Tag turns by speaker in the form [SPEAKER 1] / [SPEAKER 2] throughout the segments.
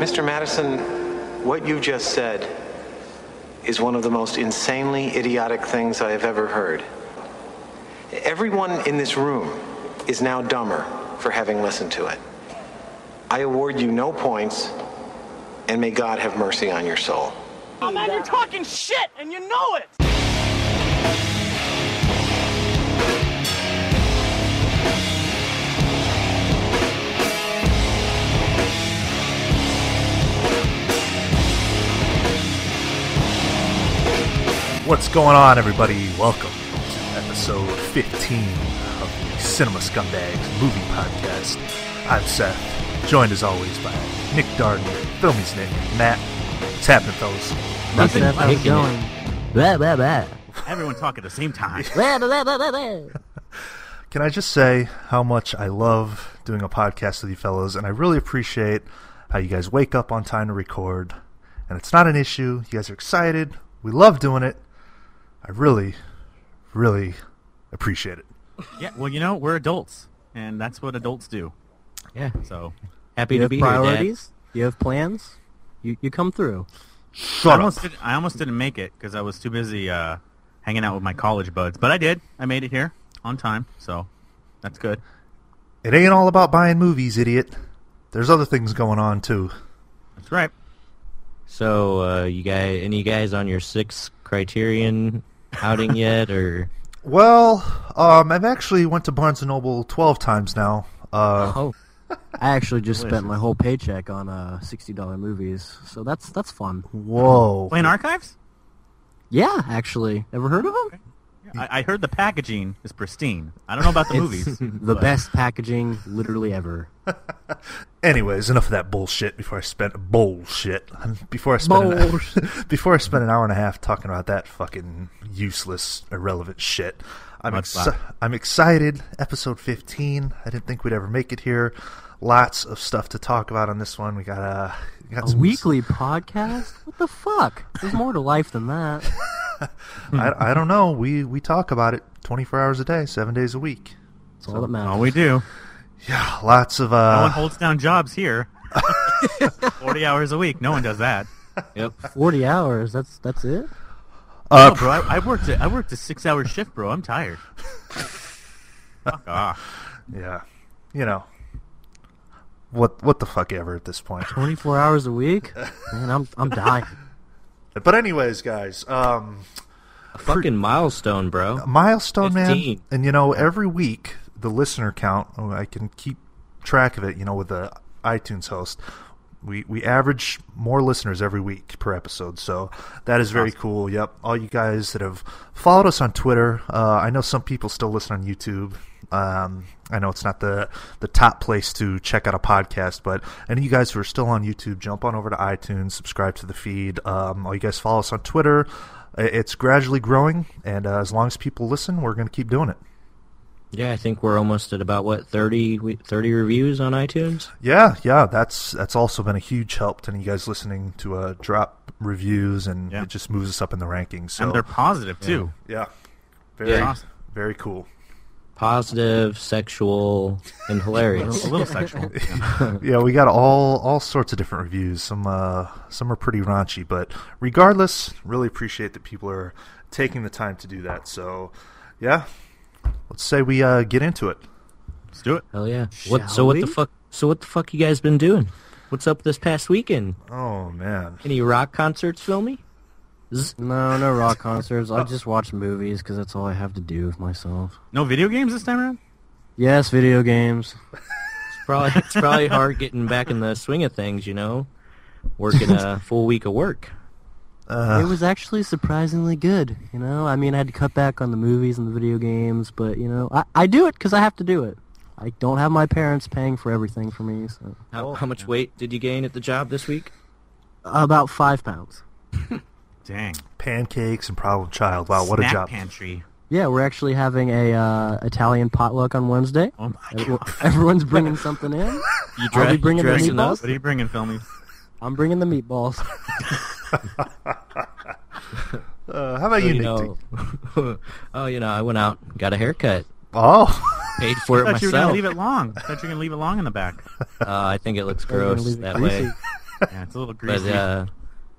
[SPEAKER 1] Mr. Madison, what you just said is one of the most insanely idiotic things I have ever heard. Everyone in this room is now dumber for having listened to it. I award you no points, and may God have mercy on your soul.
[SPEAKER 2] Oh man, you're talking shit, and you know it.
[SPEAKER 3] What's going on, everybody? Welcome to episode 15 of the Cinema Scumbags Movie Podcast. I'm Seth, joined as always by Nick Darden, Filmy's Nick, Matt. What's happening, fellas?
[SPEAKER 4] Nothing.
[SPEAKER 5] Seth, how's it
[SPEAKER 4] Kicking
[SPEAKER 5] going? Blah, blah, blah.
[SPEAKER 4] Everyone talk at the same time.
[SPEAKER 5] Blah, blah, blah, blah, blah.
[SPEAKER 3] Can I just say how much I love doing a podcast with you fellas, and I really appreciate how you guys wake up on time to record, and it's not an issue. You guys are excited. We love doing it. I really, really appreciate it.
[SPEAKER 4] yeah, well, you know, we're adults, and that's what adults do.
[SPEAKER 5] Yeah.
[SPEAKER 4] So
[SPEAKER 5] Happy
[SPEAKER 4] You
[SPEAKER 5] to
[SPEAKER 4] have
[SPEAKER 5] be here, Dad.
[SPEAKER 4] priorities?
[SPEAKER 5] You have plans? You you come through.
[SPEAKER 4] I
[SPEAKER 3] Shut
[SPEAKER 4] almost, did, I almost didn't make it because I was too busy uh, hanging out with my college buds, but I did. I made it here on time, so that's good.
[SPEAKER 3] It ain't all about buying movies, idiot. There's other things going on too.
[SPEAKER 4] That's right.
[SPEAKER 6] So, uh, you guys, any guys on your sixth Criterion outing yet, or
[SPEAKER 3] Well, um, I've actually went to Barnes and Noble twelve times now. Uh,
[SPEAKER 5] Oh. I actually just spent my whole paycheck on uh sixty dollar movies, so that's that's fun.
[SPEAKER 3] whoa!
[SPEAKER 4] Playing archives?
[SPEAKER 5] Yeah, actually, ever heard of them?
[SPEAKER 4] Yeah, I, I heard the packaging is pristine. I don't know about the movies.
[SPEAKER 5] It's the
[SPEAKER 4] but-
[SPEAKER 5] best packaging, literally ever.
[SPEAKER 3] Anyways, enough of that bullshit. Before I spent bullshit. Before I spent an, before I spent an hour and a half talking about that fucking useless, irrelevant shit. I'm
[SPEAKER 4] Much
[SPEAKER 3] exci-
[SPEAKER 4] love.
[SPEAKER 3] I'm excited. Episode 15. I didn't think we'd ever make it here. Lots of stuff to talk about on this one. We got uh, we got
[SPEAKER 5] A
[SPEAKER 3] some
[SPEAKER 5] weekly podcast? What the fuck? There's more to life than that.
[SPEAKER 3] I, I don't know. We we talk about it 24 hours a day, seven days a week.
[SPEAKER 5] That's all that matters.
[SPEAKER 4] All we do.
[SPEAKER 3] Yeah, lots of
[SPEAKER 4] No one
[SPEAKER 3] uh,
[SPEAKER 4] holds down jobs here. 40 hours a week. No one does that.
[SPEAKER 6] yep,
[SPEAKER 5] Forty hours. That's that's it.
[SPEAKER 3] uh
[SPEAKER 4] No, bro, I, I worked a, I worked a six hour shift, bro. I'm tired. Fuck off.
[SPEAKER 3] yeah, you know what what the fuck ever at this point.
[SPEAKER 5] Twenty four hours a week. Man, I'm I'm dying.
[SPEAKER 3] But anyways, guys, um,
[SPEAKER 6] a fucking milestone, bro.
[SPEAKER 3] milestone man,
[SPEAKER 6] 15.
[SPEAKER 3] and you know every week the listener count oh, I can keep track of it. You know with the iTunes host. We, we average more listeners every week per episode, so that is very cool. Yep, all you guys that have followed us on Twitter, uh, I know some people still listen on YouTube. Um, I know it's not the the top place to check out a podcast, but any of you guys who are still on YouTube, jump on over to iTunes, subscribe to the feed. Um, all you guys follow us on Twitter. I- It's gradually growing, and uh, as long as people listen, we're going to keep doing it.
[SPEAKER 6] Yeah, I think we're almost at about what 30, we- 30 reviews on iTunes.
[SPEAKER 3] Yeah, yeah, that's that's also been a huge help to any of you guys listening to uh, drop reviews, and
[SPEAKER 4] Yeah.
[SPEAKER 3] it just moves us up in the rankings. So
[SPEAKER 4] And they're positive too.
[SPEAKER 3] yeah, very
[SPEAKER 6] Yeah.
[SPEAKER 4] Awesome.
[SPEAKER 3] very cool.
[SPEAKER 6] Positive, sexual, and hilarious.
[SPEAKER 4] A little sexual. Yeah.
[SPEAKER 3] Yeah, we got all all sorts of different reviews. Some uh, some are pretty raunchy, but regardless, really appreciate that people are taking the time to do that. So, yeah, let's say we uh, get into it.
[SPEAKER 4] Let's do it.
[SPEAKER 6] Hell yeah! What? So
[SPEAKER 5] Shall
[SPEAKER 6] what the
[SPEAKER 5] we?
[SPEAKER 6] fuck? So what the fuck you guys been doing? What's up this past weekend?
[SPEAKER 3] Oh man,
[SPEAKER 6] Any rock concerts, filmy?
[SPEAKER 5] No, no rock concerts. I just watch movies because that's all I have to do with myself.
[SPEAKER 4] No video games this time around?
[SPEAKER 5] Yes, video games.
[SPEAKER 6] It's probably it's probably hard getting back in the swing of things, you know, working a full week of work.
[SPEAKER 5] it
[SPEAKER 3] Uh,
[SPEAKER 5] was actually surprisingly good. You know, I mean, I had to cut back on the movies and the video games, but you know, I, I do it because I have to do it. I don't have my parents paying for everything for me, so
[SPEAKER 6] How, how much weight did you gain at the job this week?
[SPEAKER 5] about five pounds.
[SPEAKER 4] Dang.
[SPEAKER 3] pancakes and problem child. Wow, what
[SPEAKER 4] Snack
[SPEAKER 3] a job!
[SPEAKER 4] pantry.
[SPEAKER 5] Yeah, we're actually having a uh, Italian potluck on Wednesday.
[SPEAKER 4] Oh my
[SPEAKER 5] Everyone-
[SPEAKER 4] god.
[SPEAKER 5] Everyone's bringing something in.
[SPEAKER 6] You
[SPEAKER 5] Are we bringing the
[SPEAKER 6] dressing up?
[SPEAKER 5] meatballs?
[SPEAKER 4] What are you bringing, filmy?
[SPEAKER 5] I'm bringing the meatballs.
[SPEAKER 3] Uh, how about you,
[SPEAKER 6] you
[SPEAKER 3] Nick?
[SPEAKER 6] know,
[SPEAKER 3] D?
[SPEAKER 6] oh, you know, I went out, got a haircut,
[SPEAKER 3] Oh,
[SPEAKER 6] paid for it
[SPEAKER 4] I thought you were gonna
[SPEAKER 6] myself.
[SPEAKER 4] leave it long. I thought you were gonna leave it long in the back.
[SPEAKER 6] Uh, I think it looks
[SPEAKER 5] We're gonna
[SPEAKER 6] gross
[SPEAKER 5] leave it
[SPEAKER 6] that
[SPEAKER 5] greasy.
[SPEAKER 6] way.
[SPEAKER 4] Yeah, it's a little
[SPEAKER 6] But
[SPEAKER 4] greasy.
[SPEAKER 6] uh,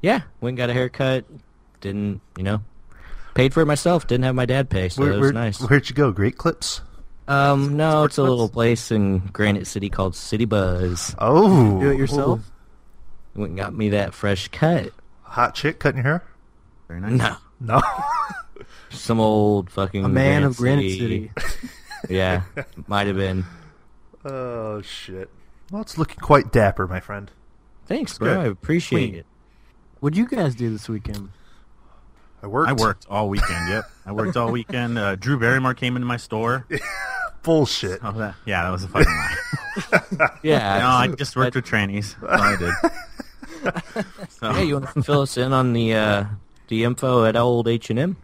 [SPEAKER 6] yeah, went and got a haircut. Didn't you know? Paid for it myself. Didn't have my dad pay, so
[SPEAKER 3] Where,
[SPEAKER 6] that
[SPEAKER 3] where-
[SPEAKER 6] was nice.
[SPEAKER 3] Where'd you go? Great Clips.
[SPEAKER 6] Um, no,
[SPEAKER 4] Sports
[SPEAKER 6] it's a little
[SPEAKER 4] bus?
[SPEAKER 6] place in Granite City called City Buzz.
[SPEAKER 3] Oh,
[SPEAKER 5] Do it yourself?
[SPEAKER 6] Went and got me that fresh cut.
[SPEAKER 3] Hot chick cutting your hair?
[SPEAKER 4] Very nice.
[SPEAKER 6] No,
[SPEAKER 3] No.
[SPEAKER 6] some old fucking
[SPEAKER 5] A man
[SPEAKER 6] Granite
[SPEAKER 5] of Granite City.
[SPEAKER 6] yeah, might have been.
[SPEAKER 3] oh shit. Well, it's looking quite dapper, my friend.
[SPEAKER 6] Thanks, bro.
[SPEAKER 4] good.
[SPEAKER 6] I appreciate
[SPEAKER 4] Clean.
[SPEAKER 6] it.
[SPEAKER 5] What'd you guys do this weekend?
[SPEAKER 3] I worked.
[SPEAKER 4] I worked all weekend. Yep, I worked all weekend. Uh, Drew Barrymore came into my store.
[SPEAKER 3] Bullshit.
[SPEAKER 4] Oh, that, yeah, that was a fucking lie.
[SPEAKER 6] Yeah.
[SPEAKER 4] No, I just worked with trannies. That's all I did. So,
[SPEAKER 6] yeah, you want to fill us in on the uh, the info at old H and M?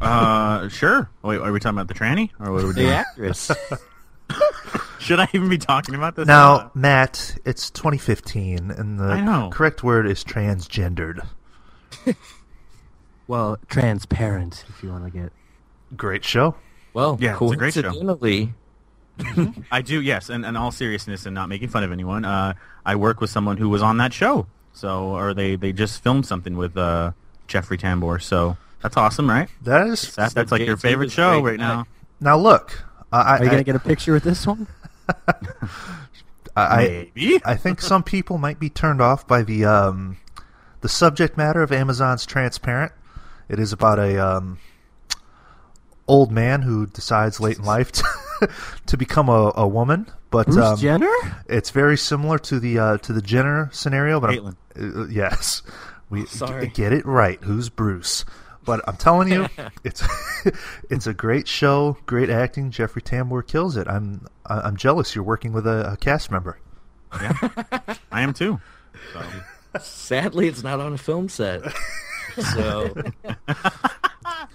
[SPEAKER 4] uh, sure. Wait, are we talking about the tranny, or what are we doing?
[SPEAKER 6] The actress.
[SPEAKER 4] Should I even be talking about this?
[SPEAKER 3] Now, Matt, it's 2015, and
[SPEAKER 4] uh, I
[SPEAKER 3] the
[SPEAKER 4] know.
[SPEAKER 3] correct word is transgendered.
[SPEAKER 5] Well, transparent, if you want to get.
[SPEAKER 3] Great show.
[SPEAKER 6] Well,
[SPEAKER 4] Yeah, it's a great show.
[SPEAKER 6] coincidentally,
[SPEAKER 4] I do, yes. And in all seriousness and not making fun of anyone, uh, I work with someone who was on that show. So, or they, they just filmed something with uh, Jeffrey Tambor. So that's awesome, right?
[SPEAKER 3] That is
[SPEAKER 4] That, that's like your
[SPEAKER 6] J2
[SPEAKER 4] favorite
[SPEAKER 6] is
[SPEAKER 4] show
[SPEAKER 6] great.
[SPEAKER 4] right now.
[SPEAKER 3] now. Look, I
[SPEAKER 5] Are you
[SPEAKER 3] I,
[SPEAKER 5] gonna get a picture with this one?
[SPEAKER 3] I,
[SPEAKER 4] Maybe.
[SPEAKER 3] I think some people might be turned off by the um, the subject matter of Amazon's Transparent. It is about a um, old man who decides late in life to, to become a, a woman, but
[SPEAKER 5] Bruce
[SPEAKER 3] um,
[SPEAKER 5] Jenner?
[SPEAKER 3] it's very similar to the uh, to the Jenner scenario. But I'm- uh, yes, we
[SPEAKER 6] Sorry.
[SPEAKER 3] g- get it right. Who's Bruce? But I'm telling you, it's it's a great show, great acting. Jeffrey Tambor kills it. I'm I- I'm jealous. You're working with a, a cast member.
[SPEAKER 4] I am too. So,
[SPEAKER 6] sadly, it's not on a film set. So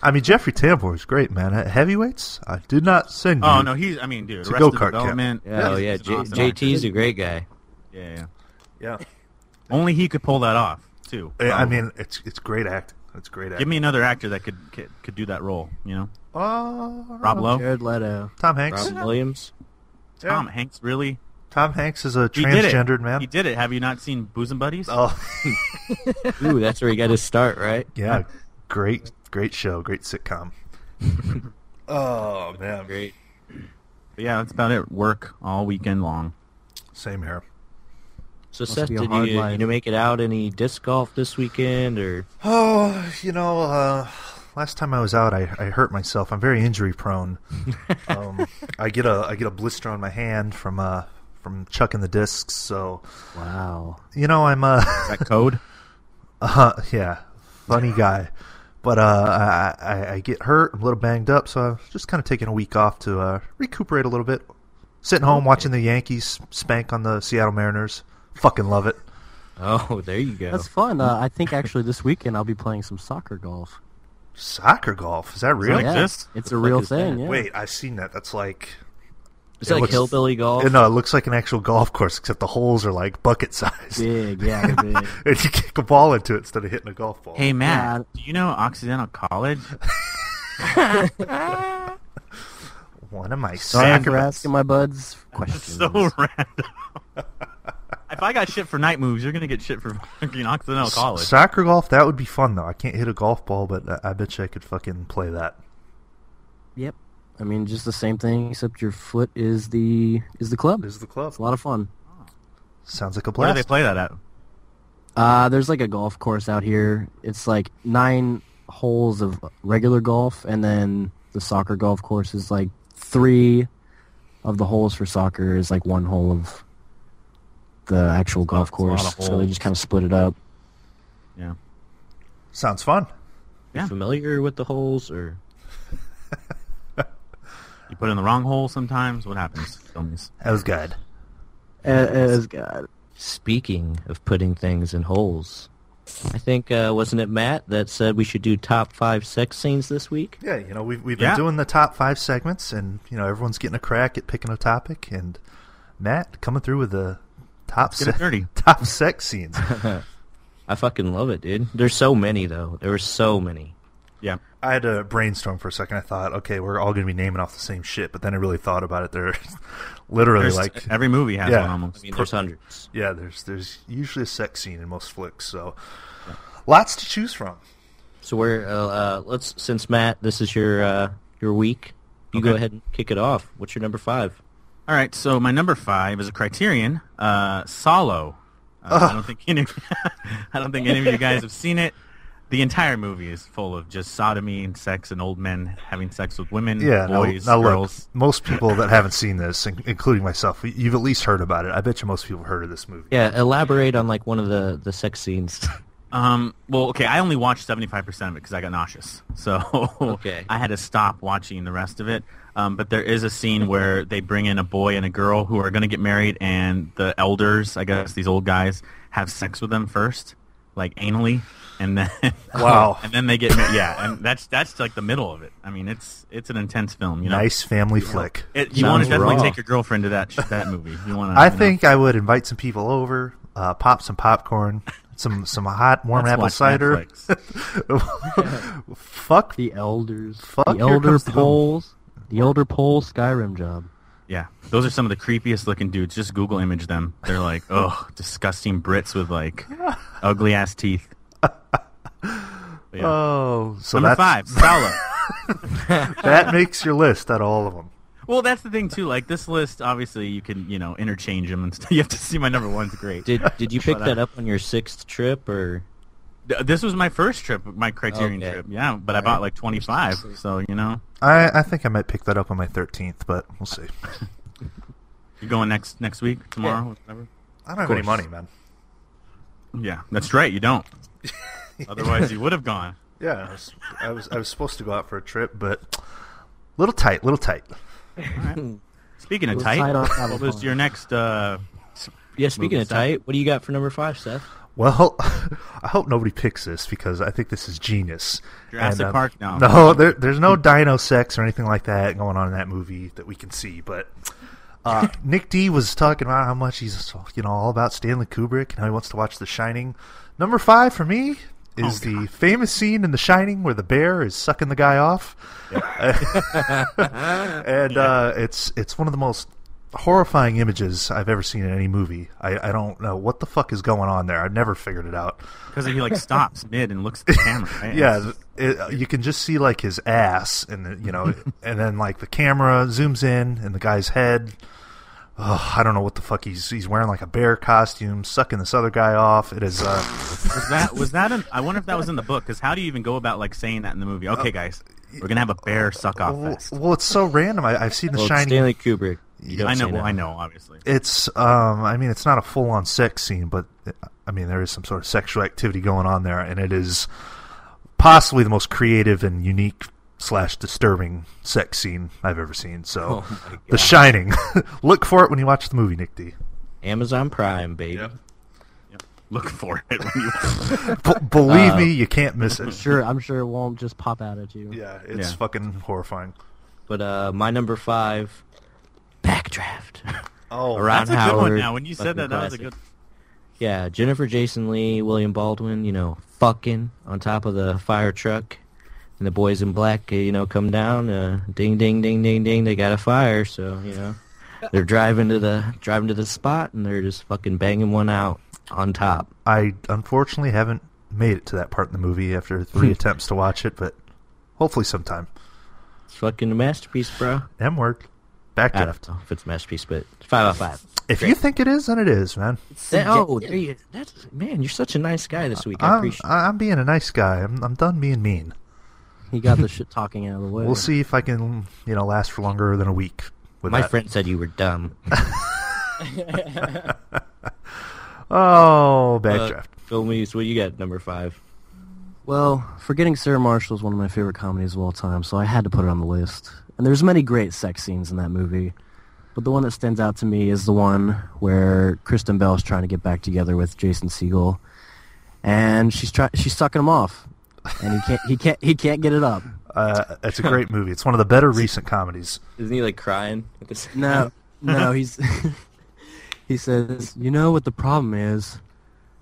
[SPEAKER 3] I mean, Jeffrey Tambor is great, man. At heavyweights, I did not send you.
[SPEAKER 4] oh, no, he's, I mean, dude,
[SPEAKER 3] It's a
[SPEAKER 4] Arrested
[SPEAKER 3] go-kart camp.
[SPEAKER 4] Development.
[SPEAKER 6] yeah, oh
[SPEAKER 4] he's
[SPEAKER 6] yeah,
[SPEAKER 4] an
[SPEAKER 6] J-
[SPEAKER 4] awesome
[SPEAKER 6] JT's
[SPEAKER 4] actor.
[SPEAKER 6] a great guy.
[SPEAKER 4] Yeah, yeah.
[SPEAKER 3] yeah.
[SPEAKER 4] Only he could pull that off, too.
[SPEAKER 3] I- I
[SPEAKER 4] probably.
[SPEAKER 3] mean, it's it's great acting. It's great acting.
[SPEAKER 4] give me another actor that could, could, could do that role, you know?
[SPEAKER 3] oh,
[SPEAKER 4] Rob Lowe?
[SPEAKER 5] Jared Leto.
[SPEAKER 3] Tom Hanks.
[SPEAKER 6] Robin Williams.
[SPEAKER 3] Yeah.
[SPEAKER 4] Tom Hanks, really?
[SPEAKER 3] Tom Hanks is a
[SPEAKER 4] He did it.
[SPEAKER 3] transgendered man.
[SPEAKER 4] He did it. Have you not seen Bosom Buddies?
[SPEAKER 3] Oh,
[SPEAKER 6] Ooh, that's where he got his start, right?
[SPEAKER 3] yeah. Great, great show. Great sitcom. oh man,
[SPEAKER 6] Great.
[SPEAKER 4] But yeah, that's about it. Work all weekend long.
[SPEAKER 3] same here.
[SPEAKER 6] So Seth,
[SPEAKER 5] be a
[SPEAKER 6] did you,
[SPEAKER 5] hard
[SPEAKER 6] you
[SPEAKER 5] life.
[SPEAKER 6] know, make it out any disc golf this weekend or
[SPEAKER 3] Oh, you know, uh, last time I was out, I, I hurt myself. I'm very injury prone. um, I get a I get a blister on my hand from uh from chucking the discs. So
[SPEAKER 5] Wow.
[SPEAKER 3] you know, I'm uh,
[SPEAKER 4] Is that code?
[SPEAKER 3] uh yeah, funny guy. But uh, I, I I get hurt. I'm a little banged up, so I'm just kind of taking a week off to uh, recuperate a little bit. Sitting home watching the Yankees spank on the Seattle Mariners. Fucking love it.
[SPEAKER 6] Oh, there you go.
[SPEAKER 5] That's fun. Uh, I think actually this weekend I'll be playing some soccer golf.
[SPEAKER 3] Soccer golf is that real?
[SPEAKER 4] Like
[SPEAKER 5] Yeah,
[SPEAKER 4] this?
[SPEAKER 5] It's
[SPEAKER 6] The
[SPEAKER 5] a
[SPEAKER 6] fuck
[SPEAKER 5] real
[SPEAKER 6] is that?
[SPEAKER 5] thing. Yeah.
[SPEAKER 3] Wait, I've seen that. That's like
[SPEAKER 6] it's
[SPEAKER 3] it
[SPEAKER 6] like
[SPEAKER 3] looks-
[SPEAKER 6] hillbilly golf.
[SPEAKER 3] Yeah, no, it looks like an actual golf course, except the holes are like bucket sized.
[SPEAKER 5] Big, yeah, they're big.
[SPEAKER 3] and you kick a ball into it instead of hitting a golf ball.
[SPEAKER 4] Hey Matt,
[SPEAKER 5] Yeah.
[SPEAKER 4] do you know Occidental College?
[SPEAKER 3] One of my
[SPEAKER 5] Sorry for
[SPEAKER 3] soccer
[SPEAKER 5] asking my buds questions.
[SPEAKER 4] so random. if I got shit for night moves, you're gonna get shit for fucking Occidental College.
[SPEAKER 3] soccer golf. That would be fun though. I can't hit a golf ball, but I, I bet you I could fucking play that.
[SPEAKER 5] Yep. I mean, just the same thing, except your foot is the is the club.
[SPEAKER 3] Is the club
[SPEAKER 5] It's a lot of fun.
[SPEAKER 3] sounds like a
[SPEAKER 4] Where do they
[SPEAKER 3] blast?
[SPEAKER 4] play that at?
[SPEAKER 5] Uh, there's like a golf course out here. It's like nine holes of regular golf, and then the soccer golf course is like three of the holes for soccer is like one hole of the actual golf
[SPEAKER 4] a lot
[SPEAKER 5] course.
[SPEAKER 4] of
[SPEAKER 5] So they
[SPEAKER 4] holes.
[SPEAKER 5] just kind of split it up.
[SPEAKER 4] Yeah.
[SPEAKER 3] Sounds fun.
[SPEAKER 4] Yeah.
[SPEAKER 6] Familiar with the holes or
[SPEAKER 4] You put in the wrong hole sometimes. What happens? Dummies.
[SPEAKER 3] That was good.
[SPEAKER 5] As God,
[SPEAKER 6] Speaking of putting things in holes, I think uh, wasn't it Matt that said we should do top five sex scenes this week?
[SPEAKER 3] Yeah, you know we've we've
[SPEAKER 4] Yeah.
[SPEAKER 3] been doing the top five segments, and you know everyone's getting a crack at picking a topic, and Matt coming through with the top
[SPEAKER 4] get it
[SPEAKER 3] se-
[SPEAKER 4] dirty.
[SPEAKER 3] top sex scenes.
[SPEAKER 6] I fucking love it, dude. There's so many though. There were so many.
[SPEAKER 4] Yeah.
[SPEAKER 3] I had to brainstorm for a second. I thought, okay, we're all going to be naming off the same shit, but then I really thought about it. There's literally
[SPEAKER 4] There's-
[SPEAKER 3] like
[SPEAKER 4] every movie has
[SPEAKER 3] Yeah.
[SPEAKER 4] one
[SPEAKER 6] I
[SPEAKER 4] almost.
[SPEAKER 6] mean, there's hundreds.
[SPEAKER 3] yeah, there's there's usually a sex scene in most flicks, so lots to choose from.
[SPEAKER 6] So we're uh, uh, let's since Matt, this is your uh, your week. You go
[SPEAKER 4] Okay.
[SPEAKER 6] ahead and kick it off. What's your number five?
[SPEAKER 4] All right, so my number five is a Criterion, uh, Solo. Uh, I don't think any, I don't think any of you guys have seen it. The entire movie is full of just sodomy and sex and old men having sex with women,
[SPEAKER 3] Yeah, now-
[SPEAKER 4] boys,
[SPEAKER 3] now,
[SPEAKER 4] girls.
[SPEAKER 3] look, most people that haven't seen this, in- including myself, you've at least heard about it. I bet you most people have heard of this movie.
[SPEAKER 6] Yeah, elaborate on like one of the the sex scenes.
[SPEAKER 4] Um, well, okay, I only watched seventy five percent of it because I got nauseous, so
[SPEAKER 6] Okay.
[SPEAKER 4] I had to stop watching the rest of it. Um, but there is a scene where they bring in a boy and a girl who are going to get married, and the elders, I guess these old guys, have sex with them first, like anally, and then
[SPEAKER 3] Wow.
[SPEAKER 4] and then they get ma- yeah, and that's that's like the middle of it. I mean, it's it's an intense film, you know.
[SPEAKER 3] Nice family flick.
[SPEAKER 4] It, you want
[SPEAKER 6] Sounds
[SPEAKER 4] to definitely
[SPEAKER 6] raw.
[SPEAKER 4] take your girlfriend to that sh- that movie. You want
[SPEAKER 3] I think I would invite some people over, uh, pop some popcorn, some some hot warm apple cider. Fuck
[SPEAKER 5] The elders.
[SPEAKER 3] Fuck,
[SPEAKER 5] the
[SPEAKER 3] here
[SPEAKER 5] elder
[SPEAKER 3] comes the boom.
[SPEAKER 5] poles. The elder pole Skyrim job.
[SPEAKER 4] Yeah, those are some of the creepiest looking dudes. Just Google image them. They're like, oh, disgusting Brits with like ugly ass teeth. But yeah.
[SPEAKER 3] Oh, so
[SPEAKER 4] Number
[SPEAKER 3] that's,
[SPEAKER 4] five, Solo.
[SPEAKER 3] that makes your list out of all of them.
[SPEAKER 4] well, that's the thing too. Like this list, obviously, you can you know interchange them and stuff. You have to see my number one's great.
[SPEAKER 6] Did did you pick
[SPEAKER 4] But, uh,
[SPEAKER 6] that up on your sixth trip or?
[SPEAKER 4] Th- This was my first trip, my Criterion
[SPEAKER 6] Okay.
[SPEAKER 4] trip. Yeah, but I bought like twenty five. So you know,
[SPEAKER 3] I, I think I might pick that up on my 13th, but we'll see.
[SPEAKER 4] you're going next next week, tomorrow, whatever.
[SPEAKER 3] I don't have any
[SPEAKER 4] course.
[SPEAKER 3] money, man.
[SPEAKER 4] Yeah, that's right. You don't. Otherwise, you would have gone.
[SPEAKER 3] Yeah, I was, I was I was supposed to go out for a trip, but little tight, little tight.
[SPEAKER 4] Speaking of
[SPEAKER 5] We'll
[SPEAKER 4] tight,
[SPEAKER 5] sign off, have
[SPEAKER 4] what
[SPEAKER 5] a
[SPEAKER 4] was
[SPEAKER 5] fun.
[SPEAKER 4] your next? Uh,
[SPEAKER 6] Yeah, speaking
[SPEAKER 4] Movie
[SPEAKER 6] of
[SPEAKER 4] stuff.
[SPEAKER 6] tight, what do you got for number five, Seth?
[SPEAKER 3] Well, I hope nobody picks this because I think this is genius.
[SPEAKER 4] Jurassic
[SPEAKER 3] uh,
[SPEAKER 4] Park? No.
[SPEAKER 3] no, there, there's no dino sex or anything like that going on in that movie that we can see. But uh, Nick D was talking about how much he's you know all about Stanley Kubrick and how he wants to watch The Shining. Number five for me is
[SPEAKER 4] Oh,
[SPEAKER 3] the famous scene in The Shining where the bear is sucking the guy off, and uh, it's it's one of the most horrifying images I've ever seen in any movie. I, I don't know what the fuck is going on there. I've never figured it out.
[SPEAKER 4] Because he like stops mid and looks at the camera. Right?
[SPEAKER 3] Yeah,
[SPEAKER 4] It's-
[SPEAKER 3] th- it, uh, you can just see like his ass, and the, you know, and then like the camera zooms in, and the guy's head. Ugh, I don't know what the fuck he's he's wearing like a bear costume, sucking this other guy off. It is uh,
[SPEAKER 4] was that was that? An, I wonder if that was in the book. Because how do you even go about like saying that in the movie? Okay, guys, we're gonna have a bear suck off
[SPEAKER 3] well,
[SPEAKER 4] fest.
[SPEAKER 3] well, it's so random. I, I've seen the
[SPEAKER 6] Well, it's
[SPEAKER 3] shining.
[SPEAKER 6] Stanley Kubrick. You don't
[SPEAKER 4] I know.
[SPEAKER 6] say
[SPEAKER 4] Well,
[SPEAKER 6] that.
[SPEAKER 4] I know. Obviously.
[SPEAKER 3] It's um, I mean, it's not a full on sex scene, but I mean, there is some sort of sexual activity going on there, and it is possibly the most creative and unique slash disturbing sex scene I've ever seen. So, The Shining. Look for it when you watch the movie, Nick D.
[SPEAKER 6] Amazon Prime, baby.
[SPEAKER 4] Look for it. When you,
[SPEAKER 3] B- believe me, you can't miss it.
[SPEAKER 5] Sure, I'm sure it won't just pop out at you.
[SPEAKER 3] Yeah, it's
[SPEAKER 4] Yeah.
[SPEAKER 3] fucking horrifying.
[SPEAKER 6] But uh, my number five, Backdraft.
[SPEAKER 3] Oh,
[SPEAKER 6] Around
[SPEAKER 4] that's a good one.
[SPEAKER 6] Howard,
[SPEAKER 4] Now, when you said
[SPEAKER 6] fucking
[SPEAKER 4] that, that was a
[SPEAKER 6] classic.
[SPEAKER 4] good.
[SPEAKER 6] Yeah, Jennifer Jason Lee, William Baldwin, you know, fucking on top of the fire truck. And the boys in black, uh, you know, come down. Uh, ding, ding, ding, ding, ding. They got a fire, so you know, they're driving to the driving to the spot, and they're just fucking banging one out on top.
[SPEAKER 3] I unfortunately haven't made it to that part in the movie after three attempts to watch it, but hopefully sometime.
[SPEAKER 6] It's fucking a masterpiece, bro.
[SPEAKER 3] M word.
[SPEAKER 6] I
[SPEAKER 3] Backdraft.
[SPEAKER 6] don't know if it's a masterpiece, but five out of five.
[SPEAKER 3] If you think it is, then it is, man.
[SPEAKER 6] That- oh, there you, that's man, you're such a nice guy this week. I
[SPEAKER 3] I'm,
[SPEAKER 6] appreciate.
[SPEAKER 3] I'm being a nice guy. I'm, I'm done being mean.
[SPEAKER 5] He got the shit talking out of the way.
[SPEAKER 3] We'll see if I can, you know, last for longer than a week. With
[SPEAKER 6] My
[SPEAKER 3] that.
[SPEAKER 6] friend said you were dumb.
[SPEAKER 3] Oh,
[SPEAKER 6] Uh,
[SPEAKER 3] bad draft.
[SPEAKER 6] Phil Meese, what you got? Number five.
[SPEAKER 5] Well, Forgetting Sarah Marshall is one of my favorite comedies of all time, so I had to put it on the list. And there's many great sex scenes in that movie, but the one that stands out to me is the one where Kristen Bell's trying to get back together with Jason Segel, and she's try- she's sucking him off, and he can't he can't he can't get it up.
[SPEAKER 3] Uh, it's a great movie. It's one of the better recent comedies.
[SPEAKER 6] Isn't he like crying at this?
[SPEAKER 5] No, no, he's he says, you know what the problem is.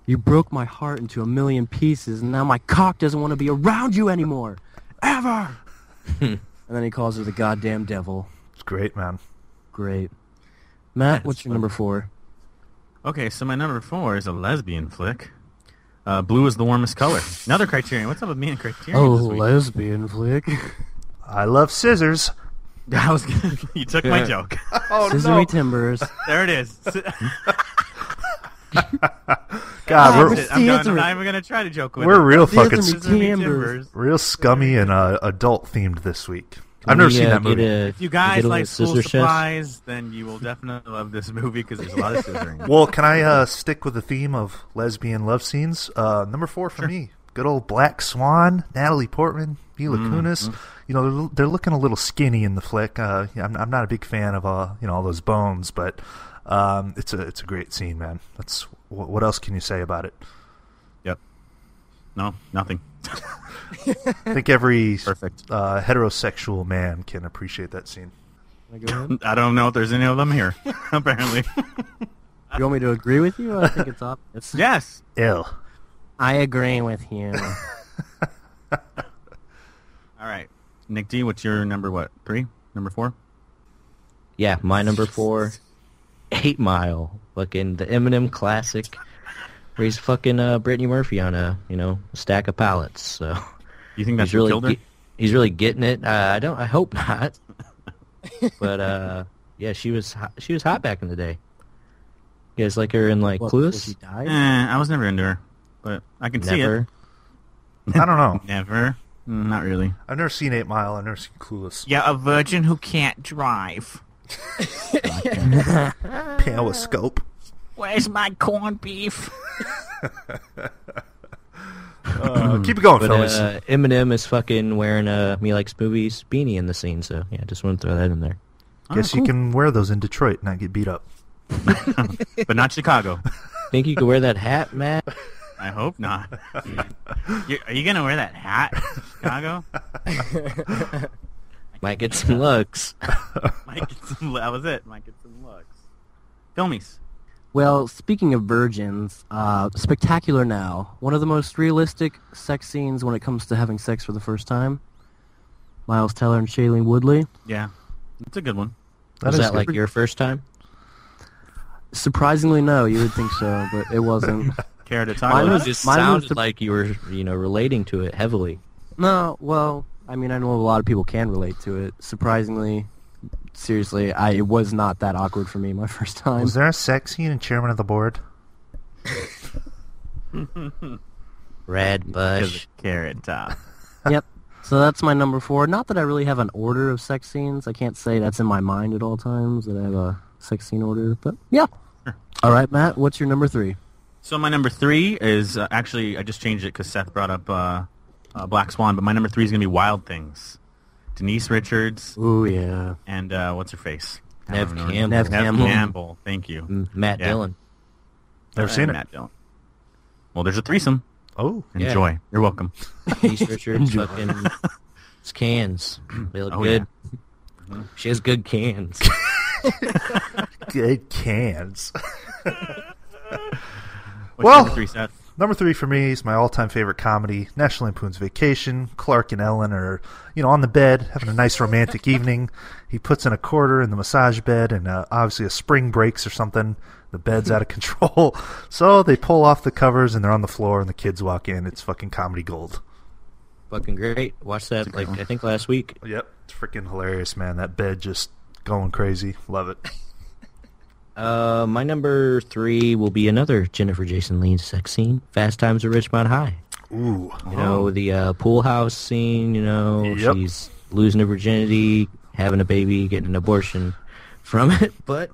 [SPEAKER 5] You broke my heart into a million pieces, and now my cock doesn't want to be around you anymore.
[SPEAKER 4] Forever.
[SPEAKER 5] And then he calls her the goddamn devil.
[SPEAKER 3] It's great, man.
[SPEAKER 5] Great. Matt,
[SPEAKER 4] That's
[SPEAKER 5] what's your
[SPEAKER 4] funny.
[SPEAKER 5] number four?
[SPEAKER 4] Okay, so my number four is a lesbian flick. Uh, blue is the warmest color. Another criterion. What's up with me and criterion? this week?
[SPEAKER 5] Oh, lesbian flick.
[SPEAKER 4] Oh,
[SPEAKER 3] I love scissors.
[SPEAKER 4] I was gonna, you took my joke.
[SPEAKER 3] Oh
[SPEAKER 5] Scissory timbers.
[SPEAKER 4] there it is. S-
[SPEAKER 3] God,
[SPEAKER 5] Ah,
[SPEAKER 3] we're
[SPEAKER 5] it's-
[SPEAKER 4] I'm, done.
[SPEAKER 5] Theater.
[SPEAKER 4] I'm not even gonna try to joke with
[SPEAKER 3] we're
[SPEAKER 4] it.
[SPEAKER 3] real
[SPEAKER 5] Theater
[SPEAKER 3] fucking
[SPEAKER 5] music.
[SPEAKER 4] Scissor me
[SPEAKER 5] Timbers.
[SPEAKER 4] timbers.
[SPEAKER 3] real scummy and uh, adult themed this week. I've never
[SPEAKER 6] We,
[SPEAKER 3] seen
[SPEAKER 6] uh,
[SPEAKER 3] that
[SPEAKER 6] get
[SPEAKER 3] movie.
[SPEAKER 6] a-
[SPEAKER 4] If you
[SPEAKER 6] get
[SPEAKER 4] guys
[SPEAKER 6] a
[SPEAKER 4] like
[SPEAKER 6] little
[SPEAKER 4] school
[SPEAKER 6] scissor chest.
[SPEAKER 4] supplies, then you will definitely love this movie because there's a lot of scissoring.
[SPEAKER 3] Well, can I uh, stick with the theme of lesbian love scenes? Uh, number four for me, good old Black Swan, Natalie Portman, Mila Kunis. You know, they're, they're looking a little skinny in the flick. Uh, yeah, I'm, I'm not a big fan of uh, you know all those bones, but um, it's a it's a great scene, man. That's wh- what else can you say about it?
[SPEAKER 4] Yep. No, nothing.
[SPEAKER 3] I think every
[SPEAKER 4] Perfect.
[SPEAKER 3] uh, heterosexual man can appreciate that scene.
[SPEAKER 5] Wanna go ahead?
[SPEAKER 4] I don't know if there's any of them here. Apparently,
[SPEAKER 5] You want me to agree with you? I think it's up. It's,
[SPEAKER 4] yes.
[SPEAKER 3] Ill.
[SPEAKER 5] I agree with you.
[SPEAKER 4] All right, Nick D, what's your number? What three? Number four?
[SPEAKER 6] Yeah, my number four, Eight Mile, fucking the Eminem classic, where he's fucking uh, Brittany Murphy on a you know stack of pallets. So
[SPEAKER 4] You think that's
[SPEAKER 6] he's
[SPEAKER 4] your
[SPEAKER 6] really
[SPEAKER 4] killed her?
[SPEAKER 6] ge- he's really getting it. Uh, I don't. I hope not. but uh, yeah, she was hot, she was hot back in the day. You guys like her in like
[SPEAKER 5] What, was he
[SPEAKER 6] Clueless?
[SPEAKER 4] Eh,
[SPEAKER 5] died?
[SPEAKER 4] I was never into her, but I can see
[SPEAKER 6] Never.
[SPEAKER 4] it.
[SPEAKER 3] I don't know.
[SPEAKER 4] Never. Mm, Not really.
[SPEAKER 3] I've never seen Eight Mile. I've never seen Clueless.
[SPEAKER 4] Yeah, a virgin who can't drive.
[SPEAKER 3] Periscope.
[SPEAKER 4] Where's my corned beef?
[SPEAKER 3] Uh, keep it going,
[SPEAKER 6] Hmm. But
[SPEAKER 3] fellas.
[SPEAKER 6] uh, Eminem is fucking wearing a Me Likes Movies beanie in the scene. So yeah, just want to throw that in there.
[SPEAKER 3] Guess
[SPEAKER 6] oh,
[SPEAKER 4] Oh.
[SPEAKER 3] you can wear those in Detroit and not get beat up.
[SPEAKER 4] but not Chicago.
[SPEAKER 6] Think you could wear that hat, Matt?
[SPEAKER 4] I hope not. You- are you gonna wear that hat, to Chicago?
[SPEAKER 6] Might get some looks.
[SPEAKER 4] Might get some. That was it. Might get some looks. Filmies.
[SPEAKER 5] Well, speaking of virgins, uh, Spectacular Now, one of the most realistic sex scenes when it comes to having sex for the first time. Miles Teller and Shailene Woodley.
[SPEAKER 4] Yeah, it's a good one.
[SPEAKER 6] Was
[SPEAKER 3] is
[SPEAKER 6] that like
[SPEAKER 3] good.
[SPEAKER 6] your first time?
[SPEAKER 5] Surprisingly, no, you would think so, but it wasn't.
[SPEAKER 4] Care to
[SPEAKER 5] Mine
[SPEAKER 4] talk
[SPEAKER 5] was
[SPEAKER 4] about?
[SPEAKER 6] It
[SPEAKER 4] it?
[SPEAKER 6] just
[SPEAKER 5] Mine was
[SPEAKER 6] sounded
[SPEAKER 5] the-
[SPEAKER 6] like you were, you know, relating to it heavily.
[SPEAKER 5] No, well, I mean, I know a lot of people can relate to it. Surprisingly, seriously, I it was not that awkward for me my first time.
[SPEAKER 3] Was there a sex scene in Chairman of the Board?
[SPEAKER 6] Red
[SPEAKER 4] 'Cause
[SPEAKER 6] bush.
[SPEAKER 4] of Carrot Top.
[SPEAKER 5] yep. So that's my number four. Not that I really have an order of sex scenes. I can't say that's in my mind at all times that I have a sex scene order, but yeah. All right, Matt, what's your number three?
[SPEAKER 4] So my number three is uh, actually I just changed it because Seth brought up uh, uh, Black Swan, but my number three is gonna be Wild Things. Denise Richards
[SPEAKER 5] Ooh yeah.
[SPEAKER 4] and uh, what's her face? I
[SPEAKER 6] Nev
[SPEAKER 4] don't know.
[SPEAKER 6] Campbell. Mm-hmm.
[SPEAKER 5] Nev
[SPEAKER 4] Nev
[SPEAKER 5] Campbell.
[SPEAKER 4] Campbell. Thank you.
[SPEAKER 6] M- Matt
[SPEAKER 4] Yeah.
[SPEAKER 6] Dillon.
[SPEAKER 3] Never
[SPEAKER 4] Uh,
[SPEAKER 3] seen it.
[SPEAKER 4] Matt Dillon. Well, there's a threesome.
[SPEAKER 3] Oh,
[SPEAKER 6] Yeah.
[SPEAKER 4] Enjoy. You're welcome.
[SPEAKER 6] Denise Richards. fucking. It's cans. They look
[SPEAKER 4] Oh,
[SPEAKER 6] good. She has good cans.
[SPEAKER 3] good cans.
[SPEAKER 4] What's
[SPEAKER 3] Well-
[SPEAKER 4] number three, Seth?
[SPEAKER 3] Number three for me is my all-time favorite comedy, National Lampoon's Vacation. Clark and Ellen are, you know, on the bed having a nice romantic evening. He puts in a quarter in the massage bed, and uh, obviously a spring breaks or something. The bed's out of control, so they pull off the covers and they're on the floor, and the kids walk in. It's fucking comedy gold.
[SPEAKER 6] fucking great. Watched that like I think last week.
[SPEAKER 3] Yep, it's freaking hilarious, man. That bed just going crazy. Love it.
[SPEAKER 6] Uh, my number three will be another Jennifer Jason Leigh sex scene. Fast Times at Richmond High.
[SPEAKER 3] Ooh,
[SPEAKER 6] You
[SPEAKER 4] Oh.
[SPEAKER 6] know the uh, pool house scene. You know
[SPEAKER 3] Yep.
[SPEAKER 6] she's losing her virginity, having a baby, getting an abortion from it, but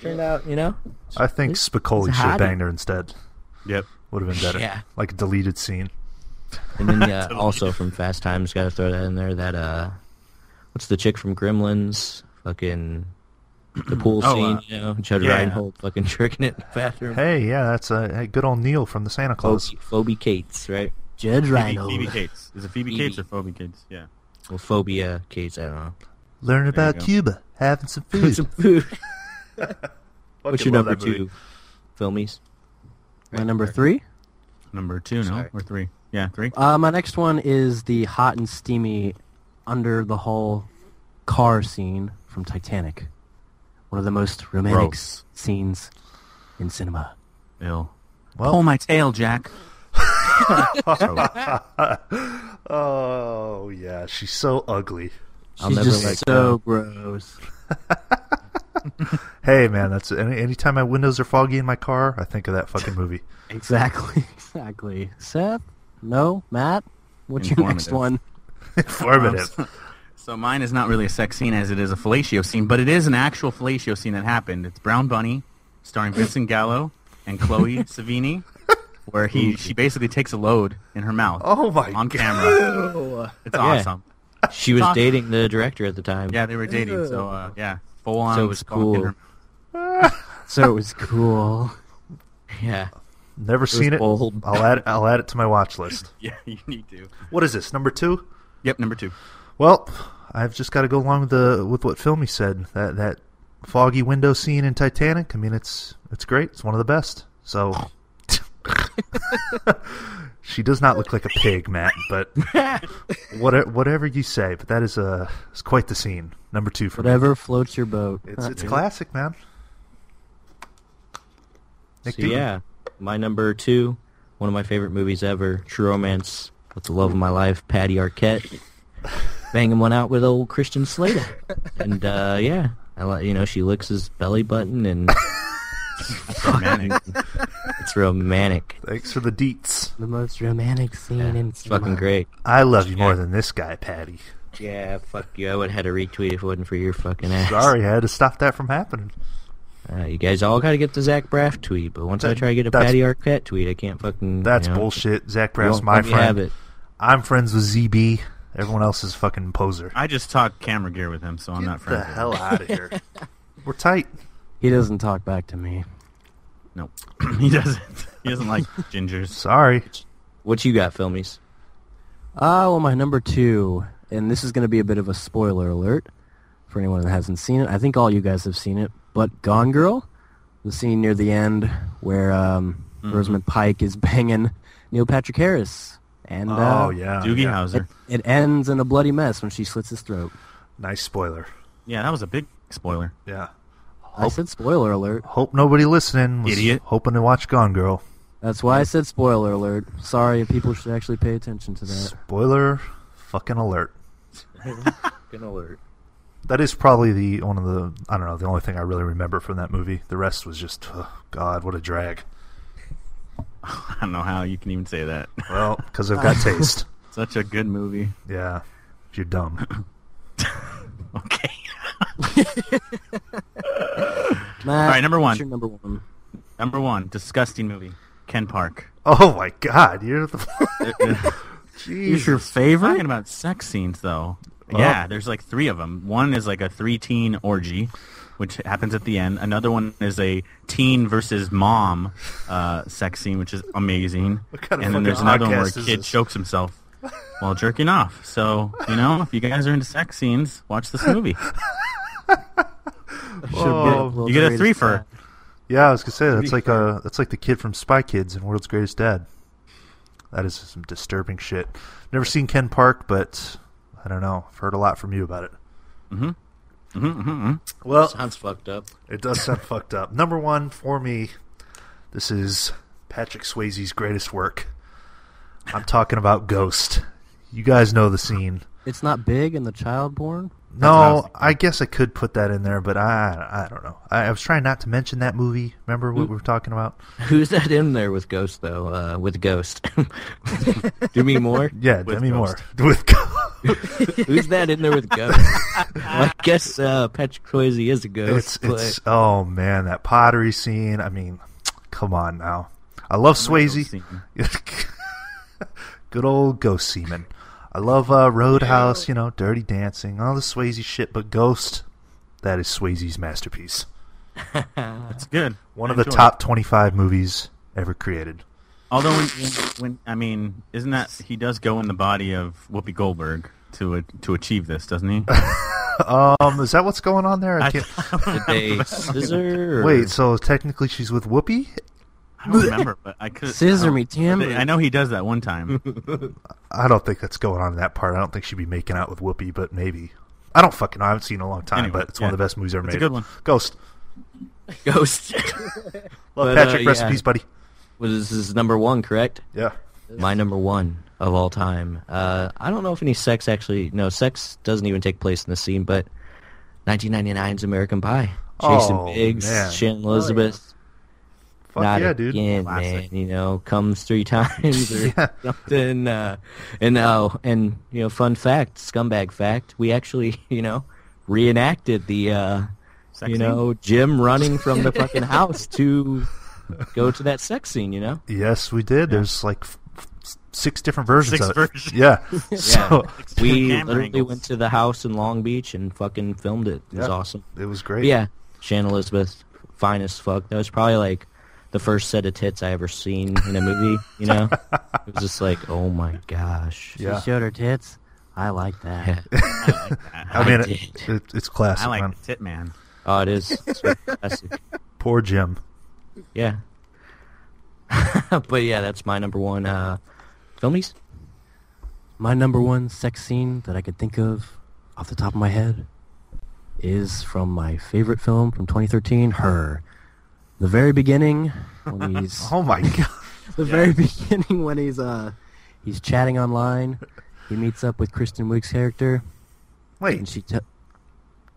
[SPEAKER 6] turned out you know
[SPEAKER 3] I think Spicoli should
[SPEAKER 6] it's a
[SPEAKER 3] have
[SPEAKER 6] hobby.
[SPEAKER 3] banged her instead.
[SPEAKER 4] Yep.
[SPEAKER 3] Would have been better.
[SPEAKER 6] Yeah.
[SPEAKER 3] Like a deleted scene.
[SPEAKER 6] And then yeah, also from Fast Times, got to throw that in there. That uh, what's the chick from Gremlins? Fucking the pool
[SPEAKER 4] Oh,
[SPEAKER 6] scene,
[SPEAKER 4] uh,
[SPEAKER 6] you know, Judd
[SPEAKER 4] yeah.
[SPEAKER 6] Reinhold fucking jerking it in the bathroom.
[SPEAKER 3] Hey, yeah, that's a, a good old Neil from the Santa Claus.
[SPEAKER 6] Phoebe, Phoebe Cates, right?
[SPEAKER 5] Jed
[SPEAKER 4] Phoebe,
[SPEAKER 5] Reinhold.
[SPEAKER 4] Phoebe Cates. Is it Phoebe,
[SPEAKER 6] Phoebe.
[SPEAKER 4] Cates or Phoebe Cates? Yeah.
[SPEAKER 6] Well, Phobia Cates, I don't know.
[SPEAKER 3] Learn about
[SPEAKER 4] go.
[SPEAKER 3] Cuba, having some food.
[SPEAKER 6] Some food. What's your
[SPEAKER 3] love
[SPEAKER 6] number
[SPEAKER 3] that movie.
[SPEAKER 6] two? Filmies.
[SPEAKER 5] My number three?
[SPEAKER 4] Number two, no,
[SPEAKER 6] Sorry.
[SPEAKER 4] or three. Yeah, three.
[SPEAKER 5] Uh, my next one is the hot and steamy under the hull car scene from Titanic. One of the most romantic
[SPEAKER 4] Gross.
[SPEAKER 5] scenes in cinema.
[SPEAKER 4] Ill.
[SPEAKER 3] Well-
[SPEAKER 4] Pull my tail, Jack.
[SPEAKER 3] Oh yeah, she's so ugly.
[SPEAKER 5] She's
[SPEAKER 6] never
[SPEAKER 5] just
[SPEAKER 6] let
[SPEAKER 5] so gross.
[SPEAKER 3] Hey man, that's any anytime my windows are foggy in my car, I think of that fucking movie.
[SPEAKER 5] Exactly, exactly. Seth, no, Matt, what's your next
[SPEAKER 4] Informative.
[SPEAKER 5] one?
[SPEAKER 3] Informative.
[SPEAKER 4] So mine is not really a sex scene as it is a fellatio scene, but it is an actual fellatio scene that happened. It's Brown Bunny, starring Vincent Gallo and Chloe Savini, where he she basically takes a load in her mouth.
[SPEAKER 3] Oh my
[SPEAKER 4] On camera, it's awesome.
[SPEAKER 6] She was
[SPEAKER 4] Fuck.
[SPEAKER 6] dating the director at the time.
[SPEAKER 4] Yeah, they were dating, so uh, yeah, full on.
[SPEAKER 6] So it was
[SPEAKER 4] cock in
[SPEAKER 6] cool.
[SPEAKER 4] her-
[SPEAKER 5] So it was cool.
[SPEAKER 6] yeah.
[SPEAKER 3] Never seen it.
[SPEAKER 6] bold.
[SPEAKER 3] I'll add I'll add it to my watch list.
[SPEAKER 4] Yeah, you need to.
[SPEAKER 3] What is this? Number 2?
[SPEAKER 4] Yep, number two.
[SPEAKER 3] Well, I've just got to go along with the with what Filmy said. That that foggy window scene in Titanic. I mean, it's it's great. It's one of the best. So she does not look like a pig, Matt. But what, whatever you say, but that is a it's quite the scene. Number two for me.
[SPEAKER 5] Whatever floats your boat.
[SPEAKER 3] It's it's classic, man. Nick
[SPEAKER 6] So
[SPEAKER 3] Deacon.
[SPEAKER 6] yeah, my number two, one of my favorite movies ever, True Romance, with the love of my life, Patty Arquette, banging one out with old Christian Slater, and uh, yeah, I like you know she licks his belly button and
[SPEAKER 4] Romantic.
[SPEAKER 6] it's romantic.
[SPEAKER 3] Thanks for the deets.
[SPEAKER 5] The most romantic scene in
[SPEAKER 6] It's
[SPEAKER 5] cinema.
[SPEAKER 6] fucking great.
[SPEAKER 3] I love you more than this guy, Patty.
[SPEAKER 6] Yeah, fuck you. I would have had to retweet if it wasn't for your fucking ass.
[SPEAKER 3] Sorry, I had to stop that from happening.
[SPEAKER 6] Uh, you guys all got to get the Zach Braff tweet, but once I
[SPEAKER 3] That-
[SPEAKER 6] try to get a
[SPEAKER 3] that's-
[SPEAKER 6] Patty Arquette tweet, I can't fucking.
[SPEAKER 3] That's
[SPEAKER 6] you know,
[SPEAKER 3] bullshit. Zach
[SPEAKER 6] you
[SPEAKER 3] Braff's
[SPEAKER 6] won't
[SPEAKER 3] my
[SPEAKER 6] let me
[SPEAKER 3] friend.
[SPEAKER 6] Have it.
[SPEAKER 3] I'm friends with ZB. Everyone else is fucking poser.
[SPEAKER 4] I just talk camera gear with him, so I'm
[SPEAKER 3] Get
[SPEAKER 4] not
[SPEAKER 3] the
[SPEAKER 4] friends. with him.
[SPEAKER 3] hell out of here. We're tight.
[SPEAKER 5] He doesn't talk back to me.
[SPEAKER 4] Nope, he doesn't. He doesn't like gingers.
[SPEAKER 3] Sorry.
[SPEAKER 6] What you got, filmies?
[SPEAKER 5] Ah, well, my number two, and this is going to be a bit of a spoiler alert for anyone that hasn't seen it. I think all you guys have seen it, but Gone Girl, the scene near the end where um, Rosamund Pike is banging Neil Patrick Harris, and uh,
[SPEAKER 3] Oh yeah.
[SPEAKER 4] Doogie
[SPEAKER 3] yeah.
[SPEAKER 4] Howser.
[SPEAKER 5] it ends in a bloody mess when she slits his throat.
[SPEAKER 3] Nice spoiler.
[SPEAKER 4] Yeah, that was a big spoiler.
[SPEAKER 3] Yeah.
[SPEAKER 4] Oh.
[SPEAKER 5] I said spoiler alert.
[SPEAKER 3] Hope nobody listening was
[SPEAKER 4] Idiot.
[SPEAKER 3] hoping to watch Gone Girl.
[SPEAKER 5] That's why I said spoiler alert. Sorry, people should actually pay attention to that.
[SPEAKER 3] Spoiler fucking alert.
[SPEAKER 6] Good alert.
[SPEAKER 3] That is probably the one of the I don't know, the only thing I really remember from that movie. The rest was just oh, god, what a drag.
[SPEAKER 4] I don't know how you can even say that.
[SPEAKER 3] Well, cuz I've got taste.
[SPEAKER 4] Such a good movie.
[SPEAKER 3] Yeah. If you're dumb.
[SPEAKER 4] Okay.
[SPEAKER 5] Matt,
[SPEAKER 4] All right, number one.
[SPEAKER 5] what's your number one.
[SPEAKER 4] Number one, disgusting movie. Ken Park.
[SPEAKER 3] Oh my god, you're the
[SPEAKER 5] Is your
[SPEAKER 3] Jesus.
[SPEAKER 5] favorite?
[SPEAKER 4] Talking about sex scenes, though.
[SPEAKER 3] Oh.
[SPEAKER 4] Yeah, there's like three of them. One is like a three-teen orgy, which happens at the end. Another one is a teen versus mom uh, sex scene, which is amazing.
[SPEAKER 3] kind of
[SPEAKER 4] and then there's
[SPEAKER 3] fucking
[SPEAKER 4] another one where a
[SPEAKER 3] podcast is
[SPEAKER 4] kid
[SPEAKER 3] this?
[SPEAKER 4] chokes himself while jerking off. So you know, if you guys are into sex scenes, watch this movie.
[SPEAKER 3] Oh.
[SPEAKER 4] You get a three for
[SPEAKER 3] Yeah, I was gonna say that's like a that's like the kid from Spy Kids and World's Greatest Dad. That is some disturbing shit. Never seen Ken Park, but I don't know. I've heard a lot from you about it. Mm-hmm. Mm-hmm, Well,
[SPEAKER 6] Sounds fucked up.
[SPEAKER 3] it does sound fucked up. Number one for me, this is Patrick Swayze's greatest work. I'm talking about Ghost. You guys know the scene.
[SPEAKER 5] It's not big and the child born?
[SPEAKER 4] I was
[SPEAKER 3] No,
[SPEAKER 4] thinking.
[SPEAKER 3] I guess I could put that in there, but I I don't know. I, I was trying not to mention that movie. Remember what we were talking about?
[SPEAKER 6] Who's that in there with Ghost though? Uh, with Ghost. Do me more.
[SPEAKER 3] Yeah,
[SPEAKER 4] With
[SPEAKER 3] Demi
[SPEAKER 4] Ghost.
[SPEAKER 3] Moore with Ghost.
[SPEAKER 6] Who's that in there with Ghost? well, I guess uh, Patrick Swayze is a
[SPEAKER 3] It's
[SPEAKER 6] ghost.
[SPEAKER 3] it's oh man, that pottery scene. I mean, come on now. I love Swayze.
[SPEAKER 4] scene.
[SPEAKER 3] Good old Ghost Seaman. I love uh, Roadhouse. You know, Dirty Dancing, all the Swayze shit. But Ghost, that is Swayze's masterpiece.
[SPEAKER 4] it's good.
[SPEAKER 3] One
[SPEAKER 4] I
[SPEAKER 3] of the
[SPEAKER 4] enjoyed it.
[SPEAKER 3] top twenty-five movies ever created.
[SPEAKER 4] Although when, when I mean, isn't that he does go in the body of Whoopi Goldberg to a, to achieve this, doesn't he?
[SPEAKER 3] Um, is that what's going on there? I
[SPEAKER 4] I
[SPEAKER 3] can't.
[SPEAKER 6] Did they scissor? or-
[SPEAKER 3] Wait, so technically she's with Whoopi,
[SPEAKER 4] I don't remember, but I could
[SPEAKER 5] Scissor
[SPEAKER 4] I
[SPEAKER 5] me, Tim.
[SPEAKER 4] I know he does that one time.
[SPEAKER 3] I don't think that's going on in that part. I don't think she'd be making out with Whoopi, but maybe. I don't fucking know. I haven't seen it in a long time,
[SPEAKER 4] Anyway,
[SPEAKER 3] but it's one of
[SPEAKER 4] yeah.
[SPEAKER 3] the best movies ever
[SPEAKER 4] It's a
[SPEAKER 3] made.
[SPEAKER 4] good one.
[SPEAKER 3] Ghost.
[SPEAKER 6] Ghost.
[SPEAKER 3] Love
[SPEAKER 6] But,
[SPEAKER 3] Patrick.
[SPEAKER 6] uh,
[SPEAKER 3] Rest in
[SPEAKER 6] yeah.
[SPEAKER 3] peace, buddy.
[SPEAKER 6] was this is number one, correct?
[SPEAKER 3] Yeah.
[SPEAKER 6] My number one of all time. Uh, I don't know if any sex actually. No, sex doesn't even take place in the scene, but 1999's American Pie. Jason
[SPEAKER 3] Oh,
[SPEAKER 6] Biggs,
[SPEAKER 3] man. Oh,
[SPEAKER 6] Shannon Elizabeth.
[SPEAKER 3] Fuck
[SPEAKER 6] not
[SPEAKER 3] yeah, dude.
[SPEAKER 6] again,
[SPEAKER 4] Classic.
[SPEAKER 6] man. You know, comes three times or
[SPEAKER 3] Yeah.
[SPEAKER 6] something. Uh, and oh, and you know, fun fact, scumbag fact, we actually, you know, reenacted the, uh,
[SPEAKER 4] Sex
[SPEAKER 6] you
[SPEAKER 4] scene?
[SPEAKER 6] know, Jim running from the fucking house to go to that sex scene. You know,
[SPEAKER 3] Yes, we did. There's like f- f- six different versions
[SPEAKER 4] Six
[SPEAKER 3] of it.
[SPEAKER 4] versions.
[SPEAKER 3] Yeah. So
[SPEAKER 6] we
[SPEAKER 4] Camera
[SPEAKER 6] literally
[SPEAKER 4] angles.
[SPEAKER 6] went to the house in Long Beach and fucking filmed it. It was
[SPEAKER 3] Yeah.
[SPEAKER 6] awesome.
[SPEAKER 3] it was great.
[SPEAKER 6] But yeah, Shannon Elizabeth, fine as fuck. That was probably like the first set of tits I ever seen in a movie. You know, it was just like, oh my gosh.
[SPEAKER 3] Yeah.
[SPEAKER 5] She showed her tits. I like that.
[SPEAKER 3] I mean,
[SPEAKER 6] I
[SPEAKER 3] it,
[SPEAKER 6] did.
[SPEAKER 3] it, it's classic,
[SPEAKER 4] I like
[SPEAKER 3] man.
[SPEAKER 4] the tit man.
[SPEAKER 6] Oh, it is. It's so classic.
[SPEAKER 3] Poor Jim.
[SPEAKER 6] Yeah. but yeah, that's my number one. Uh, filmies?
[SPEAKER 5] My number one sex scene that I could think of off the top of my head is from my favorite film from 2013, Her. The very beginning when he's
[SPEAKER 3] Oh my god.
[SPEAKER 5] the very beginning when he's uh he's chatting online, he meets up with Kristen Wiig's character and
[SPEAKER 3] Wait,
[SPEAKER 5] she t-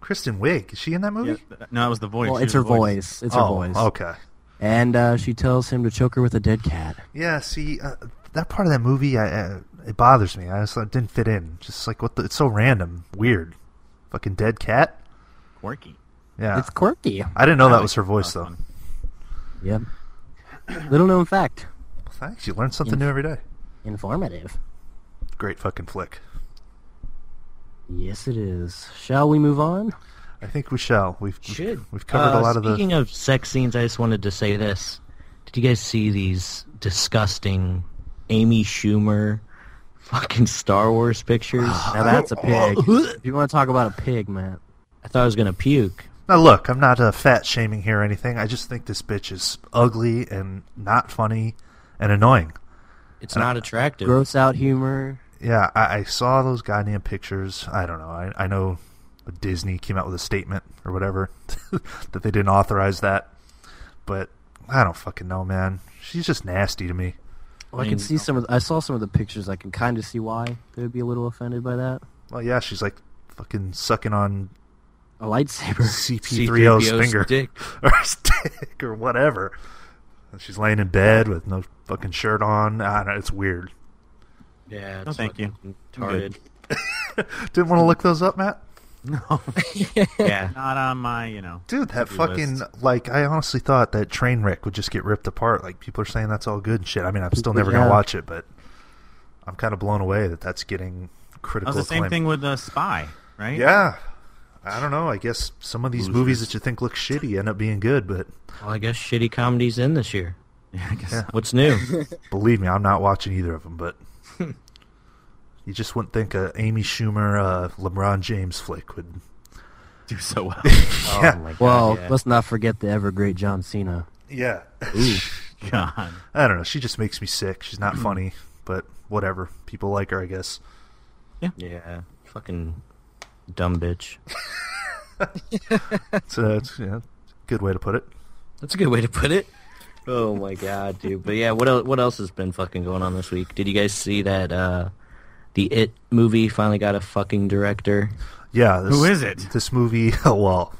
[SPEAKER 3] Kristen Wiig is she in that movie?
[SPEAKER 4] Yeah, th- no, that was the voice.
[SPEAKER 5] well
[SPEAKER 4] She
[SPEAKER 5] it's
[SPEAKER 4] was
[SPEAKER 5] her
[SPEAKER 4] the voice.
[SPEAKER 5] voice. It's her
[SPEAKER 3] oh,
[SPEAKER 5] voice.
[SPEAKER 3] okay.
[SPEAKER 5] And uh, she tells him to choke her with a dead cat.
[SPEAKER 3] Yeah. See, uh, that part of that movie, I, uh, it bothers me. I just it didn't fit in. Just like what? The, it's so random, weird. Fucking dead cat.
[SPEAKER 4] Quirky.
[SPEAKER 3] Yeah.
[SPEAKER 5] It's quirky.
[SPEAKER 3] I didn't know Oh, that was
[SPEAKER 4] like
[SPEAKER 3] her
[SPEAKER 4] that
[SPEAKER 3] voice though.
[SPEAKER 4] one.
[SPEAKER 5] Yep. Little known fact.
[SPEAKER 3] Thanks. You learn something new every day.
[SPEAKER 5] Informative.
[SPEAKER 3] Great fucking flick.
[SPEAKER 5] Yes, it is. Shall we move on?
[SPEAKER 3] I think we shall. We've we've-
[SPEAKER 6] Should.
[SPEAKER 3] we've covered a
[SPEAKER 6] Uh,
[SPEAKER 3] lot of the.
[SPEAKER 6] Speaking of sex scenes, I just wanted to say this. Did you guys see these disgusting Amy Schumer fucking Star Wars pictures?
[SPEAKER 5] Now that's a pig. if you want to talk about a pig, man.
[SPEAKER 6] I thought I was going to puke.
[SPEAKER 3] Now look, I'm not uh, fat shaming here or anything. I just think this bitch is ugly and not funny and annoying.
[SPEAKER 6] It's not attractive.
[SPEAKER 5] Gross out humor.
[SPEAKER 3] Yeah, I, I saw those goddamn pictures. I don't know. I, I know Disney came out with a statement or whatever that they didn't authorize that, but I don't fucking know, man. She's just nasty to me.
[SPEAKER 5] Well, I can see some of. I saw some of the pictures. I can kind of see why they would be a little offended by that.
[SPEAKER 3] Well, yeah, she's like fucking sucking on
[SPEAKER 5] A
[SPEAKER 4] Oh
[SPEAKER 5] lightsaber.
[SPEAKER 3] CP3O's
[SPEAKER 6] C-3PO's
[SPEAKER 3] finger
[SPEAKER 6] dick.
[SPEAKER 3] or his dick or whatever. And she's laying in bed with no fucking shirt on. I don't know, it's weird.
[SPEAKER 6] Yeah,
[SPEAKER 4] No,
[SPEAKER 6] it's
[SPEAKER 4] thank you.
[SPEAKER 6] retarded.
[SPEAKER 3] Didn't want to look those up, Matt.
[SPEAKER 4] Yeah, not on my, you know.
[SPEAKER 3] Dude, that
[SPEAKER 4] To-do
[SPEAKER 3] fucking
[SPEAKER 4] list.
[SPEAKER 3] like I honestly thought that train wreck would just get ripped apart. Like people are saying that's all good and shit. I mean, I'm still never gonna
[SPEAKER 5] Yeah.
[SPEAKER 3] watch it, but I'm kind of blown away that that's getting
[SPEAKER 4] That
[SPEAKER 3] critical.
[SPEAKER 4] was the same
[SPEAKER 3] acclaim.
[SPEAKER 4] thing with uh, Spy, right?
[SPEAKER 3] Yeah, I don't know. I guess some of these
[SPEAKER 4] Losers.
[SPEAKER 3] movies that you think look shitty end up being good, but
[SPEAKER 6] Well, I guess shitty comedy's in this year.
[SPEAKER 4] Yeah, I guess.
[SPEAKER 6] What's new?
[SPEAKER 3] believe me, I'm not watching either of them. But you just wouldn't think a Amy Schumer, uh, LeBron James flick would.
[SPEAKER 4] do so well.
[SPEAKER 3] yeah,
[SPEAKER 5] Well,
[SPEAKER 6] yeah.
[SPEAKER 5] let's not forget the ever great John Cena.
[SPEAKER 3] yeah.
[SPEAKER 4] God.
[SPEAKER 3] I don't know. She just makes me sick. She's not funny, but whatever. People like her, I guess.
[SPEAKER 6] yeah, fucking dumb bitch.
[SPEAKER 3] So that's uh, yeah, good way to put it.
[SPEAKER 6] That's a good way to put it. Oh my god, dude. But yeah, what else, what else has been fucking going on this week? Did you guys see that uh the It movie finally got a fucking director?
[SPEAKER 3] Yeah. This,
[SPEAKER 4] Who is it?
[SPEAKER 3] This movie. Oh, well,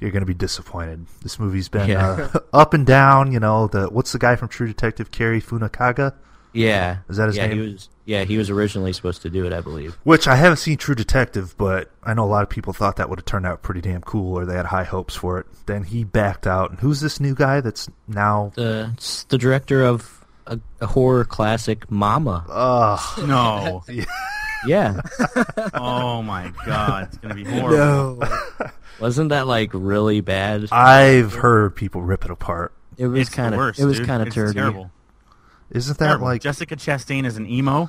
[SPEAKER 3] you're going to be disappointed. This movie's been
[SPEAKER 6] Yeah.
[SPEAKER 3] uh, up and down. You know, the what's the guy from True Detective, Kerry Funakaga?
[SPEAKER 6] Yeah.
[SPEAKER 3] Is that his
[SPEAKER 6] yeah,
[SPEAKER 3] name?
[SPEAKER 6] He was, yeah, he was originally supposed to do it, I believe.
[SPEAKER 3] Which I haven't seen True Detective, but I know a lot of people thought that would have turned out pretty damn cool, or they had high hopes for it. Then he backed out. And who's this new guy that's now?
[SPEAKER 6] The it's the director of a, a horror classic Mama.
[SPEAKER 3] Oh. Ugh.
[SPEAKER 4] No.
[SPEAKER 6] yeah.
[SPEAKER 4] Oh my God. It's gonna be horrible.
[SPEAKER 6] Wasn't that like really bad?
[SPEAKER 3] I've heard people rip it apart.
[SPEAKER 5] It was
[SPEAKER 4] It's
[SPEAKER 5] kind
[SPEAKER 4] the
[SPEAKER 5] of.
[SPEAKER 4] worst.
[SPEAKER 5] It was
[SPEAKER 4] dude.
[SPEAKER 5] kind of
[SPEAKER 4] It's
[SPEAKER 5] turdy.
[SPEAKER 4] Terrible.
[SPEAKER 3] Isn't that
[SPEAKER 4] terrible.
[SPEAKER 3] like
[SPEAKER 4] Jessica Chastain is an emo.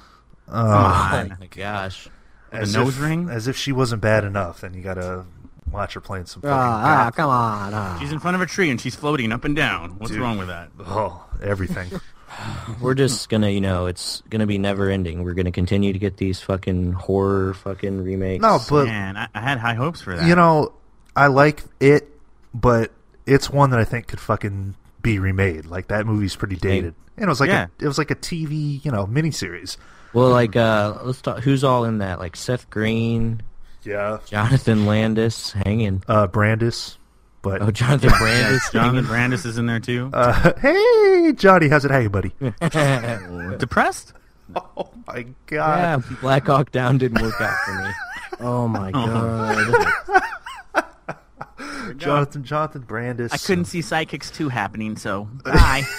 [SPEAKER 3] uh,
[SPEAKER 6] Oh my gosh.
[SPEAKER 3] as
[SPEAKER 4] nose
[SPEAKER 3] if,
[SPEAKER 4] ring?
[SPEAKER 3] As if she wasn't bad enough, then you gotta watch her playing some fucking
[SPEAKER 5] Ah, ah, come on. ah.
[SPEAKER 4] She's in front of a tree and she's floating up and down. What's wrong with that?
[SPEAKER 3] oh everything.
[SPEAKER 6] We're just gonna, you know, it's gonna be never ending. We're gonna continue to get these fucking horror fucking remakes.
[SPEAKER 3] no, but
[SPEAKER 4] Man, I, I had high hopes for that.
[SPEAKER 3] you know, I like it, but it's one that I think could fucking be remade. Like that movie's pretty dated. And it was like
[SPEAKER 4] Yeah.
[SPEAKER 3] a, it was like a TV, you know, miniseries.
[SPEAKER 6] well, like, uh, let's talk. Who's all in that? Like Seth Green,
[SPEAKER 3] Yeah.
[SPEAKER 6] Jonathan Landis, hanging.
[SPEAKER 3] Uh, Brandis, but
[SPEAKER 6] Oh, Jonathan Brandis.
[SPEAKER 4] Jonathan Brandis is in there too.
[SPEAKER 3] uh, hey Johnny, how's it? Hey buddy.
[SPEAKER 4] Depressed?
[SPEAKER 3] Oh my god.
[SPEAKER 6] yeah, Black Hawk Down didn't work out for me.
[SPEAKER 5] Oh my god.
[SPEAKER 3] Jonathan Jonathan Brandis.
[SPEAKER 4] I couldn't see Psychics 2 happening, so bye.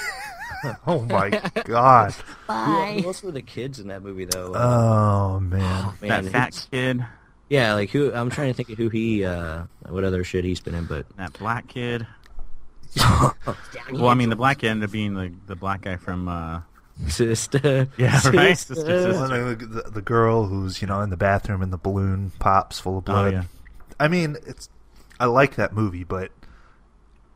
[SPEAKER 3] Oh my god.
[SPEAKER 6] Who, who else were the kids in that movie though?
[SPEAKER 3] Oh man.
[SPEAKER 4] that
[SPEAKER 6] man,
[SPEAKER 4] fat kid,
[SPEAKER 6] yeah, like who? I'm trying to think of who he, uh, what other shit he's been in, but
[SPEAKER 4] that black kid. well, I mean, the black kid ended up being the, the black guy from. Uh,
[SPEAKER 6] sister.
[SPEAKER 4] yeah, right? Sister,
[SPEAKER 3] Well,
[SPEAKER 4] sister.
[SPEAKER 3] the, the, the girl who's you know in the bathroom and the balloon pops full of blood.
[SPEAKER 4] yeah.
[SPEAKER 3] I mean, it's I like that movie, but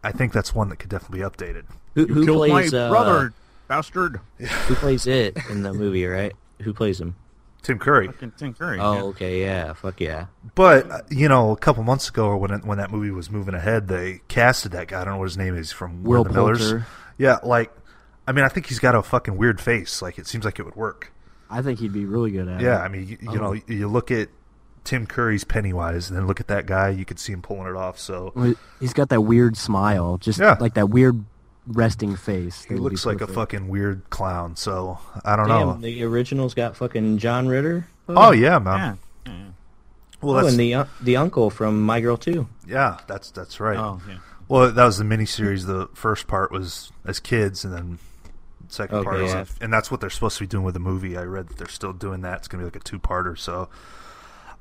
[SPEAKER 3] I think that's one that could definitely be updated.
[SPEAKER 6] Who, who plays uh,
[SPEAKER 4] bastard.
[SPEAKER 6] Who plays it in the movie? Right? Who plays him?
[SPEAKER 3] Tim Curry.
[SPEAKER 4] Fucking Tim Curry.
[SPEAKER 6] Oh,
[SPEAKER 4] yeah.
[SPEAKER 6] okay, yeah, fuck yeah.
[SPEAKER 3] But uh, you know, a couple months ago, when it, when that movie was moving ahead, they casted that guy. I don't know what his name is from
[SPEAKER 5] Will
[SPEAKER 3] We're the Millers.
[SPEAKER 5] Poulter.
[SPEAKER 3] Yeah, like I mean, I think he's got a fucking weird face. Like it seems like it would work.
[SPEAKER 5] I think he'd be really good at
[SPEAKER 3] Yeah, I
[SPEAKER 5] it.
[SPEAKER 3] mean, you, you know, you look at Tim Curry's Pennywise, and then look at that guy. You could see him pulling it off. So
[SPEAKER 5] Yeah. He's got that weird smile, just
[SPEAKER 3] Yeah.
[SPEAKER 5] like that weird resting face.
[SPEAKER 3] He
[SPEAKER 5] That would be
[SPEAKER 3] looks like a
[SPEAKER 5] perfect.
[SPEAKER 3] fucking weird clown, so I don't
[SPEAKER 6] Damn,
[SPEAKER 3] know.
[SPEAKER 6] the original's got fucking John Ritter.
[SPEAKER 3] oh yeah, man.
[SPEAKER 4] Yeah. yeah.
[SPEAKER 3] Well,
[SPEAKER 6] Oh,
[SPEAKER 3] that's
[SPEAKER 6] and the un- the uncle from My Girl Too.
[SPEAKER 3] yeah, that's that's right.
[SPEAKER 4] Oh, yeah.
[SPEAKER 3] Well, that was the miniseries. The first part was as kids, and then second
[SPEAKER 6] Okay,
[SPEAKER 3] part
[SPEAKER 6] yeah.
[SPEAKER 3] is, and that's what they're supposed to be doing with the movie. I read that they're still doing that. It's gonna be like a two-parter. So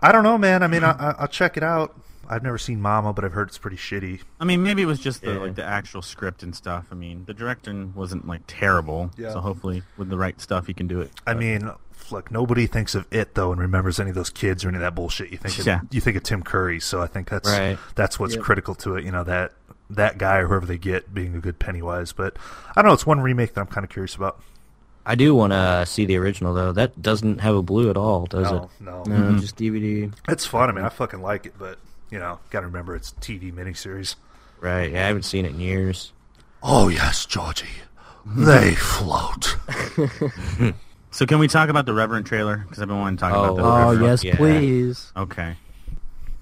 [SPEAKER 3] I don't know, man. I mean, I, I, I'll check it out. I've never seen Mama, but I've heard it's pretty shitty.
[SPEAKER 4] I mean, maybe it was just the
[SPEAKER 6] Yeah.
[SPEAKER 4] like the actual script and stuff. I mean, the directing wasn't like terrible,
[SPEAKER 3] Yeah.
[SPEAKER 4] so hopefully with the right stuff, he can do it.
[SPEAKER 3] I mean, look, nobody thinks of it though, and remembers any of those kids or any of that bullshit. You think of,
[SPEAKER 4] Yeah.
[SPEAKER 3] you think of Tim Curry, so I think that's
[SPEAKER 6] Right.
[SPEAKER 3] that's what's critical to it. You know that that guy or whoever they get being a good Pennywise. But I don't know. It's one remake that I'm kind of curious about.
[SPEAKER 6] I do want to see the original though. That doesn't have a blue at all, does
[SPEAKER 3] No,
[SPEAKER 6] it? Mm-hmm.
[SPEAKER 3] no,
[SPEAKER 5] No, just DVD.
[SPEAKER 3] it's fun. I mean, I fucking like it, but you know, gotta remember it's TV miniseries.
[SPEAKER 6] Right? Yeah, I haven't seen it in years.
[SPEAKER 3] Oh yes, Georgie, they float.
[SPEAKER 4] So can we talk about the Reverend trailer? Because I've been wanting to talk
[SPEAKER 6] Oh.
[SPEAKER 4] about the
[SPEAKER 5] Oh,
[SPEAKER 4] Reverend.
[SPEAKER 5] yes,
[SPEAKER 6] yeah.
[SPEAKER 5] please.
[SPEAKER 4] Okay.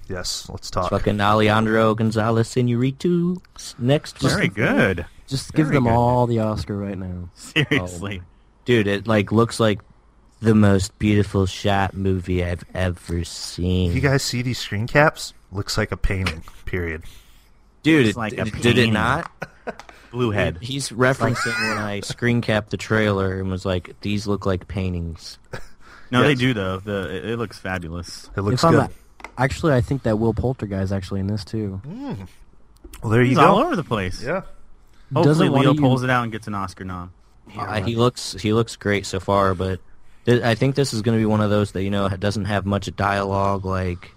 [SPEAKER 3] Yes, let's talk.
[SPEAKER 6] Fucking Alejandro Gonzalez Inarritu next. month.
[SPEAKER 4] Very good.
[SPEAKER 5] Just give
[SPEAKER 4] Very
[SPEAKER 5] them
[SPEAKER 4] good.
[SPEAKER 5] all the Oscar right now.
[SPEAKER 4] Seriously.
[SPEAKER 3] Oh,
[SPEAKER 6] Dude, it like looks like the most beautiful shot movie I've ever seen.
[SPEAKER 3] You guys see these screen caps? Looks like a painting. Period.
[SPEAKER 6] Dude,
[SPEAKER 4] It's
[SPEAKER 6] it,
[SPEAKER 4] like a
[SPEAKER 6] it- did it
[SPEAKER 4] painting.
[SPEAKER 6] not?
[SPEAKER 4] Blue head.
[SPEAKER 6] He's referencing when I screen capped the trailer and was like, "These look like paintings."
[SPEAKER 4] No, they do though. The it, it looks fabulous.
[SPEAKER 3] It looks
[SPEAKER 5] If I'm
[SPEAKER 3] good.
[SPEAKER 5] not- actually, I think that Will Poulter guy's actually in this too.
[SPEAKER 3] Well, there you
[SPEAKER 4] He's
[SPEAKER 3] go.
[SPEAKER 4] all over the place.
[SPEAKER 3] Yeah.
[SPEAKER 4] Hopefully
[SPEAKER 5] Doesn't wanna
[SPEAKER 4] Leo
[SPEAKER 5] use-
[SPEAKER 4] pulls it out and gets an Oscar nom.
[SPEAKER 6] Uh, he looks he looks great so far, but th- I think this is going to be one of those that you know doesn't have much dialogue. Like,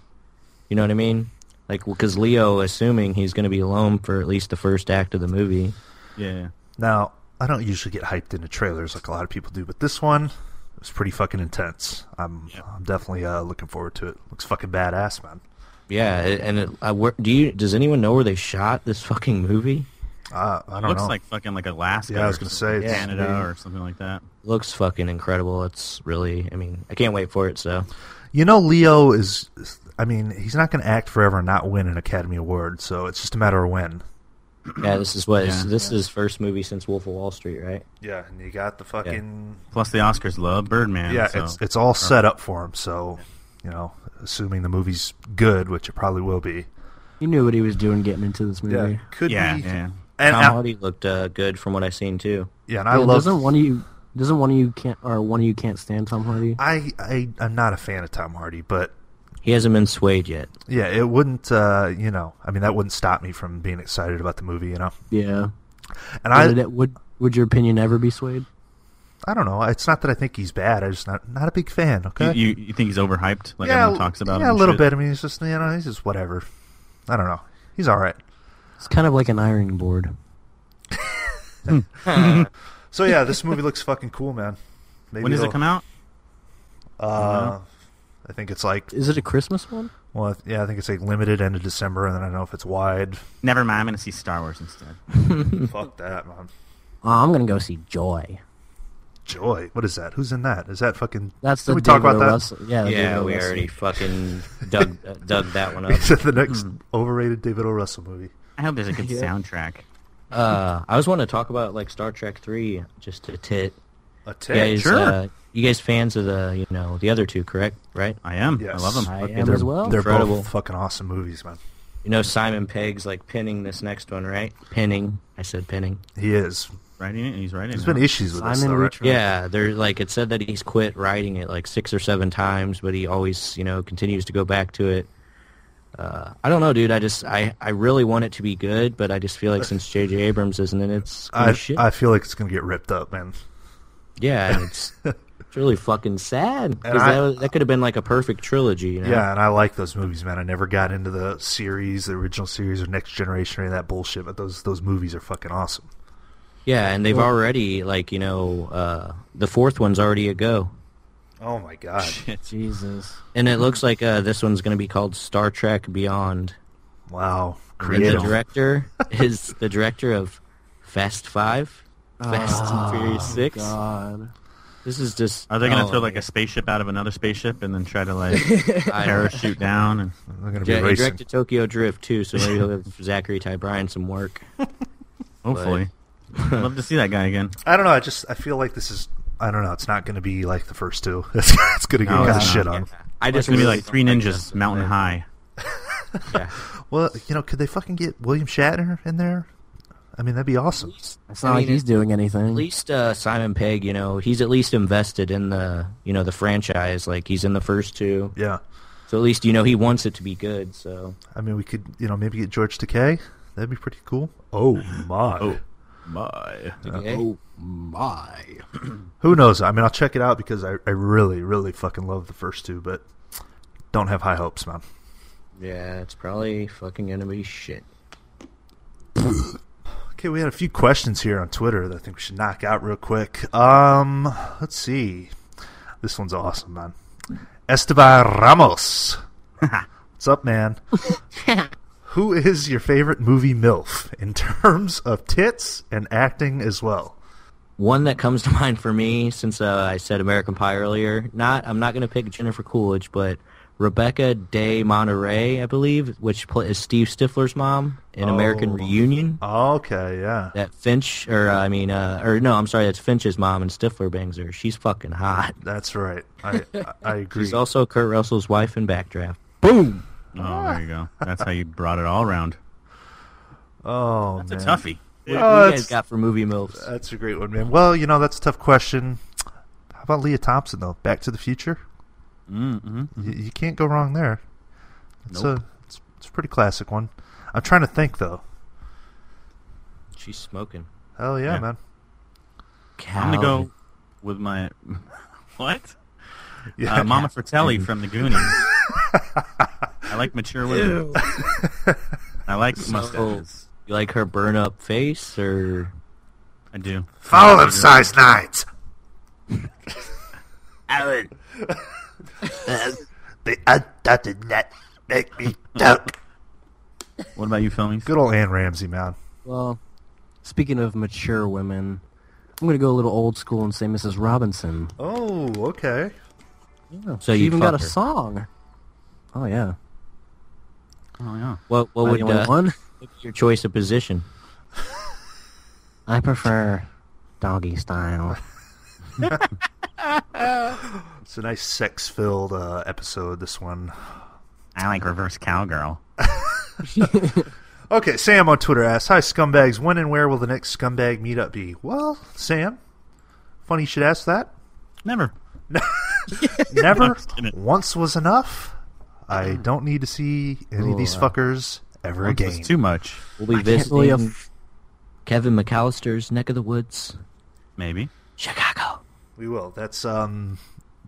[SPEAKER 6] you know what I mean? Like, because Leo, assuming he's going to be alone for at least the first act of the movie.
[SPEAKER 4] Yeah.
[SPEAKER 3] Now, I don't usually get hyped into trailers like a lot of people do, but this one was pretty fucking intense. I'm I'm definitely uh, looking forward to it. Looks fucking badass, man.
[SPEAKER 6] Yeah, it- and it, I, where, do you? Does anyone know where they shot this fucking movie?
[SPEAKER 3] Uh, I don't
[SPEAKER 4] Looks
[SPEAKER 3] know.
[SPEAKER 4] like fucking like Alaska.
[SPEAKER 3] Yeah, I was
[SPEAKER 4] or
[SPEAKER 3] gonna
[SPEAKER 4] something.
[SPEAKER 3] say, it's-
[SPEAKER 4] Canada or something like that.
[SPEAKER 6] Looks fucking incredible. It's really, I mean, I can't wait for it. So
[SPEAKER 3] you know, Leo is. I mean, he's not going to act forever and not win an Academy Award, so it's just a matter of when.
[SPEAKER 6] yeah, this is what
[SPEAKER 4] Yeah.
[SPEAKER 6] this is his first movie since Wolf of Wall Street, right?
[SPEAKER 3] Yeah, and you got the fucking
[SPEAKER 4] Plus the Oscars love Birdman.
[SPEAKER 3] yeah.
[SPEAKER 4] so.
[SPEAKER 3] it's it's all set up for him, so you know, assuming the movie's good, which it probably will be.
[SPEAKER 5] He knew what he was doing getting into this movie. Yeah,
[SPEAKER 3] could
[SPEAKER 4] yeah,
[SPEAKER 3] be.
[SPEAKER 4] yeah.
[SPEAKER 3] And
[SPEAKER 6] Tom
[SPEAKER 3] I,
[SPEAKER 6] Hardy looked uh, good from what I've seen too.
[SPEAKER 3] yeah, and I love.
[SPEAKER 5] doesn't one of you doesn't one of you can't or one of you can't stand Tom Hardy?
[SPEAKER 3] I I I'm not a fan of Tom Hardy, but
[SPEAKER 6] He hasn't been swayed yet.
[SPEAKER 3] Yeah, it wouldn't. Uh, you know, I mean, that wouldn't stop me from being excited about the movie. You know,
[SPEAKER 5] yeah.
[SPEAKER 3] and I,
[SPEAKER 5] would, it, would would your opinion ever be swayed?
[SPEAKER 3] I don't know. It's not that I think he's bad. I'm just not not a big fan. Okay.
[SPEAKER 4] You, you you think he's overhyped? Like
[SPEAKER 3] yeah,
[SPEAKER 4] everyone talks about
[SPEAKER 3] yeah,
[SPEAKER 4] him.
[SPEAKER 3] a
[SPEAKER 4] and
[SPEAKER 3] little
[SPEAKER 4] shit?
[SPEAKER 3] bit. I mean, he's just you know, he's just whatever. I don't know. He's all right.
[SPEAKER 5] It's kind of like an ironing board.
[SPEAKER 3] So yeah, this movie looks fucking cool, man. Maybe
[SPEAKER 4] When does it
[SPEAKER 3] they'll-
[SPEAKER 4] come out?
[SPEAKER 3] Uh, I think it's like
[SPEAKER 5] Is it a Christmas one?
[SPEAKER 3] well, yeah, I think it's like limited end of December, and then I don't know if it's wide.
[SPEAKER 4] Never mind. I'm going to see Star Wars instead.
[SPEAKER 5] Hmm.
[SPEAKER 3] Fuck that, man.
[SPEAKER 5] Oh, I'm gonna go see Joy.
[SPEAKER 3] Joy. What is that? Who's in that? Is that fucking?
[SPEAKER 5] That's the
[SPEAKER 3] Can we talk about
[SPEAKER 5] David O.
[SPEAKER 3] that?
[SPEAKER 5] Russell- Yeah, the David
[SPEAKER 6] Yeah,
[SPEAKER 5] O.
[SPEAKER 6] we
[SPEAKER 5] Russell.
[SPEAKER 6] already fucking dug uh, dug that one up.
[SPEAKER 3] Is that the next
[SPEAKER 5] Hmm.
[SPEAKER 3] overrated David O. Russell movie?
[SPEAKER 4] I hope there's a good soundtrack.
[SPEAKER 6] Uh, I was wanting to talk about like Star Trek Three, just a tit.
[SPEAKER 3] A
[SPEAKER 6] You
[SPEAKER 3] tick.
[SPEAKER 6] guys,
[SPEAKER 4] sure.
[SPEAKER 6] uh, you guys fans of the you know the other two, correct? Right?
[SPEAKER 4] I am.
[SPEAKER 3] Yes.
[SPEAKER 4] I love them.
[SPEAKER 5] I
[SPEAKER 3] Fucking-
[SPEAKER 5] am
[SPEAKER 3] they're,
[SPEAKER 5] as well.
[SPEAKER 3] They're
[SPEAKER 6] Oh, Incredible.
[SPEAKER 3] both fucking awesome movies, man.
[SPEAKER 6] You know Simon Pegg's like pinning this next one, right? Pinning. I said pinning.
[SPEAKER 3] He is.
[SPEAKER 4] Writing it. He's writing
[SPEAKER 3] There's
[SPEAKER 4] it.
[SPEAKER 3] been issues with this,
[SPEAKER 5] Simon
[SPEAKER 3] though, right?
[SPEAKER 5] Reach-
[SPEAKER 6] Yeah, there's like it said that he's quit writing it like six or seven times, but he always you know continues to go back to it. Uh, I don't know, dude. I just I, I really want it to be good, but I just feel like since J.J. Abrams isn't in it, it's kinda
[SPEAKER 3] I,
[SPEAKER 6] shit.
[SPEAKER 3] I feel like it's gonna get ripped up, man.
[SPEAKER 6] Yeah, and it's it's really fucking sad 'cause
[SPEAKER 3] And I-
[SPEAKER 6] that, was- that could have been like a perfect trilogy. You know?
[SPEAKER 3] Yeah, and I like those movies, man. I never got into the series, the original series or Next Generation or any of that bullshit, but those those movies are fucking awesome.
[SPEAKER 6] yeah, and they've already like you know uh, the fourth one's already a go,
[SPEAKER 3] Oh my god.
[SPEAKER 5] Jesus.
[SPEAKER 6] and it looks like uh, this one's going to be called Star Trek Beyond.
[SPEAKER 3] Wow.
[SPEAKER 6] And the
[SPEAKER 3] Creative.
[SPEAKER 6] director is the director of Fast Five, Fast and Furious Six.
[SPEAKER 5] God.
[SPEAKER 6] This is just
[SPEAKER 4] Are they going to
[SPEAKER 6] oh,
[SPEAKER 4] throw like a spaceship out of another spaceship and then try to like
[SPEAKER 6] I-
[SPEAKER 4] parachute down? And
[SPEAKER 3] They're gonna be
[SPEAKER 6] Yeah, he
[SPEAKER 3] racing.
[SPEAKER 6] directed Tokyo Drift too, so maybe he'll give Zachary Ty Bryan some work.
[SPEAKER 4] hopefully, I'd love to see that guy again.
[SPEAKER 3] I don't know, I just I feel like this is I don't know, it's not gonna be like the first two. It's, it's gonna get
[SPEAKER 4] No,
[SPEAKER 3] kind of
[SPEAKER 4] it's not.
[SPEAKER 3] shit on.
[SPEAKER 6] I
[SPEAKER 4] It's
[SPEAKER 6] just
[SPEAKER 4] going to be
[SPEAKER 6] really
[SPEAKER 4] like Three
[SPEAKER 6] don't
[SPEAKER 4] Ninjas
[SPEAKER 6] that.
[SPEAKER 4] Mountain High.
[SPEAKER 6] Yeah.
[SPEAKER 3] Well, you know, could they fucking get William Shatner in there? I mean that'd be awesome.
[SPEAKER 5] It's not
[SPEAKER 6] I
[SPEAKER 5] like
[SPEAKER 6] mean,
[SPEAKER 5] he's doing anything.
[SPEAKER 6] At least uh, Simon Pegg, you know, he's at least invested in the, you know, the franchise. Like he's in the first two,
[SPEAKER 3] Yeah.
[SPEAKER 6] so at least you know he wants it to be good. So
[SPEAKER 3] I mean we could you know, maybe get George Takei. That'd be pretty cool. Oh my.
[SPEAKER 4] My.
[SPEAKER 6] Okay.
[SPEAKER 4] Uh,
[SPEAKER 5] my.
[SPEAKER 3] Who knows? I mean, I'll check it out because I, I really, really fucking love the first two, but don't have high hopes, man.
[SPEAKER 6] yeah, it's probably fucking gonna be shit.
[SPEAKER 3] Okay, we had a few questions here on Twitter that I think we should knock out real quick. Um, let's see. This one's awesome, man. Esteban Ramos. What's up, man? Who is your favorite movie MILF in terms of tits and acting as well?
[SPEAKER 6] One that comes to mind for me, since uh, I said American Pie earlier, not I'm not gonna pick Jennifer Coolidge, but Rebecca De Monterey, I believe, which pl- is Steve Stifler's mom in American
[SPEAKER 3] Oh.
[SPEAKER 6] Reunion.
[SPEAKER 3] Okay, yeah.
[SPEAKER 6] That Finch, or uh, I mean, uh, or no, I'm sorry, that's Finch's mom, and Stifler bangs her. She's fucking hot.
[SPEAKER 3] That's right. I, I, I agree.
[SPEAKER 6] She's also Kurt Russell's wife in Backdraft.
[SPEAKER 4] Oh, there you go. That's how you brought it all around.
[SPEAKER 3] oh,
[SPEAKER 4] It's
[SPEAKER 3] man.
[SPEAKER 4] a toughie.
[SPEAKER 6] What
[SPEAKER 3] Oh,
[SPEAKER 6] do you
[SPEAKER 3] it's-
[SPEAKER 6] guys got for movie milfs?
[SPEAKER 5] Uh,
[SPEAKER 3] That's a great one, man. Well, you know, that's a tough question. How about Leah Thompson though? Back to the Future. Mm-hmm. You, can't go wrong there. It's a it's, it's a pretty classic one. I'm trying to think though.
[SPEAKER 6] She's smoking.
[SPEAKER 3] Hell yeah,
[SPEAKER 4] Yeah.
[SPEAKER 3] man.
[SPEAKER 4] I'm gonna go with my what?
[SPEAKER 3] Yeah,
[SPEAKER 4] Uh, Mama Fratelli from the Goonies. I like mature women. I like mustaches.
[SPEAKER 6] You like her burn up face or
[SPEAKER 4] I do.
[SPEAKER 3] Follow them size nines.
[SPEAKER 6] Alan?
[SPEAKER 3] They undotted net make me dope.
[SPEAKER 4] What about you, Filmies?
[SPEAKER 3] Good old Ann Ramsey, man.
[SPEAKER 5] Well, speaking of mature women, I'm gonna go a little old school and say Mrs. Robinson.
[SPEAKER 3] Oh, okay.
[SPEAKER 6] So
[SPEAKER 5] she
[SPEAKER 6] you'd
[SPEAKER 5] even
[SPEAKER 6] fuck
[SPEAKER 5] got a
[SPEAKER 6] her.
[SPEAKER 5] song. Oh yeah.
[SPEAKER 4] Oh yeah.
[SPEAKER 6] What what
[SPEAKER 5] Am I
[SPEAKER 6] would
[SPEAKER 5] the only
[SPEAKER 6] uh,
[SPEAKER 5] one?
[SPEAKER 6] your choice of position?
[SPEAKER 5] I prefer doggy style.
[SPEAKER 3] It's a nice sex-filled uh, episode. This one.
[SPEAKER 4] I like reverse cowgirl.
[SPEAKER 3] Okay, Sam on Twitter asks, "Hi scumbags, when and where will the next scumbag meetup be?" Well, Sam, funny you should ask that.
[SPEAKER 4] Never.
[SPEAKER 3] Never.
[SPEAKER 4] Just kidding. Mm.
[SPEAKER 3] Once was enough. I don't need to see any of these fuckers ever again.
[SPEAKER 4] It's uh, too much.
[SPEAKER 6] We'll be
[SPEAKER 5] Can't really
[SPEAKER 6] visiting
[SPEAKER 5] aff-
[SPEAKER 6] Kevin McAllister's neck of the woods,
[SPEAKER 4] Maybe.
[SPEAKER 6] Chicago.
[SPEAKER 3] we will. That's um,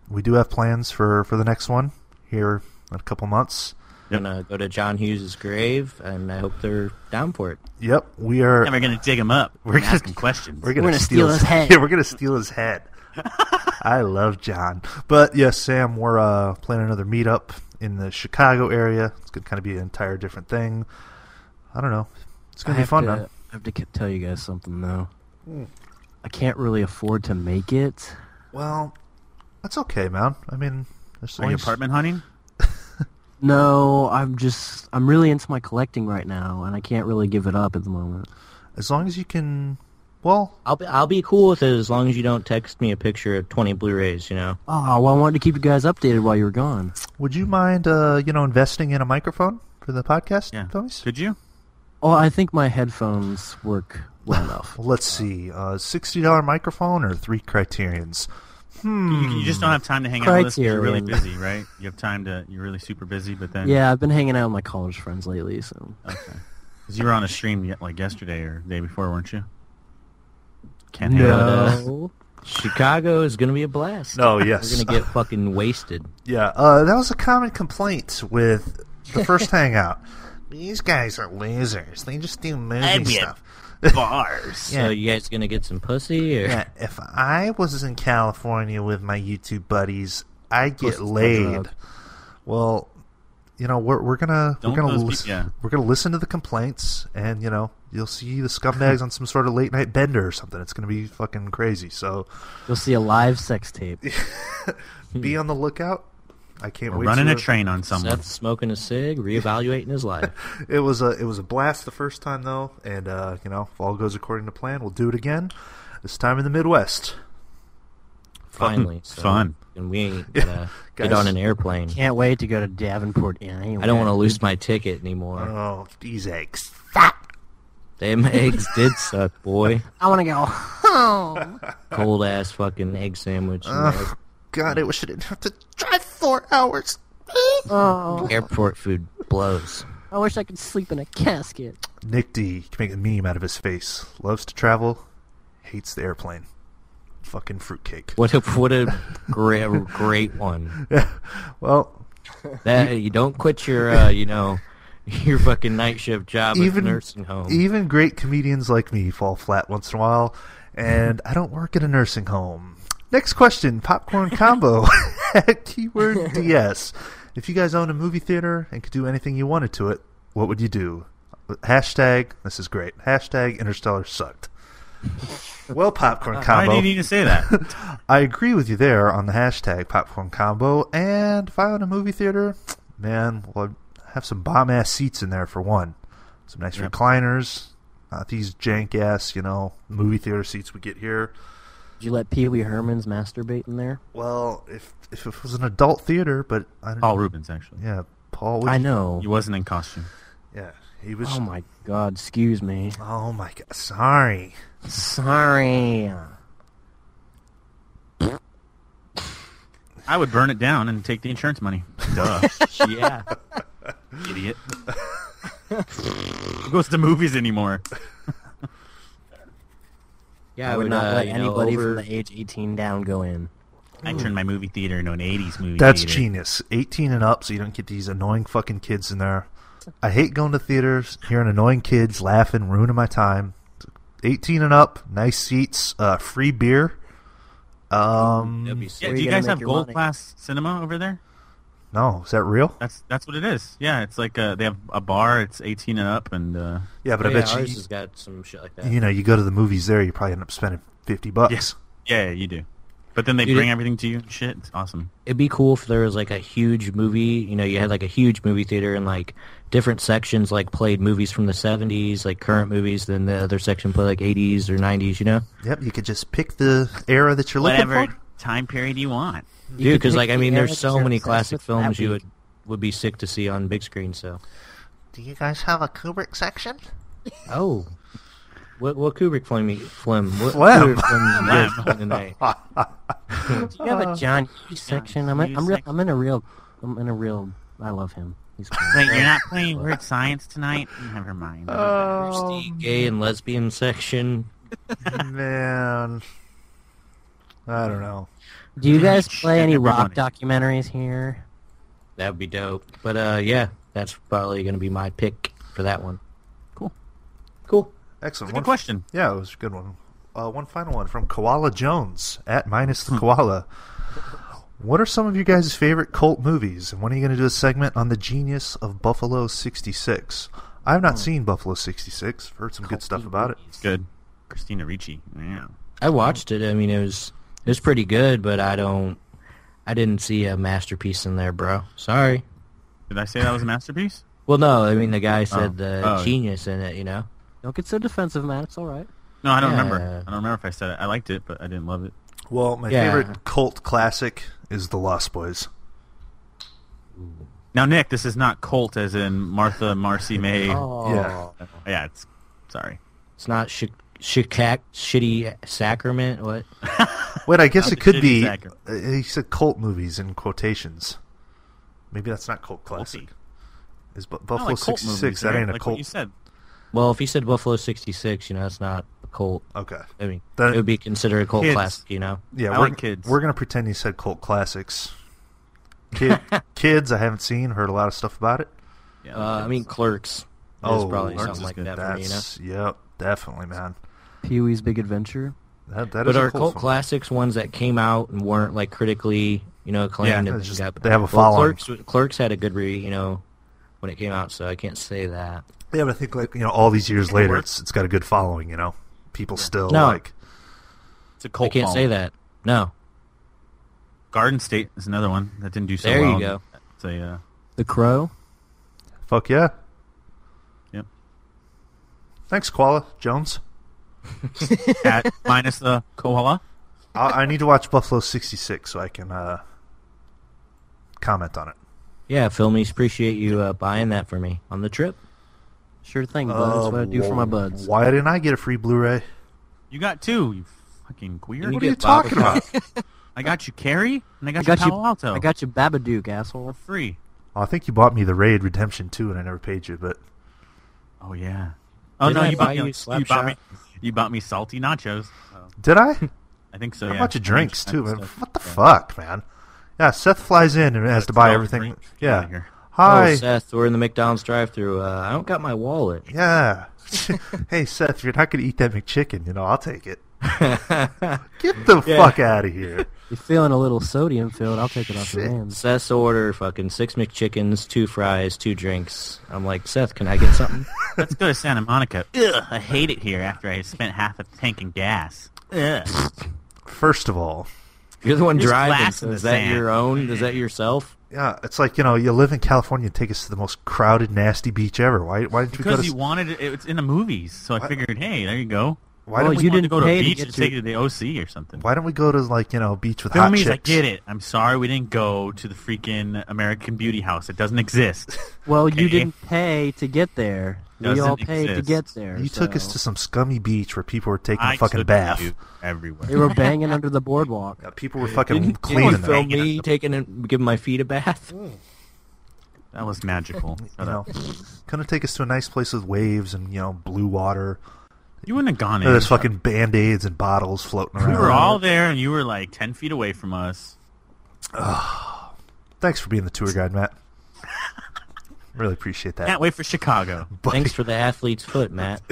[SPEAKER 3] we do have plans for for the next one here in a couple months.
[SPEAKER 6] going to go to John Hughes' grave, and I hope they're down for it.
[SPEAKER 3] Yep, we are.
[SPEAKER 4] And we're gonna dig him up. We're gonna ask him questions.
[SPEAKER 3] We're gonna,
[SPEAKER 5] gonna
[SPEAKER 3] steal,
[SPEAKER 5] steal
[SPEAKER 3] his
[SPEAKER 5] his head.
[SPEAKER 3] Yeah, we're gonna steal his head. I love John, but yes, Sam, we're uh, planning another meetup in the Chicago area. It's gonna kind of be an entire different thing. I don't know. It's
[SPEAKER 5] I
[SPEAKER 3] gonna be
[SPEAKER 5] have
[SPEAKER 3] fun,
[SPEAKER 5] to,
[SPEAKER 3] man.
[SPEAKER 5] I have to k- tell you guys something though. Hmm. I can't really afford to make it.
[SPEAKER 3] Well, that's okay, man. I mean, there's
[SPEAKER 4] Are you
[SPEAKER 3] always-
[SPEAKER 4] apartment hunting?
[SPEAKER 5] No, I'm just I'm really into my collecting right now, and I can't really give it up at the moment.
[SPEAKER 3] as long as you can. Well,
[SPEAKER 6] I'll be, I'll be cool with it as long as you don't text me a picture of 20 Blu-rays, you know?
[SPEAKER 5] Oh, well, I wanted to keep you guys updated while you were gone.
[SPEAKER 3] would you mind, uh, you know, investing in a microphone for the podcast,
[SPEAKER 4] Yeah.
[SPEAKER 3] Tony's?
[SPEAKER 4] Could you?
[SPEAKER 5] Oh, I think my headphones work well enough.
[SPEAKER 3] Well, Let's see, uh, sixty dollar microphone or three criterions.
[SPEAKER 4] you? You
[SPEAKER 3] Hmm.
[SPEAKER 4] just don't have time to hang out with us. 'cause You're really
[SPEAKER 5] Criterion.
[SPEAKER 4] busy, right? You have time to. You're really super busy, but then
[SPEAKER 5] Yeah, I've been hanging out with my college friends lately, so
[SPEAKER 4] 'cause you were on a stream yet, like yesterday or the day before, weren't you? Can't hang out.
[SPEAKER 6] No. Chicago is going to be a blast.
[SPEAKER 3] No,
[SPEAKER 6] We're
[SPEAKER 3] yes,
[SPEAKER 6] going to get fucking wasted.
[SPEAKER 3] Yeah, uh, that was a common complaint with the first hangout. These guys are losers. They just do movie
[SPEAKER 4] I'd be a-
[SPEAKER 3] stuff.
[SPEAKER 4] Bars.
[SPEAKER 6] So you guys going to get some pussy? Or?
[SPEAKER 3] Yeah, if I was in California with my YouTube buddies, I'd get
[SPEAKER 5] Pussy
[SPEAKER 3] laid.
[SPEAKER 5] drug.
[SPEAKER 3] Well, you know we're we're gonna
[SPEAKER 4] Don't
[SPEAKER 3] we're gonna
[SPEAKER 4] those peop-
[SPEAKER 3] lis-
[SPEAKER 4] yeah.
[SPEAKER 3] we're gonna listen to the complaints, and you know you'll see the scumbags on some sort of late night bender or something. It's gonna be fucking crazy. So
[SPEAKER 5] you'll see a live sex tape.
[SPEAKER 3] be on the lookout. I can't
[SPEAKER 4] Hmm. We're
[SPEAKER 3] wait.
[SPEAKER 4] running
[SPEAKER 3] to
[SPEAKER 4] a train on someone.
[SPEAKER 6] Seth smoking a cig, reevaluating his life.
[SPEAKER 3] It was a it was a blast the first time though, and uh, you know if all goes according to plan, we'll do it again. This time in the Midwest.
[SPEAKER 6] Finally. So,
[SPEAKER 4] fun.
[SPEAKER 6] And we ain't going to
[SPEAKER 3] Guys.
[SPEAKER 6] get on an airplane.
[SPEAKER 5] Can't wait to go to Davenport, Iowa.
[SPEAKER 6] I don't want to lose my ticket anymore.
[SPEAKER 3] Oh, these eggs!
[SPEAKER 6] Them eggs did suck, boy.
[SPEAKER 5] I want to go home.
[SPEAKER 6] Cold ass fucking egg sandwich. and
[SPEAKER 3] Ugh. God, I wish I didn't have to drive four hours.
[SPEAKER 5] Oh,
[SPEAKER 6] Airport food blows.
[SPEAKER 5] I wish I could sleep in a casket.
[SPEAKER 3] Nick D can make a meme out of his face. Loves to travel, hates the airplane. Fucking fruitcake.
[SPEAKER 6] What a what a great great one.
[SPEAKER 3] Well,
[SPEAKER 6] That you don't quit your uh, you know your fucking night shift job at
[SPEAKER 3] even
[SPEAKER 6] the nursing home.
[SPEAKER 3] even great comedians like me fall flat once in a while, and I don't work at a nursing home. Next question: Popcorn combo at keyword DS. If you guys owned a movie theater and could do anything you wanted to it, what would you do? Hashtag this is great. Hashtag Interstellar sucked. Well,
[SPEAKER 6] Uh,
[SPEAKER 3] popcorn
[SPEAKER 4] Why
[SPEAKER 3] combo.
[SPEAKER 4] do you need to say that?
[SPEAKER 3] I agree with you there on the hashtag popcorn combo. And if I own a movie theater, man, well, I'd have some bomb ass seats in there for one. Some nice
[SPEAKER 4] Yep.
[SPEAKER 3] recliners. Not these jank ass, you know, movie
[SPEAKER 5] Mm-hmm.
[SPEAKER 3] theater seats we get here.
[SPEAKER 5] Did you let Pee Wee Herman's masturbate in there?
[SPEAKER 3] Well, if if it was an adult theater, but I don't,
[SPEAKER 4] Paul Rubens, actually.
[SPEAKER 3] yeah, Paul. Was,
[SPEAKER 5] Oh, I know.
[SPEAKER 4] He wasn't in costume.
[SPEAKER 3] Yeah, he was.
[SPEAKER 5] Oh my god, excuse me.
[SPEAKER 3] oh my god! Sorry.
[SPEAKER 5] Sorry.
[SPEAKER 4] I would burn it down and take the insurance money. Duh.
[SPEAKER 6] yeah.
[SPEAKER 4] Idiot. Who goes to movies anymore?
[SPEAKER 6] Yeah, uh,
[SPEAKER 5] I would
[SPEAKER 4] uh,
[SPEAKER 5] not let anybody from the age 18 down go in.
[SPEAKER 4] I turned my movie theater into an 80s movie
[SPEAKER 3] That's
[SPEAKER 4] theater.
[SPEAKER 3] genius. 18 and up, so you don't get these annoying fucking kids in there. I hate going to theaters, hearing annoying kids laughing, ruining my time. 18 and up, nice seats, uh, free beer. Um,
[SPEAKER 6] That'd be
[SPEAKER 4] Yeah,
[SPEAKER 6] sick.
[SPEAKER 5] Where
[SPEAKER 4] do
[SPEAKER 5] you
[SPEAKER 4] you
[SPEAKER 5] gonna
[SPEAKER 4] guys
[SPEAKER 5] make
[SPEAKER 4] have
[SPEAKER 5] your
[SPEAKER 4] gold
[SPEAKER 5] money?
[SPEAKER 4] class cinema over there?
[SPEAKER 3] no, is that real?
[SPEAKER 4] That's that's what it is. Yeah, it's like uh they have a bar. It's 18 and up, and uh,
[SPEAKER 3] Yeah, but
[SPEAKER 6] Oh, Yeah,
[SPEAKER 3] I bet
[SPEAKER 6] ours
[SPEAKER 3] you,
[SPEAKER 6] has got some shit like that.
[SPEAKER 3] you know, you go to the movies there, you probably end up spending 50 bucks.
[SPEAKER 4] yeah, you do. But then they
[SPEAKER 6] Dude,
[SPEAKER 4] bring
[SPEAKER 6] it-
[SPEAKER 4] everything to you. and Shit, it's awesome.
[SPEAKER 6] It'd be cool if there was like a huge movie. You know, you had like a huge movie theater and like different sections like played movies from the '70s, like current movies. Then the other section played like '80s or '90s. You know,
[SPEAKER 3] Yep, you could just pick the era that you're
[SPEAKER 4] Whatever
[SPEAKER 3] looking for.
[SPEAKER 4] time period you want.
[SPEAKER 6] dude.
[SPEAKER 5] could
[SPEAKER 6] Because
[SPEAKER 5] pick
[SPEAKER 6] like I
[SPEAKER 5] the
[SPEAKER 6] mean,
[SPEAKER 5] era
[SPEAKER 6] there's
[SPEAKER 5] that
[SPEAKER 6] so
[SPEAKER 5] you're
[SPEAKER 6] many
[SPEAKER 5] obsessed
[SPEAKER 6] classic
[SPEAKER 5] with that
[SPEAKER 6] films you
[SPEAKER 5] week.
[SPEAKER 6] would would be sick to see on big screen. So,
[SPEAKER 3] Do you guys have a Kubrick section?
[SPEAKER 6] oh, what what Kubrick film? you- Film? What
[SPEAKER 3] Phlegm.
[SPEAKER 6] Kubrick film you guys doing tonight?
[SPEAKER 5] Do you have a John Hughes section? I'm,
[SPEAKER 4] Uh, Hughes
[SPEAKER 5] in, I'm, real,
[SPEAKER 4] section.
[SPEAKER 5] I'm in a real. I'm in a real. I love him. He's cool.
[SPEAKER 4] Wait, you're not playing word science tonight? Never mind.
[SPEAKER 6] Christy, gay and lesbian section.
[SPEAKER 3] Man. I don't know.
[SPEAKER 5] Do you guys play any
[SPEAKER 4] Everybody.
[SPEAKER 5] rock documentaries here?
[SPEAKER 6] That'd be dope. But uh, yeah, that's probably going to be my pick for that one.
[SPEAKER 4] Cool.
[SPEAKER 6] Cool.
[SPEAKER 3] Excellent.
[SPEAKER 4] Good question.
[SPEAKER 3] Yeah, it was a good one. Uh, one final one from Koala Jones at minus the koala. What are some of you guys' favorite cult movies, and when are you going to do a segment on the genius of Buffalo '66? I
[SPEAKER 4] Hmm.
[SPEAKER 3] have not seen Buffalo '66. Heard some good stuff about it.
[SPEAKER 4] Good. Christina Ricci. Yeah.
[SPEAKER 6] I watched it. I mean, it was it was pretty good, but I don't. I didn't see a masterpiece in there, bro. Sorry.
[SPEAKER 4] Did I say that was a masterpiece?
[SPEAKER 6] Well, no. I mean, the guy said
[SPEAKER 4] Oh.
[SPEAKER 6] the
[SPEAKER 4] Oh.
[SPEAKER 6] genius in it. You know.
[SPEAKER 5] Don't get so defensive, man. It's all right.
[SPEAKER 4] No, I don't
[SPEAKER 6] Yeah.
[SPEAKER 4] remember. I don't remember if I said it. I liked it, but I didn't love it.
[SPEAKER 3] Well, my
[SPEAKER 6] Yeah.
[SPEAKER 3] favorite cult classic is The Lost Boys.
[SPEAKER 4] Now, Nick, this is not cult as in Martha Marcy May.
[SPEAKER 6] Oh.
[SPEAKER 3] Yeah.
[SPEAKER 4] Yeah, it's sorry.
[SPEAKER 6] It's not sh- shikac- shitty sacrament. What?
[SPEAKER 3] Wait, I guess it
[SPEAKER 4] the
[SPEAKER 3] could
[SPEAKER 4] shitty
[SPEAKER 3] be.
[SPEAKER 4] Zachary.
[SPEAKER 3] uh, He said cult movies in quotations. Maybe that's not cult classic.
[SPEAKER 4] Culty.
[SPEAKER 3] Is Bu-
[SPEAKER 4] Not
[SPEAKER 3] Buffalo
[SPEAKER 4] like cult
[SPEAKER 3] '66?
[SPEAKER 4] movies,
[SPEAKER 3] that
[SPEAKER 4] right?
[SPEAKER 3] ain't a
[SPEAKER 4] Like What you
[SPEAKER 3] cult.
[SPEAKER 4] said.
[SPEAKER 6] Well, if he said Buffalo '66, you know, it's not a cult.
[SPEAKER 3] Okay.
[SPEAKER 6] I mean,
[SPEAKER 3] That-
[SPEAKER 6] it would be considered a cult
[SPEAKER 4] Kids.
[SPEAKER 6] classic. You know.
[SPEAKER 3] Yeah,
[SPEAKER 4] I
[SPEAKER 3] we're,
[SPEAKER 4] like kids.
[SPEAKER 3] we're gonna pretend you said cult classics. Kid, kids, I haven't seen. Heard a lot of stuff about it.
[SPEAKER 4] Yeah,
[SPEAKER 6] Uh, I mean, Clerks.
[SPEAKER 3] Oh,
[SPEAKER 6] is probably
[SPEAKER 3] Clerks
[SPEAKER 6] something
[SPEAKER 4] is
[SPEAKER 6] like
[SPEAKER 4] good.
[SPEAKER 6] that for me. You know.
[SPEAKER 3] That's yep, definitely, man.
[SPEAKER 5] Pee Wee's Big Adventure.
[SPEAKER 3] That, that is
[SPEAKER 6] But
[SPEAKER 3] a
[SPEAKER 6] are cult
[SPEAKER 3] film.
[SPEAKER 6] classics ones that came out and weren't like critically, you know, acclaimed?
[SPEAKER 4] Yeah,
[SPEAKER 6] and
[SPEAKER 3] it's just-
[SPEAKER 6] got-
[SPEAKER 3] they have a
[SPEAKER 6] Well,
[SPEAKER 3] following.
[SPEAKER 6] Clerks, Clerks had a good re, you know, when it came out, so I can't say that.
[SPEAKER 3] Yeah, but I think like you know, all these years later,
[SPEAKER 4] works.
[SPEAKER 3] it's it's got a good following. You know, people still
[SPEAKER 6] No.
[SPEAKER 3] like.
[SPEAKER 4] it's a cult.
[SPEAKER 6] I can't
[SPEAKER 4] following.
[SPEAKER 6] say that. No,
[SPEAKER 4] Garden State is another one that didn't do so
[SPEAKER 6] There you
[SPEAKER 4] well.
[SPEAKER 6] go.
[SPEAKER 4] It's a uh,
[SPEAKER 5] The Crow.
[SPEAKER 3] Fuck yeah!
[SPEAKER 4] yep.
[SPEAKER 3] Thanks, Koala Jones.
[SPEAKER 4] Cat minus the koala.
[SPEAKER 3] I, I need to watch Buffalo '66 so I can uh, comment on it.
[SPEAKER 6] yeah, Filmies, appreciate you uh, buying that for me on the trip.
[SPEAKER 5] Sure thing, bud.
[SPEAKER 4] Oh,
[SPEAKER 5] That's what I do for my buds.
[SPEAKER 3] Um, Why didn't I get a free Blu-ray?
[SPEAKER 4] You got two. You fucking queer.
[SPEAKER 6] And
[SPEAKER 3] What
[SPEAKER 6] get
[SPEAKER 3] are you
[SPEAKER 6] Baba
[SPEAKER 3] talking about?
[SPEAKER 4] I got you, Carrie, and I got,
[SPEAKER 5] I got
[SPEAKER 4] you, Palo
[SPEAKER 5] you.
[SPEAKER 4] Alto.
[SPEAKER 5] I got you, Babadook, asshole.
[SPEAKER 4] free.
[SPEAKER 3] Oh, I think you bought me the Raid Redemption too, and I never paid you. But
[SPEAKER 4] Oh yeah. Oh
[SPEAKER 6] Didn't
[SPEAKER 4] no,
[SPEAKER 6] I
[SPEAKER 4] you bought
[SPEAKER 6] buy
[SPEAKER 4] me.
[SPEAKER 6] you
[SPEAKER 4] You,
[SPEAKER 6] Slap
[SPEAKER 4] bought me.
[SPEAKER 6] Shot?
[SPEAKER 4] You bought me salty nachos. Oh,
[SPEAKER 3] did I?
[SPEAKER 4] I think so.
[SPEAKER 3] I
[SPEAKER 4] yeah.
[SPEAKER 3] bought you drinks
[SPEAKER 4] That
[SPEAKER 3] too, man.
[SPEAKER 4] stuff.
[SPEAKER 3] What the
[SPEAKER 4] Yeah.
[SPEAKER 3] fuck, man? Yeah, Seth flies in and has to buy
[SPEAKER 4] Smell
[SPEAKER 3] everything.
[SPEAKER 4] drink. Get outta
[SPEAKER 3] Yeah.
[SPEAKER 4] here.
[SPEAKER 3] Hi.
[SPEAKER 6] Oh, Seth, we're in the McDonald's drive-through. Uh, I don't got my wallet.
[SPEAKER 3] Yeah. hey, Seth, you're not going to eat that McChicken. You know, I'll take it. Get the fuck out of here.
[SPEAKER 5] You're feeling a little sodium filled. I'll take it off your hands.
[SPEAKER 6] Seth's order fucking six McChickens, two fries, two drinks. I'm like, Seth, can I get something?
[SPEAKER 4] Let's go to Santa Monica. Ugh, I hate it here after I spent half a tank in gas. Ugh.
[SPEAKER 3] First of all,
[SPEAKER 6] You're the one
[SPEAKER 4] There's
[SPEAKER 6] driving.
[SPEAKER 4] glass
[SPEAKER 6] So
[SPEAKER 4] in the
[SPEAKER 6] is that
[SPEAKER 4] sand.
[SPEAKER 6] your own? Is that yourself?
[SPEAKER 3] yeah, it's like, you know, you live in California and take us to the most crowded, nasty beach ever. Why, why didn't we go
[SPEAKER 4] Because
[SPEAKER 3] to.
[SPEAKER 4] you wanted it, it's in the movies, so I figured, hey, there you go.
[SPEAKER 3] why,
[SPEAKER 5] Well,
[SPEAKER 3] didn't we,
[SPEAKER 5] you
[SPEAKER 4] wanted to
[SPEAKER 5] didn't
[SPEAKER 4] go to
[SPEAKER 5] pay
[SPEAKER 4] a
[SPEAKER 5] to
[SPEAKER 4] beach
[SPEAKER 5] get
[SPEAKER 4] and
[SPEAKER 5] to-
[SPEAKER 4] take it to the OC or something.
[SPEAKER 3] why don't we go to, like, you know, beach with hot
[SPEAKER 4] Filmies,
[SPEAKER 3] chicks?
[SPEAKER 4] I get it. I'm sorry we didn't go to the freaking American Beauty House. It doesn't exist.
[SPEAKER 5] Well, you
[SPEAKER 4] Okay.
[SPEAKER 5] didn't pay to get there. we
[SPEAKER 4] Doesn't
[SPEAKER 5] all paid
[SPEAKER 4] exist.
[SPEAKER 5] to get there.
[SPEAKER 3] You took us
[SPEAKER 5] so-
[SPEAKER 3] to some scummy beach where people were taking a
[SPEAKER 4] I
[SPEAKER 3] fucking
[SPEAKER 4] took
[SPEAKER 3] bath.
[SPEAKER 4] you
[SPEAKER 5] They
[SPEAKER 4] everywhere.
[SPEAKER 5] were banging under the boardwalk.
[SPEAKER 3] Yeah, people were fucking
[SPEAKER 6] Didn't
[SPEAKER 3] cleaning
[SPEAKER 6] you
[SPEAKER 3] them.
[SPEAKER 6] film me taking and giving my feet a bath?
[SPEAKER 4] That was magical.
[SPEAKER 3] You
[SPEAKER 4] Shut
[SPEAKER 3] know,
[SPEAKER 4] up.
[SPEAKER 3] couldn't take us to a nice place with waves and you know blue water.
[SPEAKER 4] You wouldn't have gone in.
[SPEAKER 3] There's fucking band aids and bottles floating
[SPEAKER 4] We
[SPEAKER 3] around.
[SPEAKER 4] were all there, and you were like ten feet away from us.
[SPEAKER 3] Thanks for being the tour guide, Matt. really appreciate that.
[SPEAKER 4] Can't wait for Chicago.
[SPEAKER 3] buddy.
[SPEAKER 6] Thanks for the athlete's foot, Matt.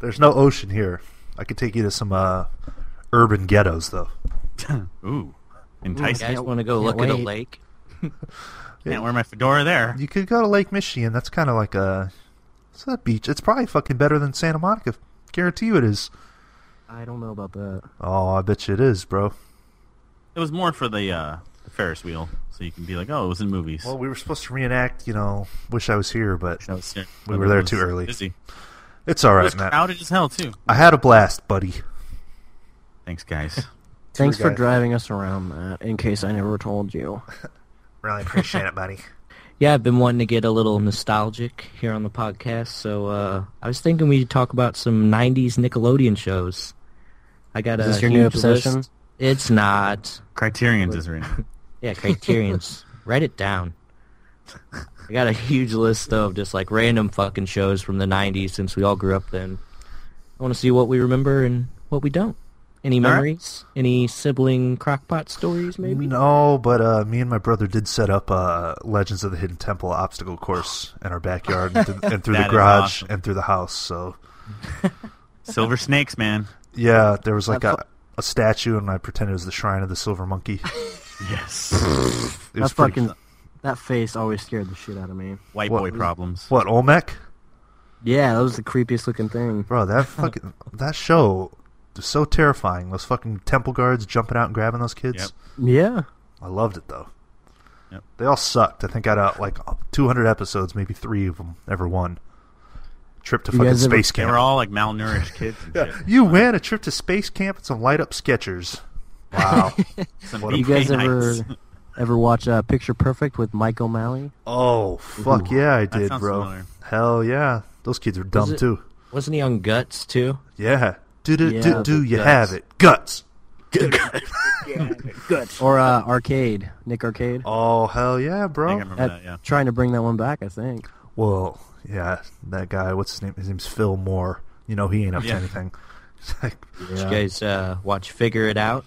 [SPEAKER 3] There's no ocean here. I could take you to some uh, urban ghettos, though.
[SPEAKER 6] You
[SPEAKER 4] Ooh, enticing.
[SPEAKER 6] guys want to go
[SPEAKER 5] Can't
[SPEAKER 6] look at a
[SPEAKER 5] wait.
[SPEAKER 6] lake?
[SPEAKER 4] Can't wear my fedora there.
[SPEAKER 3] You could go to Lake Michigan. That's kind of like a it's a beach. It's probably fucking better than Santa Monica. Guarantee you it is.
[SPEAKER 5] I don't know about that.
[SPEAKER 3] Oh, I bet you it is, bro.
[SPEAKER 4] It was more for the uh, Ferris wheel, so you can be like, oh, it was in movies.
[SPEAKER 3] Well, we were supposed to reenact. You know, wish I was here, but
[SPEAKER 4] That was-
[SPEAKER 3] we
[SPEAKER 4] that
[SPEAKER 3] were there
[SPEAKER 4] was
[SPEAKER 3] too early.
[SPEAKER 4] Busy.
[SPEAKER 3] it's all
[SPEAKER 4] It
[SPEAKER 3] right,
[SPEAKER 4] was
[SPEAKER 3] Matt.
[SPEAKER 4] crowded as hell too.
[SPEAKER 3] I had a blast, buddy.
[SPEAKER 4] Thanks, guys.
[SPEAKER 5] Thanks for
[SPEAKER 3] guide.
[SPEAKER 5] driving us around, Matt, in case I never told you.
[SPEAKER 3] Really appreciate it, buddy.
[SPEAKER 6] Yeah, I've been wanting to get a little nostalgic here on the podcast, so uh, I was thinking we'd talk about some '90s Nickelodeon shows. I got
[SPEAKER 5] Is
[SPEAKER 6] a
[SPEAKER 5] this your new
[SPEAKER 6] huge
[SPEAKER 5] obsession?
[SPEAKER 6] list. It's not.
[SPEAKER 4] Criterion's is right now.
[SPEAKER 6] Yeah, Criterion's. Write it down. I got a huge list though, of just like random fucking shows from the '90s, since we all grew up then. I want to see what we remember and what we don't. Any
[SPEAKER 4] right.
[SPEAKER 6] memories? Any sibling crockpot stories, maybe?
[SPEAKER 3] No, but uh, me and my brother did set up uh, Legends of the Hidden Temple obstacle course in our backyard and, th- and through
[SPEAKER 4] That
[SPEAKER 3] the
[SPEAKER 4] is
[SPEAKER 3] garage
[SPEAKER 4] awesome.
[SPEAKER 3] and through the house. So
[SPEAKER 4] Silver snakes, man.
[SPEAKER 3] yeah, there was like
[SPEAKER 5] My
[SPEAKER 3] a, a statue, and I pretended it was the shrine of the silver monkey.
[SPEAKER 4] Yes.
[SPEAKER 3] It
[SPEAKER 5] That
[SPEAKER 3] was pretty-
[SPEAKER 5] fucking that face always scared the shit out of me.
[SPEAKER 4] White
[SPEAKER 3] What
[SPEAKER 4] boy
[SPEAKER 3] was-
[SPEAKER 4] problems.
[SPEAKER 3] what Olmec,
[SPEAKER 5] Yeah, that was the creepiest looking thing.
[SPEAKER 3] bro? That fucking that show was so terrifying. Those fucking temple guards jumping out and grabbing those kids.
[SPEAKER 4] Yep.
[SPEAKER 5] Yeah.
[SPEAKER 3] I loved it though.
[SPEAKER 4] Yep.
[SPEAKER 3] They all sucked. I think out of like 200 episodes, maybe three of them ever won. Trip to
[SPEAKER 5] You
[SPEAKER 3] fucking
[SPEAKER 5] guys ever-
[SPEAKER 3] space
[SPEAKER 4] They
[SPEAKER 3] camp.
[SPEAKER 4] were all like malnourished kids and shit.
[SPEAKER 3] You win a trip to space camp and some light up Skechers. Wow.
[SPEAKER 4] Some
[SPEAKER 3] What a-
[SPEAKER 5] You
[SPEAKER 4] BK
[SPEAKER 5] guys
[SPEAKER 4] nights.
[SPEAKER 5] ever ever watch uh, Picture Perfect with Mike O'Malley?
[SPEAKER 3] oh fuck yeah, I did,
[SPEAKER 4] sounds
[SPEAKER 3] bro.
[SPEAKER 4] familiar.
[SPEAKER 3] Hell yeah, those kids are dumb
[SPEAKER 6] it-
[SPEAKER 3] too.
[SPEAKER 6] Wasn't he on Guts too?
[SPEAKER 3] Yeah, do do
[SPEAKER 5] Yeah,
[SPEAKER 3] do do
[SPEAKER 5] the
[SPEAKER 3] you
[SPEAKER 6] guts.
[SPEAKER 3] have it guts?
[SPEAKER 5] Or uh, Arcade, Nick Arcade.
[SPEAKER 3] Oh hell yeah,
[SPEAKER 4] I
[SPEAKER 3] bro.
[SPEAKER 4] think I remember that,
[SPEAKER 5] That-
[SPEAKER 4] yeah.
[SPEAKER 5] Trying to bring that one back, I think.
[SPEAKER 3] Well, yeah, that guy. What's his name? His name's Phil Moore. You know he ain't up
[SPEAKER 4] Yeah.
[SPEAKER 3] to anything. It's like,
[SPEAKER 6] Did you guys uh, watch Figure It Out?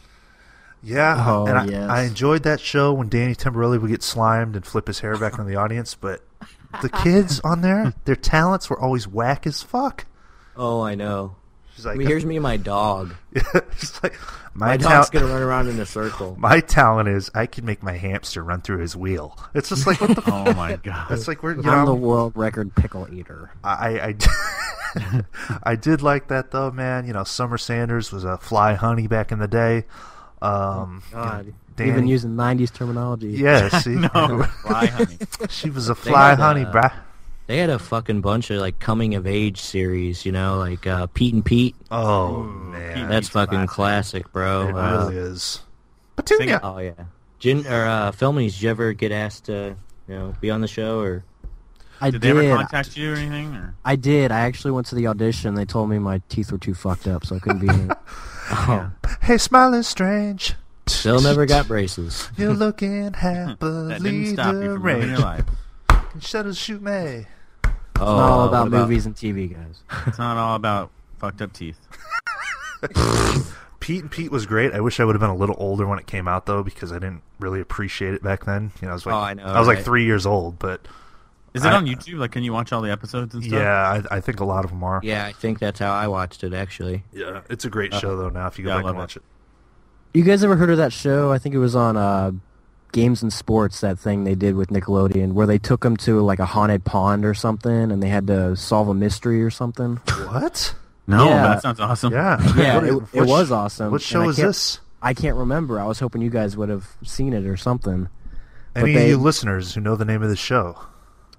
[SPEAKER 3] yeah,
[SPEAKER 5] Oh,
[SPEAKER 3] and I,
[SPEAKER 5] yes.
[SPEAKER 3] I enjoyed that show when Danny Timberelli would get slimed and flip his hair back in the audience. But the kids on there, their talents were always whack as fuck.
[SPEAKER 6] Oh, I know.
[SPEAKER 3] She's like,
[SPEAKER 6] I mean, here's me and my dog.
[SPEAKER 3] It's like, my,
[SPEAKER 6] My
[SPEAKER 3] tal-
[SPEAKER 6] dog's gonna run around in a circle.
[SPEAKER 3] my talent is I can make my hamster run through his wheel. It's just like what the f-
[SPEAKER 4] Oh my god.
[SPEAKER 3] it's like we're you
[SPEAKER 5] I'm the
[SPEAKER 3] know
[SPEAKER 5] world record pickle eater.
[SPEAKER 3] I I, I, I did like that though, man. You know, Summer Sanders was a fly honey back in the day. Um,
[SPEAKER 5] Oh, God.
[SPEAKER 3] Danny-
[SPEAKER 5] Even using 90s terminology.
[SPEAKER 3] yeah, see,
[SPEAKER 4] no. Fly Oh, honey.
[SPEAKER 3] she was a fly
[SPEAKER 6] had
[SPEAKER 3] honey,
[SPEAKER 6] a-
[SPEAKER 3] bruh.
[SPEAKER 6] They had a fucking bunch of like coming of age series, you know, like uh, Pete and Pete.
[SPEAKER 3] Oh man,
[SPEAKER 6] That's fucking classic, bro.
[SPEAKER 3] it
[SPEAKER 6] Uh,
[SPEAKER 3] really is. Petunia,
[SPEAKER 6] Oh yeah. Gin or uh, Filmies, did you ever get asked to you know be on the show or?
[SPEAKER 5] I
[SPEAKER 4] Did
[SPEAKER 5] did.
[SPEAKER 4] they ever contact you or anything? Or?
[SPEAKER 5] I did. I actually went to the audition. They told me my teeth were too fucked up, so I couldn't be in it.
[SPEAKER 6] Oh,
[SPEAKER 3] hey, smiling strange.
[SPEAKER 6] Still never got braces.
[SPEAKER 3] You're looking
[SPEAKER 4] Hmm. That
[SPEAKER 3] happily
[SPEAKER 4] didn't stop you from living your
[SPEAKER 3] deranged.
[SPEAKER 4] life.
[SPEAKER 3] Shadows shoot me.
[SPEAKER 6] Oh,
[SPEAKER 5] It's not all
[SPEAKER 6] uh,
[SPEAKER 5] about
[SPEAKER 6] what
[SPEAKER 5] movies and TV, guys.
[SPEAKER 4] It's not all about fucked up teeth.
[SPEAKER 3] Pete and Pete was great. I wish I would have been a little older when it came out though, because I didn't really appreciate it back then. You know, I was like,
[SPEAKER 6] Oh, I know,
[SPEAKER 3] was like
[SPEAKER 6] right.
[SPEAKER 3] three years old, but
[SPEAKER 4] Is it
[SPEAKER 3] I-
[SPEAKER 4] on YouTube? Like, can you watch all the episodes and stuff?
[SPEAKER 3] yeah, I, I think a lot of them are.
[SPEAKER 6] Yeah, I think that's how I watched it actually.
[SPEAKER 3] Yeah, it's a
[SPEAKER 5] Uh,
[SPEAKER 3] great show though. Now, if you go
[SPEAKER 4] yeah, I
[SPEAKER 3] back and
[SPEAKER 4] love
[SPEAKER 3] watch it,
[SPEAKER 5] You guys ever heard of that show? I think it was on uh, Games and Sports, that thing they did with Nickelodeon, where they took them to like a haunted pond or something, and they had to solve a mystery or something.
[SPEAKER 3] what?
[SPEAKER 4] No,
[SPEAKER 5] Yeah.
[SPEAKER 4] that sounds awesome.
[SPEAKER 3] Yeah,
[SPEAKER 5] Yeah,
[SPEAKER 3] What-
[SPEAKER 5] it,
[SPEAKER 3] what
[SPEAKER 5] it
[SPEAKER 3] sh-
[SPEAKER 5] was awesome.
[SPEAKER 3] What
[SPEAKER 5] and I
[SPEAKER 3] show is
[SPEAKER 5] can't-
[SPEAKER 3] this?
[SPEAKER 5] I can't remember. I was hoping you guys would have seen it or something. but
[SPEAKER 3] Any of
[SPEAKER 5] they-
[SPEAKER 3] you listeners who know the name of the show?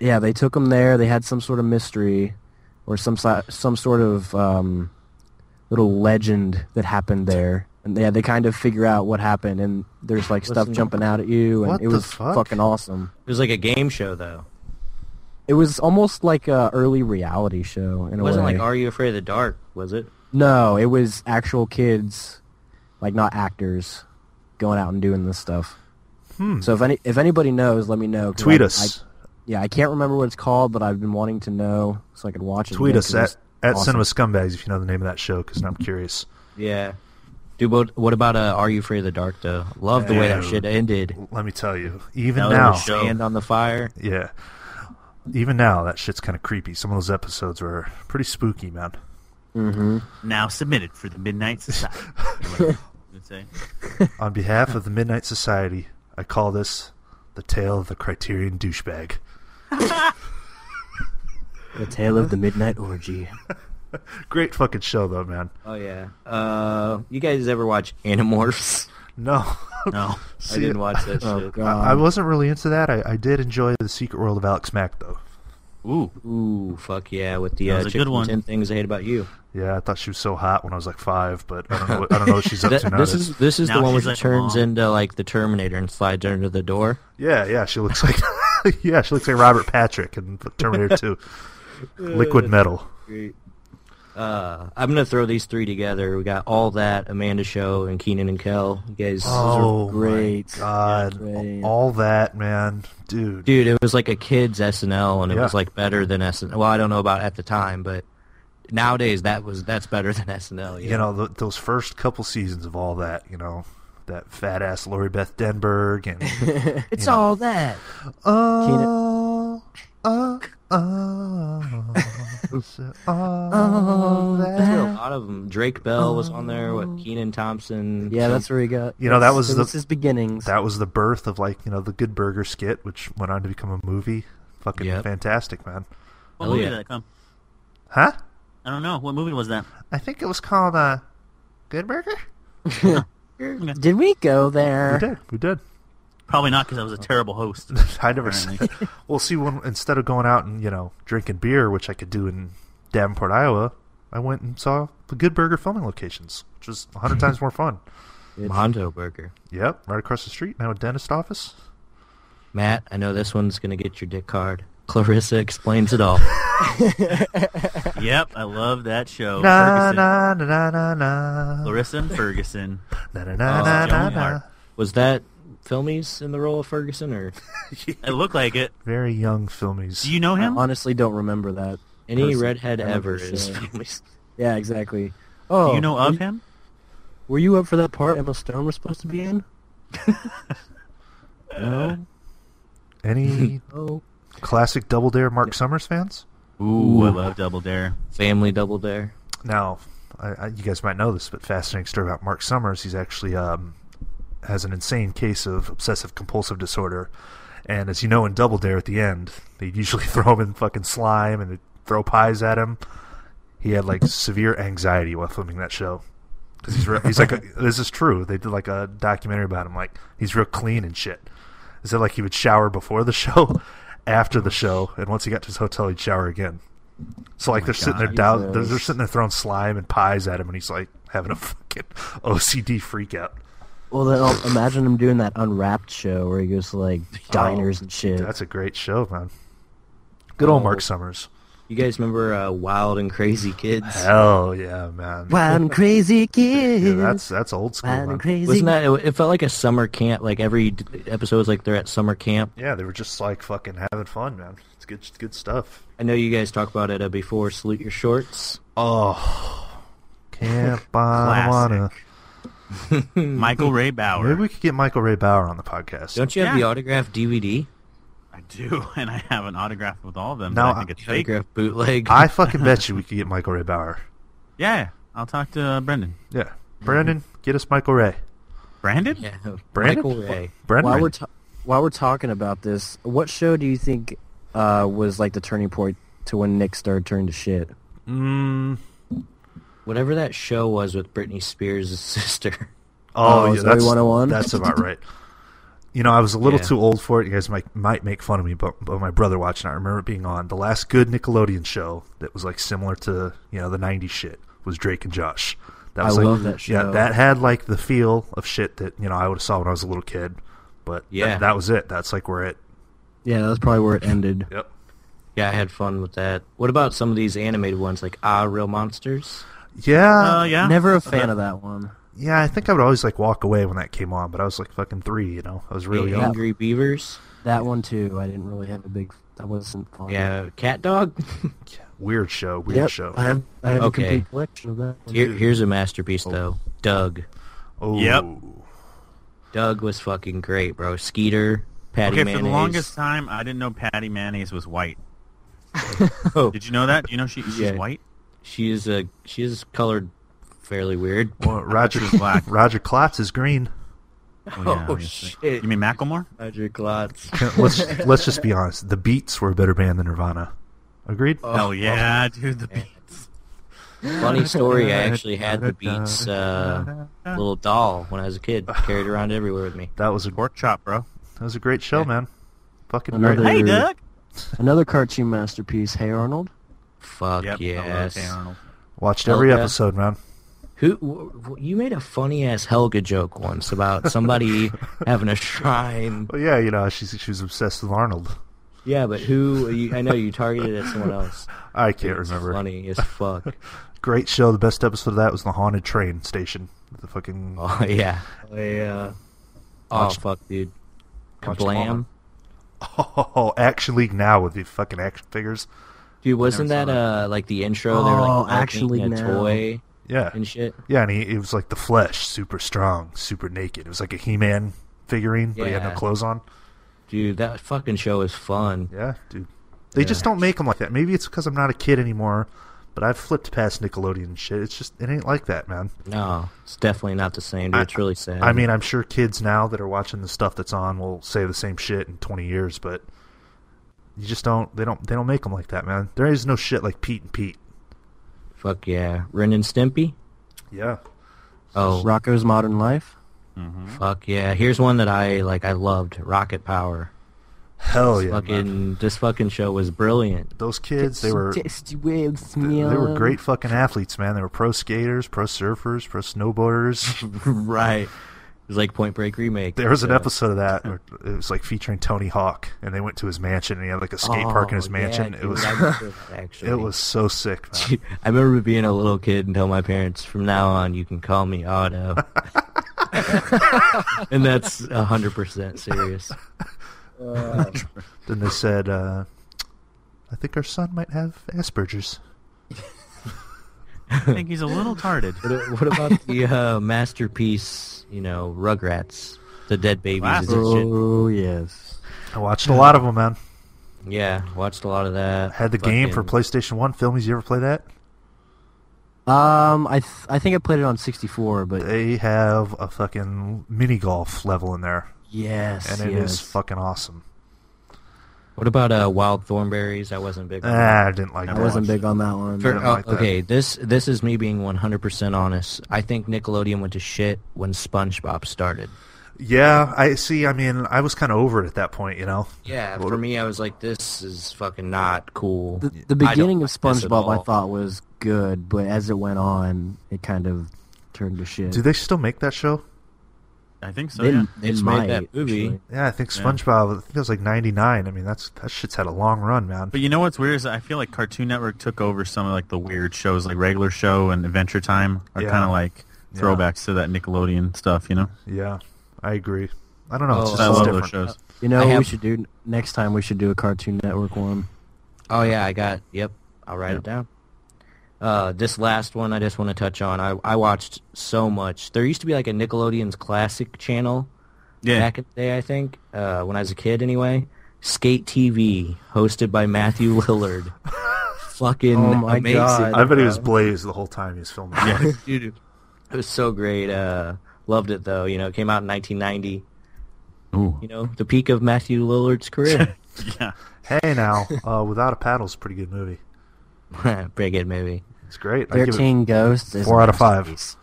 [SPEAKER 5] Yeah, they took them there. They had some sort of mystery, or some si- some sort of um, little legend that happened there, and they had to kind of figure out what happened. And there's like stuff
[SPEAKER 6] Listen.
[SPEAKER 5] jumping out at you, and
[SPEAKER 3] What
[SPEAKER 5] it
[SPEAKER 3] the
[SPEAKER 5] was
[SPEAKER 3] fuck?
[SPEAKER 5] fucking awesome.
[SPEAKER 6] It was like a game show though.
[SPEAKER 5] It was almost like a early reality show in
[SPEAKER 6] It
[SPEAKER 5] a
[SPEAKER 6] wasn't
[SPEAKER 5] way.
[SPEAKER 6] like Are You Afraid of the Dark, was it?
[SPEAKER 5] no, it was actual kids, like not actors, going out and doing this stuff. So if any if anybody knows, let me know. 'cause
[SPEAKER 3] Hmm. Tweet
[SPEAKER 5] I-
[SPEAKER 3] us.
[SPEAKER 5] I- yeah, I can't remember what it's called, but I've been wanting to know so I could watch it.
[SPEAKER 3] Tweet
[SPEAKER 5] again,
[SPEAKER 3] us
[SPEAKER 5] 'cause it was
[SPEAKER 3] at at Cinema
[SPEAKER 5] awesome.
[SPEAKER 3] Scumbags if you know the name of that show, because now I'm curious.
[SPEAKER 6] Yeah. Dude, what, what about uh, Are You Afraid of the Dark though? Love the way that
[SPEAKER 3] Yeah.
[SPEAKER 6] shit ended.
[SPEAKER 3] Let me tell you, even
[SPEAKER 6] That was
[SPEAKER 3] now,
[SPEAKER 6] the Sand on the fire.
[SPEAKER 3] yeah, even now that shit's kind of creepy. Some of those episodes were pretty spooky, man.
[SPEAKER 4] Now submitted for the Midnight Society. Let's say.
[SPEAKER 3] On behalf of the Midnight Society, I call this the tale of the Criterion douchebag.
[SPEAKER 5] The Tale of the Midnight Orgy.
[SPEAKER 3] Great fucking show, though, man.
[SPEAKER 6] Oh yeah. Uh, you guys ever watch Animorphs?
[SPEAKER 3] No,
[SPEAKER 4] No.
[SPEAKER 3] See,
[SPEAKER 6] I didn't watch that
[SPEAKER 5] Oh
[SPEAKER 6] shit.
[SPEAKER 5] god.
[SPEAKER 3] I wasn't really into that. I, I did enjoy the Secret World of Alex Mack, though.
[SPEAKER 4] Ooh.
[SPEAKER 6] Ooh, fuck yeah! With the
[SPEAKER 4] That
[SPEAKER 6] uh,
[SPEAKER 4] was a
[SPEAKER 6] chick
[SPEAKER 4] good
[SPEAKER 6] from
[SPEAKER 4] one.
[SPEAKER 6] Ten Things I Hate About You.
[SPEAKER 3] Yeah, I thought she was so hot when I was like five, but I don't know. What, I don't know what she's up to
[SPEAKER 6] That-
[SPEAKER 3] now.
[SPEAKER 6] this is this is
[SPEAKER 4] Now
[SPEAKER 6] the one where
[SPEAKER 4] she's
[SPEAKER 6] she
[SPEAKER 4] like
[SPEAKER 6] turns
[SPEAKER 4] mom.
[SPEAKER 6] into like the Terminator and slides under the door.
[SPEAKER 3] Yeah, yeah, she looks like yeah, she looks like Robert Patrick in Terminator Two, Liquid Metal.
[SPEAKER 6] Uh, I'm gonna throw these three together. We got all that Amanda Show and Keenan and Kel. You guys,
[SPEAKER 3] Oh
[SPEAKER 5] great.
[SPEAKER 3] my god,
[SPEAKER 5] Great.
[SPEAKER 3] all that man, dude.
[SPEAKER 6] dude, it was like a kids SNL, and it
[SPEAKER 3] Yeah.
[SPEAKER 6] was like better than SNL. Well, I don't know about at the time, but nowadays that was that's better than SNL. Yeah.
[SPEAKER 3] you know th those first couple seasons of all that you know that fat ass Lori Beth Denberg and Uh,
[SPEAKER 6] it's all that.
[SPEAKER 3] oh oh oh so all
[SPEAKER 6] There were
[SPEAKER 3] that.
[SPEAKER 6] a lot of them. Drake Bell was on there. What Keenan Thompson?
[SPEAKER 5] Yeah, that's where he got.
[SPEAKER 3] You know, that was
[SPEAKER 5] it
[SPEAKER 3] the-
[SPEAKER 5] his beginnings.
[SPEAKER 3] that was the birth of like you know the Good Burger skit which went on to become a movie fucking
[SPEAKER 6] Yep.
[SPEAKER 3] fantastic man
[SPEAKER 4] What
[SPEAKER 6] Hell
[SPEAKER 4] movie
[SPEAKER 6] yeah.
[SPEAKER 4] did that come?
[SPEAKER 3] huh
[SPEAKER 4] I don't know. What movie was that?
[SPEAKER 3] I think it was called uh Good Burger
[SPEAKER 5] Did we go
[SPEAKER 3] we
[SPEAKER 5] there?
[SPEAKER 3] did we did
[SPEAKER 4] Probably not because I was a terrible host.
[SPEAKER 3] I never. s- well, see, when instead of going out and you know drinking beer, which I could do in Davenport, Iowa, I went and saw the Good Burger filming locations, which was a hundred times more fun.
[SPEAKER 6] Mondo Burger.
[SPEAKER 3] Yep, right across the street. Now a dentist office.
[SPEAKER 6] Matt, I know this one's gonna get your dick hard. Clarissa explains it all.
[SPEAKER 4] yep, I love that
[SPEAKER 3] Na
[SPEAKER 4] show. Oh, Ferguson.
[SPEAKER 3] na na na na na.
[SPEAKER 4] Larissa and Ferguson.
[SPEAKER 3] Na na
[SPEAKER 4] Oh,
[SPEAKER 3] na na na.
[SPEAKER 4] Joan
[SPEAKER 3] na.
[SPEAKER 4] Hart.
[SPEAKER 6] Was that Filmies in the role of Ferguson or
[SPEAKER 4] It looked like it.
[SPEAKER 3] Very young filmies.
[SPEAKER 4] Do you know
[SPEAKER 5] I
[SPEAKER 4] him?
[SPEAKER 5] honestly don't remember that.
[SPEAKER 6] any
[SPEAKER 5] person.
[SPEAKER 6] redhead
[SPEAKER 5] I don't
[SPEAKER 6] ever
[SPEAKER 5] think
[SPEAKER 6] is
[SPEAKER 5] so.
[SPEAKER 6] Filmies?
[SPEAKER 5] Yeah, exactly. Oh,
[SPEAKER 4] Do you know
[SPEAKER 5] were
[SPEAKER 4] of
[SPEAKER 5] you-
[SPEAKER 4] him?
[SPEAKER 5] Were you up for that part Emma Stone was supposed to be in? no.
[SPEAKER 3] Any
[SPEAKER 5] Oh.
[SPEAKER 3] classic Double Dare Mark Summers fans?
[SPEAKER 4] Ooh, I love Double Dare.
[SPEAKER 6] Family Double Dare.
[SPEAKER 3] Now, I, I, you guys might know this, but fascinating story about Mark Summers. He's actually um, has an insane case of obsessive compulsive disorder, and as you know in Double Dare at the end, they usually throw him in fucking slime and they throw pies at him. He had like severe anxiety while filming that show. 'Cause he's real, he's like a, this is true. They did like a documentary about him. Like he's real clean and shit. Is that like he would shower before the show, after the show, and once he got to his hotel, he'd shower again. So like they're sitting there down, they're, they're sitting there throwing slime and pies at him, and he's like having a fucking OCD freak out.
[SPEAKER 5] Well, then I'll imagine him doing that Unwrapped show where he goes to like diners and shit.
[SPEAKER 3] That's a great show, man. Good old Mark Summers.
[SPEAKER 6] You guys remember uh, Wild and Crazy Kids?
[SPEAKER 3] Hell yeah, man.
[SPEAKER 5] Wild and crazy kids.
[SPEAKER 3] Yeah, that's that's old school.
[SPEAKER 5] wild
[SPEAKER 3] man.
[SPEAKER 5] and crazy.
[SPEAKER 6] Wasn't that? It, it felt like a summer camp. Like every d- episode was like they're at summer camp.
[SPEAKER 3] Yeah, they were just like fucking having fun, man. It's good, good stuff.
[SPEAKER 6] I know you guys talked about it uh, before. Salute your shorts.
[SPEAKER 3] Oh, camp Bonawana.
[SPEAKER 4] Michael Ray Bauer.
[SPEAKER 3] Maybe we could get Michael Ray Bauer on the podcast.
[SPEAKER 6] Don't you have
[SPEAKER 4] Yeah.
[SPEAKER 6] the autographed DVD?
[SPEAKER 4] I do, and I have an autograph with all of them.
[SPEAKER 3] No,
[SPEAKER 4] No, I think
[SPEAKER 3] I-
[SPEAKER 4] it's fake.
[SPEAKER 6] Autographed bootleg.
[SPEAKER 3] I fucking bet you we could get Michael Ray Bauer.
[SPEAKER 4] Yeah, I'll talk to uh, Brendan.
[SPEAKER 3] Yeah, Brandon, get us Michael Ray.
[SPEAKER 4] Brandon?
[SPEAKER 6] yeah.
[SPEAKER 3] Brandon?
[SPEAKER 6] Michael Ray.
[SPEAKER 3] Brandon,
[SPEAKER 5] while we're ta- while we're talking about this, what show do you think uh, was like the turning point to when Nick started turning to shit?
[SPEAKER 6] Whatever that show was with Britney Spears' sister.
[SPEAKER 3] Oh,
[SPEAKER 5] Oh,
[SPEAKER 3] yeah,
[SPEAKER 5] Zoe
[SPEAKER 3] that's
[SPEAKER 5] 101?
[SPEAKER 3] That's about right. You know, I was a little
[SPEAKER 6] Yeah.
[SPEAKER 3] too old for it. You guys might might make fun of me, but, but my brother watching. I remember it being on the last good Nickelodeon show that was like similar to you know the '90s shit was Drake and Josh. That
[SPEAKER 5] I
[SPEAKER 3] was like,
[SPEAKER 5] love that
[SPEAKER 3] Yeah,
[SPEAKER 5] show.
[SPEAKER 3] that had like the feel of shit that you know I would have saw when I was a little kid. But yeah,
[SPEAKER 6] Yeah.
[SPEAKER 3] that was it. That's like where it.
[SPEAKER 5] Yeah, that's probably where it ended.
[SPEAKER 3] Yep.
[SPEAKER 6] Yeah, I had fun with that. What about some of these animated ones like Ah Real Monsters?
[SPEAKER 3] Yeah,
[SPEAKER 4] Uh, yeah.
[SPEAKER 5] Never a fan of that one.
[SPEAKER 3] yeah. I think I would always like walk away when that came on, but I was like fucking three. You know, I was
[SPEAKER 4] Oh,
[SPEAKER 3] really
[SPEAKER 6] The
[SPEAKER 3] young.
[SPEAKER 6] Angry Beavers?
[SPEAKER 5] That one too. I didn't really have a big. That wasn't fun.
[SPEAKER 6] Yeah, Cat Dog?
[SPEAKER 3] Weird show. Weird
[SPEAKER 5] Yep.
[SPEAKER 3] show.
[SPEAKER 5] I have, I have
[SPEAKER 6] Okay.
[SPEAKER 5] a complete collection of that. One.
[SPEAKER 6] Here, here's a
[SPEAKER 4] Oh.
[SPEAKER 6] masterpiece though. Doug.
[SPEAKER 3] Oh,
[SPEAKER 4] Yep.
[SPEAKER 6] Doug was fucking great, bro. Skeeter, Patty
[SPEAKER 4] Okay,
[SPEAKER 6] Mayonnaise.
[SPEAKER 4] for the longest time, I didn't know Patty Mayonnaise was white.
[SPEAKER 6] Oh.
[SPEAKER 4] Did you know that? Do you know she, she's
[SPEAKER 6] Yeah.
[SPEAKER 4] white?
[SPEAKER 6] she is a she is colored fairly weird.
[SPEAKER 3] Well, Roger
[SPEAKER 4] She's black.
[SPEAKER 6] Oh,
[SPEAKER 3] Roger Klotz is green.
[SPEAKER 4] Oh, yeah, obviously. You mean Macklemore?
[SPEAKER 6] Magic lots.
[SPEAKER 3] let's let's just be honest. The Beats were a better band than Nirvana. Uh, Agreed.
[SPEAKER 4] Oh, yeah, dude. The Beats.
[SPEAKER 6] Funny story, I actually had the Beats uh, little doll when I was a kid, carried around everywhere with me.
[SPEAKER 3] that was a
[SPEAKER 4] Pork chop, bro.
[SPEAKER 3] that was a great show, man. Fucking
[SPEAKER 5] Another-
[SPEAKER 3] great.
[SPEAKER 4] Hey,
[SPEAKER 5] Dude.
[SPEAKER 4] Doug.
[SPEAKER 5] Another cartoon masterpiece. Hey Arnold.
[SPEAKER 6] Fuck
[SPEAKER 4] Yep, I love
[SPEAKER 6] yes.
[SPEAKER 4] Hey Arnold.
[SPEAKER 3] Watched every
[SPEAKER 6] Hellcat.
[SPEAKER 3] episode, man.
[SPEAKER 6] Who wh- wh- you made a funny ass Helga joke once about somebody having a shrine?
[SPEAKER 3] Well, yeah, you know she's she was obsessed with Arnold.
[SPEAKER 6] Yeah, but who? You, I know you targeted at someone else.
[SPEAKER 3] I can't
[SPEAKER 6] It's
[SPEAKER 3] remember.
[SPEAKER 6] Funny as fuck.
[SPEAKER 3] Great show. The best episode of that was the haunted train station. The fucking
[SPEAKER 6] Oh yeah. I, uh, oh fuck, dude.
[SPEAKER 3] watched them all.
[SPEAKER 6] Kablam.
[SPEAKER 3] oh, Action League now with the fucking action figures.
[SPEAKER 6] Dude, wasn't
[SPEAKER 4] Never
[SPEAKER 6] that
[SPEAKER 4] saw
[SPEAKER 6] uh like the intro? they were
[SPEAKER 5] Oh,
[SPEAKER 6] like milking
[SPEAKER 5] actually
[SPEAKER 6] a
[SPEAKER 5] now.
[SPEAKER 6] toy
[SPEAKER 3] Yeah.
[SPEAKER 6] and shit.
[SPEAKER 3] Yeah, and he it was like the flesh, super strong, super naked. It was like a He Man figurine, but he had no
[SPEAKER 6] Yeah.
[SPEAKER 3] clothes on.
[SPEAKER 6] Dude, that fucking show is fun.
[SPEAKER 3] Yeah, dude. They just don't make them like that. Maybe it's because I'm not a kid anymore, but I've flipped past Nickelodeon shit. It's just it ain't like that, man.
[SPEAKER 6] No, it's definitely not the same. Dude.
[SPEAKER 3] I-
[SPEAKER 6] it's really sad.
[SPEAKER 3] I mean, I'm sure kids now that are watching the stuff that's on will say the same shit in 20 years, but you just don't. They don't. They don't make them like that, man. There is no shit like Pete and Pete.
[SPEAKER 6] fuck yeah, Ren and Stimpy.
[SPEAKER 3] Yeah.
[SPEAKER 6] Oh,
[SPEAKER 5] Rocco's Modern Life.
[SPEAKER 6] fuck yeah. Here's one that I like. I loved Rocket Power.
[SPEAKER 3] Hell
[SPEAKER 6] This
[SPEAKER 3] yeah,
[SPEAKER 6] fucking
[SPEAKER 3] man.
[SPEAKER 6] this fucking show was brilliant.
[SPEAKER 3] Those kids, they were
[SPEAKER 5] Tasty with
[SPEAKER 3] they were
[SPEAKER 5] smell.
[SPEAKER 3] great fucking athletes, man. They were pro skaters, pro surfers, pro snowboarders.
[SPEAKER 6] right. It was like Point Break remake.
[SPEAKER 3] There was an
[SPEAKER 6] So-
[SPEAKER 3] episode of that. Where it was like featuring Tony Hawk, and they went to his mansion, and he had like a skate park in his
[SPEAKER 6] Oh,
[SPEAKER 3] mansion.
[SPEAKER 6] yeah,
[SPEAKER 3] it
[SPEAKER 6] dude,
[SPEAKER 3] was
[SPEAKER 6] I remember that, actually.
[SPEAKER 3] it was so sick, man.
[SPEAKER 6] Dude, I remember being a little kid and tell my parents, from now on, you can call me Otto. and that's 100% serious.
[SPEAKER 3] then they said, uh, "I think our son might have Asperger's."
[SPEAKER 4] I think he's a little tarded.
[SPEAKER 6] What, what about the uh, masterpiece, you know, Rugrats, the dead babies and shit?
[SPEAKER 5] Oh yes.
[SPEAKER 3] I watched a lot of them, man.
[SPEAKER 6] Yeah, watched a lot of that.
[SPEAKER 3] Had the game for
[SPEAKER 6] Fucking-
[SPEAKER 3] PlayStation One. Filmies, you ever play that?
[SPEAKER 5] Um, I th- I think I played it on 64, but
[SPEAKER 3] They have a fucking mini golf level in there,
[SPEAKER 5] yes,
[SPEAKER 3] and it is
[SPEAKER 5] yes.
[SPEAKER 3] fucking awesome.
[SPEAKER 6] What about uh, Wild Thornberries? I wasn't big on that.
[SPEAKER 3] Ah, I didn't like
[SPEAKER 4] I
[SPEAKER 5] I
[SPEAKER 3] that.
[SPEAKER 5] wasn't
[SPEAKER 4] watched
[SPEAKER 5] big on that one.
[SPEAKER 6] For-
[SPEAKER 3] didn't
[SPEAKER 6] oh,
[SPEAKER 3] like that.
[SPEAKER 6] okay, this this is me being 100% honest. I think Nickelodeon went to shit when SpongeBob started.
[SPEAKER 3] Yeah, I see. I mean, I was kind of over it at that point, you know.
[SPEAKER 6] Yeah,
[SPEAKER 3] Well,
[SPEAKER 6] for me, I was like, this is fucking not cool.
[SPEAKER 5] the, the
[SPEAKER 6] I don't
[SPEAKER 5] beginning of
[SPEAKER 6] like this at
[SPEAKER 5] SpongeBob I
[SPEAKER 6] all.
[SPEAKER 5] thought was good, but as it went on, it kind of turned to shit.
[SPEAKER 3] Do they still make that show?
[SPEAKER 4] I think so.
[SPEAKER 5] They-
[SPEAKER 4] yeah.
[SPEAKER 5] they
[SPEAKER 6] It's
[SPEAKER 5] might,
[SPEAKER 6] made that movie.
[SPEAKER 5] actually.
[SPEAKER 3] Yeah, I think SpongeBob. I think it was like '99. I mean, that's that shit's had a long run, man.
[SPEAKER 4] But you know what's weird is I feel like Cartoon Network took over some of like the weird shows, like Regular Show and Adventure Time are
[SPEAKER 3] Yeah.
[SPEAKER 4] kind of like
[SPEAKER 3] Yeah.
[SPEAKER 4] throwbacks to that Nickelodeon stuff, you know?
[SPEAKER 3] Yeah, I agree. I don't know.
[SPEAKER 6] Oh,
[SPEAKER 3] it's
[SPEAKER 4] I
[SPEAKER 3] just
[SPEAKER 4] love
[SPEAKER 3] it's
[SPEAKER 4] those
[SPEAKER 3] different.
[SPEAKER 4] shows.
[SPEAKER 5] You know,
[SPEAKER 6] I
[SPEAKER 5] what we
[SPEAKER 6] have-
[SPEAKER 5] should do next time. We should do a Cartoon Network one.
[SPEAKER 6] Oh yeah, I got. Yep, I'll write it down. Uh, this last one I just want to touch on. I I watched so much. There used to be like a Nickelodeon's Classic channel
[SPEAKER 4] Yeah.
[SPEAKER 6] back in the day. I think uh, when I was a kid, anyway. Skate TV, hosted by Matthew Lillard. Fucking
[SPEAKER 5] Oh, my
[SPEAKER 6] amazing.
[SPEAKER 5] God.
[SPEAKER 3] I bet he was blazed the whole time he was filming.
[SPEAKER 4] Yeah.
[SPEAKER 6] Dude, it was so great. Uh, loved it though. You know, it came out in 1990.
[SPEAKER 4] Ooh.
[SPEAKER 6] You know, the peak of Matthew Lillard's career.
[SPEAKER 4] Yeah.
[SPEAKER 3] Hey, now, uh, without a paddle is a pretty good movie.
[SPEAKER 6] Pretty good movie.
[SPEAKER 3] It's great. I give it
[SPEAKER 5] Thirteen Ghosts. Is
[SPEAKER 3] four
[SPEAKER 5] a
[SPEAKER 3] out of five.
[SPEAKER 5] masterpiece.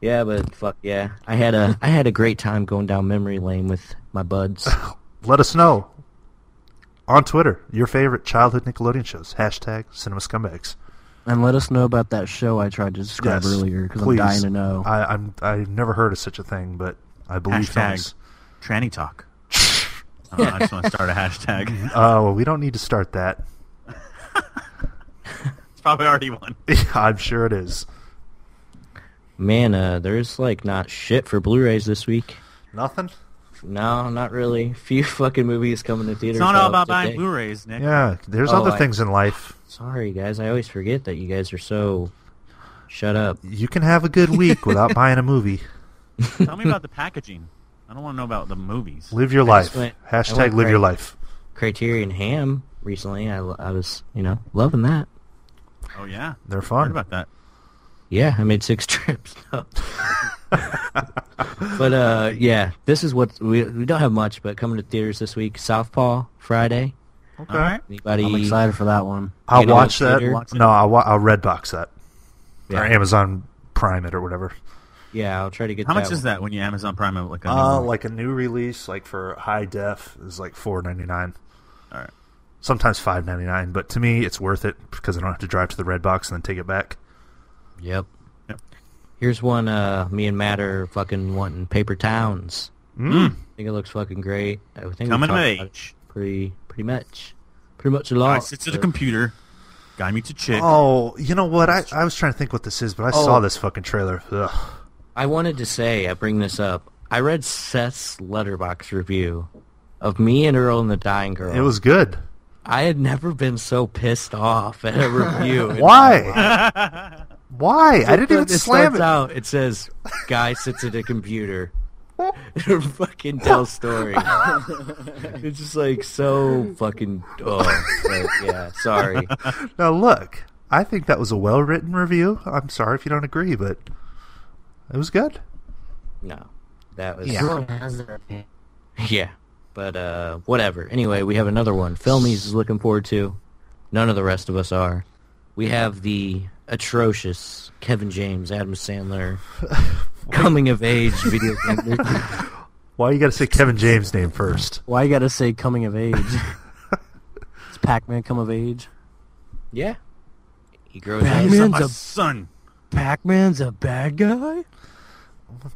[SPEAKER 6] Yeah, but fuck yeah. I had a I had a great time going down memory lane with my buds.
[SPEAKER 3] Let us know on Twitter your favorite childhood Nickelodeon shows. Hashtag Cinema Scumbags.
[SPEAKER 5] And let us know about that show I tried to describe
[SPEAKER 3] Yes,
[SPEAKER 5] earlier because I'm
[SPEAKER 3] please.
[SPEAKER 5] dying to know.
[SPEAKER 3] I, I'm I've never heard of such a thing, but I believe
[SPEAKER 4] Hashtag
[SPEAKER 3] films.
[SPEAKER 4] tranny talk. I, don't know, I just want to start a hashtag.
[SPEAKER 3] Uh, well, we don't need to start that.
[SPEAKER 4] It's probably already one.
[SPEAKER 3] I'm sure it is.
[SPEAKER 6] Man, uh, there's like not shit for Blu-rays this week.
[SPEAKER 3] Nothing.
[SPEAKER 6] No, not really. Few fucking movies coming to theaters.
[SPEAKER 4] It's not all about
[SPEAKER 6] today.
[SPEAKER 4] buying Blu-rays, Nick.
[SPEAKER 3] Yeah, there's
[SPEAKER 6] Oh,
[SPEAKER 3] other
[SPEAKER 6] I-
[SPEAKER 3] things in life.
[SPEAKER 6] Sorry guys, I always forget that you guys are so shut up.
[SPEAKER 3] You can have a good week without buying a movie.
[SPEAKER 4] Tell me about the packaging. I don't want to know about the movies.
[SPEAKER 3] Live your
[SPEAKER 6] I
[SPEAKER 3] life.
[SPEAKER 6] just went- I
[SPEAKER 3] Hashtag
[SPEAKER 6] went
[SPEAKER 3] live your
[SPEAKER 6] crazy.
[SPEAKER 3] life.
[SPEAKER 6] Criterion Ham recently, I, I was, you know, loving that.
[SPEAKER 4] Oh yeah,
[SPEAKER 3] They're
[SPEAKER 4] heard
[SPEAKER 3] fun.
[SPEAKER 4] about that.
[SPEAKER 6] Yeah, I made six trips. No. but uh, yeah, this is what we we don't have much, but coming to theaters this week, Southpaw Friday.
[SPEAKER 3] Okay.
[SPEAKER 4] All right.
[SPEAKER 6] Anybody?
[SPEAKER 5] I'm excited for that one.
[SPEAKER 3] I'll
[SPEAKER 6] You know,
[SPEAKER 3] watch that.
[SPEAKER 6] theater.
[SPEAKER 3] No, I'll, wa- I'll red box that
[SPEAKER 6] Yeah,
[SPEAKER 3] or Amazon Prime it or whatever.
[SPEAKER 6] yeah, I'll try to get.
[SPEAKER 4] How much
[SPEAKER 6] that
[SPEAKER 4] is
[SPEAKER 6] one.
[SPEAKER 4] that when you Amazon Prime it, like a new
[SPEAKER 3] Uh,
[SPEAKER 4] movie?
[SPEAKER 3] like a new release, like for high def, is like four ninety nine.
[SPEAKER 4] All right.
[SPEAKER 3] Sometimes five ninety nine, but to me, it's worth it because I don't have to drive to the red box and then take it back.
[SPEAKER 6] Yep.
[SPEAKER 4] Yep.
[SPEAKER 6] Here's one. Uh, me and Matt are fucking wanting Paper Towns.
[SPEAKER 3] Mm.
[SPEAKER 6] I think it looks fucking great. I think we
[SPEAKER 4] Hmm. Coming of
[SPEAKER 6] talked about it
[SPEAKER 4] age.
[SPEAKER 6] Pretty pretty much. Pretty much a
[SPEAKER 4] I
[SPEAKER 6] lot.
[SPEAKER 4] sit to the
[SPEAKER 6] but-
[SPEAKER 4] computer. Guy meets a chick.
[SPEAKER 3] uh, Oh, you know what? I, I was trying to think what this is, but I
[SPEAKER 6] Oh.
[SPEAKER 3] saw this fucking trailer. Ugh.
[SPEAKER 6] I wanted to say, I bring this up. I read Seth's letterbox review of me and Earl and the Dying Girl.
[SPEAKER 3] It was good.
[SPEAKER 6] I had never been so pissed off at a review. in my life.
[SPEAKER 3] Why? Why? I didn't even
[SPEAKER 6] it
[SPEAKER 3] slam
[SPEAKER 6] starts
[SPEAKER 3] it.
[SPEAKER 6] out. It says, "Guy sits at a computer." and fucking tell story. it's just like so fucking. Oh, like, yeah. Sorry.
[SPEAKER 3] Now look, I think that was a well-written review. I'm sorry if you don't agree, but it was good.
[SPEAKER 6] No, that was
[SPEAKER 3] Yeah.
[SPEAKER 6] Yeah, but uh, whatever. Anyway, we have another one. Filmies is looking forward to. None of the rest of us are. We have the atrocious Kevin James, Adam Sandler, coming of age video game.
[SPEAKER 3] Why you got to say Kevin James' name first?
[SPEAKER 5] Why you gotta say coming of age? It's Pac-Man come of age?
[SPEAKER 6] yeah, he grows
[SPEAKER 5] Batman?
[SPEAKER 6] up.
[SPEAKER 4] He's
[SPEAKER 5] Man's
[SPEAKER 4] my
[SPEAKER 5] a-
[SPEAKER 4] son.
[SPEAKER 5] Pac-Man's a bad guy.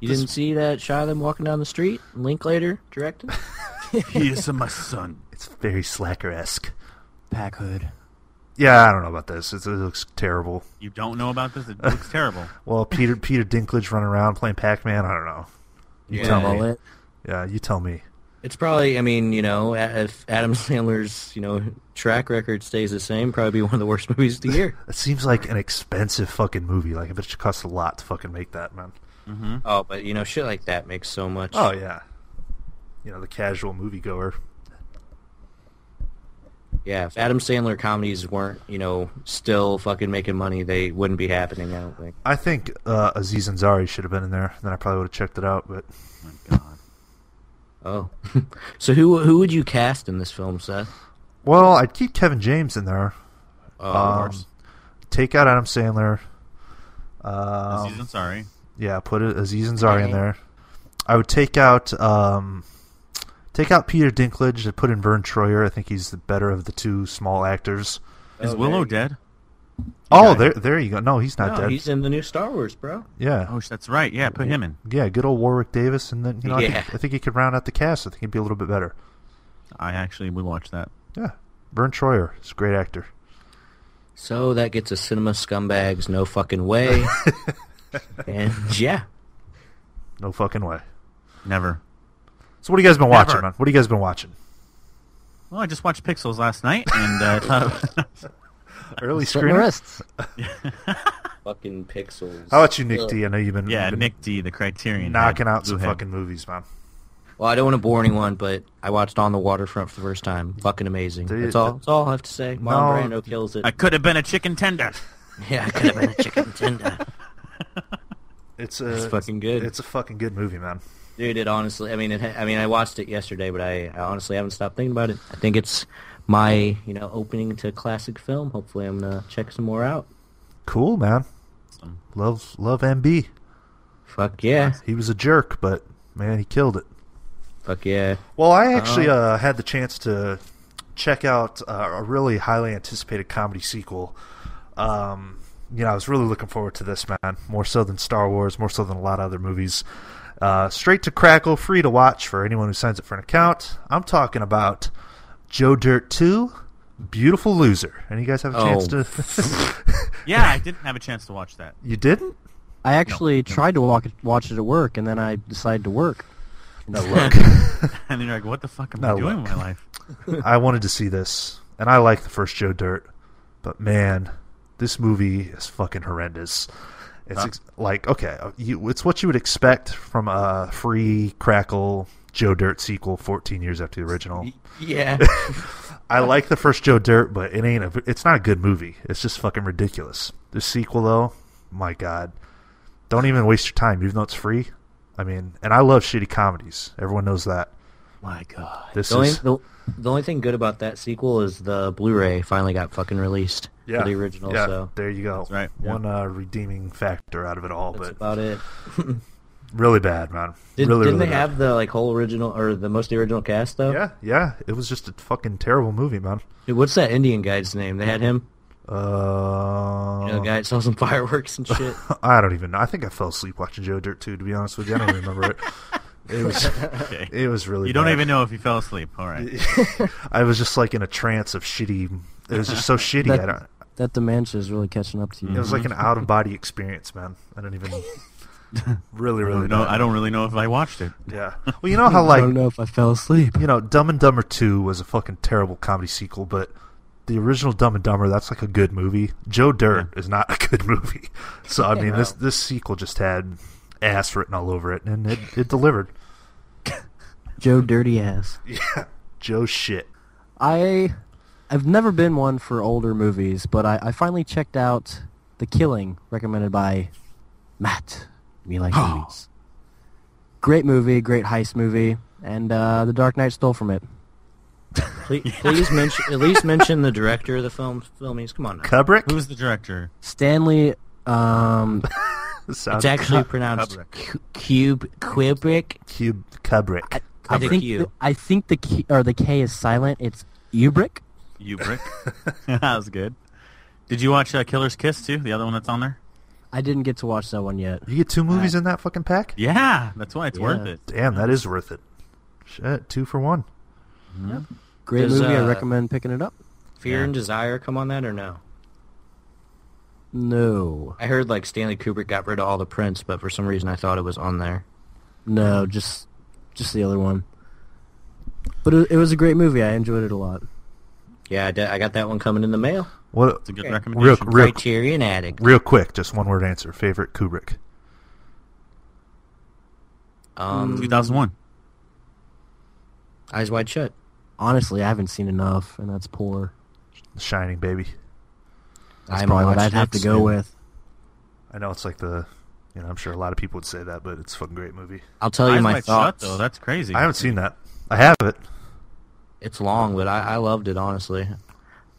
[SPEAKER 6] You didn't see that shot of them walking down the street? Linklater directed.
[SPEAKER 4] He is my son.
[SPEAKER 3] It's very slacker-esque.
[SPEAKER 5] Pac Hood.
[SPEAKER 3] Yeah, I don't know about this. It's, it looks terrible.
[SPEAKER 4] You don't know about this? It looks terrible. Oh
[SPEAKER 3] Well, Peter Peter Dinklage running around playing Pac-Man. I don't know.
[SPEAKER 6] Yeah.
[SPEAKER 3] tell me.
[SPEAKER 5] Bullet.
[SPEAKER 3] Yeah, you tell me.
[SPEAKER 6] It's probably, I mean, you know, a- if Adam Sandler's, you know, track record stays the same, probably be one of the worst movies of the year.
[SPEAKER 3] It seems like an expensive fucking movie. Like I bet it costs a lot to fucking make that, man.
[SPEAKER 6] oh, but you know, shit like that makes so much.
[SPEAKER 3] Oh yeah. You know the casual moviegoer.
[SPEAKER 6] yeah. If Adam Sandler comedies weren't, you know, still fucking making money, they wouldn't be happening. I don't think.
[SPEAKER 3] I think uh, Aziz Ansari should have been in there. Then I probably would have checked it out. But
[SPEAKER 6] Oh, so who who would you cast in this film, Seth?
[SPEAKER 3] well, I'd keep Kevin James in there.
[SPEAKER 6] Oh,
[SPEAKER 3] Um, Take out Adam Sandler.
[SPEAKER 4] Aziz
[SPEAKER 3] Um,
[SPEAKER 4] Ansari.
[SPEAKER 3] yeah, put it- Aziz Ansari in there. I would take out um, take out Peter Dinklage and put in Vern Troyer. I think he's the better of the two small actors.
[SPEAKER 4] Is
[SPEAKER 6] okay.
[SPEAKER 4] Willow dead?
[SPEAKER 3] Oh, there there you go. No, he's not
[SPEAKER 6] no,
[SPEAKER 3] dead.
[SPEAKER 6] he's in the new Star Wars, bro.
[SPEAKER 3] yeah,
[SPEAKER 4] Oh, sh- that's right. Yeah, put him in.
[SPEAKER 3] yeah. Good old Warwick Davis, and then you know I,
[SPEAKER 6] Yeah.
[SPEAKER 3] think, I think he could round out the cast. I think he'd be a little bit better.
[SPEAKER 4] I actually would watch that.
[SPEAKER 3] Yeah, Vern Troyer is a great actor.
[SPEAKER 6] So that gets a cinema scumbags no fucking way. and yeah,
[SPEAKER 3] No fucking way.
[SPEAKER 4] Never.
[SPEAKER 3] So what have you guys been watching,
[SPEAKER 4] Never.
[SPEAKER 3] man? What have you guys been watching?
[SPEAKER 4] Well, I just watched Pixels last night, and uh, thought-
[SPEAKER 3] Early
[SPEAKER 5] Slit my
[SPEAKER 3] screener.
[SPEAKER 5] wrists.
[SPEAKER 6] fucking pixels.
[SPEAKER 3] How about you,
[SPEAKER 6] Uh,
[SPEAKER 3] Nick D? I know you've been
[SPEAKER 4] yeah,
[SPEAKER 3] you've been
[SPEAKER 4] Nick D, the Criterion,
[SPEAKER 3] knocking
[SPEAKER 4] head,
[SPEAKER 3] out some
[SPEAKER 4] blue head.
[SPEAKER 3] fucking movies, man.
[SPEAKER 6] Well, I don't want to bore anyone, but I watched On the Waterfront for the first time. Fucking amazing.
[SPEAKER 3] Dude,
[SPEAKER 6] that's all.
[SPEAKER 3] that-
[SPEAKER 6] That's all I have to say. Marlon
[SPEAKER 3] No.
[SPEAKER 6] Brando kills it.
[SPEAKER 4] I could have been a chicken tender.
[SPEAKER 6] yeah, I could have been a chicken tender.
[SPEAKER 3] It's a
[SPEAKER 6] It's fucking good.
[SPEAKER 3] It's a fucking good movie, man.
[SPEAKER 6] Dude, it honestly. I mean, it, ha- I mean, I watched it yesterday, but I, I honestly haven't stopped thinking about it. I think it's my, you know, opening to classic film. Hopefully, I'm gonna check some more out.
[SPEAKER 3] Cool, man. Love love MB.
[SPEAKER 6] Fuck yeah.
[SPEAKER 3] He was a jerk, but man, he killed it.
[SPEAKER 6] Fuck yeah.
[SPEAKER 3] Well, I actually uh, had the chance to check out uh, a really highly anticipated comedy sequel. Um, you know, I was really looking forward to this, man. More so than Star Wars, more so than a lot of other movies. Uh, straight to Crackle, free to watch for anyone who signs up for an account. I'm talking about Joe Dirt 2, Beautiful Loser. And you guys have a
[SPEAKER 6] Oh.
[SPEAKER 3] chance to.
[SPEAKER 4] Yeah, I didn't have a chance to watch that.
[SPEAKER 3] you didn't?
[SPEAKER 5] I actually tried to walk, watch it at work, and then I decided to work.
[SPEAKER 3] No, look.
[SPEAKER 4] And then you're like, what the fuck am
[SPEAKER 3] No,
[SPEAKER 4] I doing with
[SPEAKER 3] look.
[SPEAKER 4] my life?
[SPEAKER 3] I wanted to see this, and I like the first Joe Dirt, but man, this movie is fucking horrendous. It's ex- like okay, uh, you, it's what you would expect from a free crackle Joe Dirt sequel, fourteen years after the original.
[SPEAKER 6] Yeah.
[SPEAKER 3] I like the first Joe Dirt, but it ain't. A, it's not a good movie. It's just fucking ridiculous. The sequel, though, my god, don't even waste your time, even though it's free. I mean, and I love shitty comedies. Everyone knows that.
[SPEAKER 6] My God.
[SPEAKER 3] This
[SPEAKER 6] the only,
[SPEAKER 3] is-
[SPEAKER 6] the, the only thing good about that sequel is the Blu-ray finally got fucking released for the original.
[SPEAKER 3] Yeah,
[SPEAKER 6] so
[SPEAKER 3] there you go.
[SPEAKER 4] right, yeah.
[SPEAKER 3] One uh, redeeming factor out of it all,
[SPEAKER 6] that's
[SPEAKER 3] but
[SPEAKER 6] about it.
[SPEAKER 3] really bad, man.
[SPEAKER 6] Did,
[SPEAKER 3] really,
[SPEAKER 6] didn't
[SPEAKER 3] really
[SPEAKER 6] they
[SPEAKER 3] bad.
[SPEAKER 6] have the like whole original or the most of the original cast though?
[SPEAKER 3] Yeah, yeah. It was just a fucking terrible movie, man.
[SPEAKER 6] Dude, what's that Indian guy's name? They had him.
[SPEAKER 3] Uh,
[SPEAKER 6] You
[SPEAKER 3] Oh.
[SPEAKER 6] know, the guy that saw some fireworks and shit.
[SPEAKER 3] I don't even know. I think I fell asleep watching Joe Dirt 2, to be honest with you. I don't remember it. It was,
[SPEAKER 4] Okay.
[SPEAKER 3] it was really.
[SPEAKER 4] You don't
[SPEAKER 3] bad.
[SPEAKER 4] even know if you fell asleep. All right.
[SPEAKER 3] I was just like in a trance of shitty. It was just so shitty. I don't. Mm.
[SPEAKER 5] That dementia is really catching up to you.
[SPEAKER 3] It was like an out of body experience, man. I don't even. Really,
[SPEAKER 4] I
[SPEAKER 3] really
[SPEAKER 4] don't know.
[SPEAKER 3] bad.
[SPEAKER 4] I don't really know if I watched it.
[SPEAKER 3] Yeah. Well, you know how like
[SPEAKER 5] I don't know if I fell asleep.
[SPEAKER 3] you know, Dumb and Dumber Two was a fucking terrible comedy sequel, but the original Dumb and Dumber that's like a good movie. Joe Dirt is not a good movie. So I mean, this this sequel just had ass written all over it, and it, it delivered.
[SPEAKER 5] Joe Dirty Ass.
[SPEAKER 3] Joe shit.
[SPEAKER 5] I I've never been one for older movies, but I, I finally checked out The Killing, recommended by Matt. We like
[SPEAKER 6] Oh.
[SPEAKER 5] movies. Great movie, great heist movie, and uh, The Dark Knight stole from it.
[SPEAKER 6] Please, please mention at least mention the director of the film filmings. Come on, now.
[SPEAKER 3] Kubrick.
[SPEAKER 4] Who's the director?
[SPEAKER 5] Stanley, um,
[SPEAKER 6] it's
[SPEAKER 3] Sounds
[SPEAKER 6] actually pronounced Cu- Cube Kubrick.
[SPEAKER 3] Cube Kubrick.
[SPEAKER 5] I
[SPEAKER 6] Kubrick.
[SPEAKER 5] think
[SPEAKER 6] You.
[SPEAKER 5] the, I think the key, or the K is silent. It's Ubrick.
[SPEAKER 4] Ubrick. that was good. Did you watch uh, Killer's Kiss too? The other one that's on there.
[SPEAKER 5] I didn't get to watch that one yet.
[SPEAKER 3] You get two movies in that fucking pack.
[SPEAKER 4] Yeah, that's why it's worth
[SPEAKER 5] Yeah.
[SPEAKER 4] it.
[SPEAKER 3] Damn, that is worth it. Shit, two for one.
[SPEAKER 5] Great
[SPEAKER 6] Does,
[SPEAKER 5] movie. I
[SPEAKER 6] uh,
[SPEAKER 5] recommend picking it up.
[SPEAKER 6] Fear
[SPEAKER 4] Yeah.
[SPEAKER 6] and Desire come on that or no?
[SPEAKER 5] No,
[SPEAKER 6] I heard like Stanley Kubrick got rid of all the prints, but for some reason I thought it was on there. Um,
[SPEAKER 5] no, just just the other one. But it, it was a great movie. I enjoyed it a lot.
[SPEAKER 6] Yeah, I, de- I got that one coming in the mail.
[SPEAKER 3] What?
[SPEAKER 4] It's a good
[SPEAKER 6] Okay.
[SPEAKER 3] Real,
[SPEAKER 4] recommendation.
[SPEAKER 3] real,
[SPEAKER 6] Criterion Addict.
[SPEAKER 3] real quick. Just one word answer. Favorite Kubrick.
[SPEAKER 6] Um,
[SPEAKER 4] 2001.
[SPEAKER 6] Eyes Wide Shut.
[SPEAKER 5] Honestly, I haven't seen enough, and that's poor.
[SPEAKER 3] The Shining, baby.
[SPEAKER 5] That's
[SPEAKER 6] I
[SPEAKER 5] probably what
[SPEAKER 6] watched
[SPEAKER 5] I'd have to go
[SPEAKER 6] X-Men.
[SPEAKER 5] with.
[SPEAKER 3] I know it's like the, you know, I'm sure a lot of people would say that, but it's a fucking great movie.
[SPEAKER 6] I'll tell you
[SPEAKER 4] Eyes
[SPEAKER 6] my
[SPEAKER 4] Wide
[SPEAKER 6] thoughts.
[SPEAKER 4] Shut though. That's crazy.
[SPEAKER 3] I haven't seen that. I have it.
[SPEAKER 6] It's long, but I, I loved it honestly.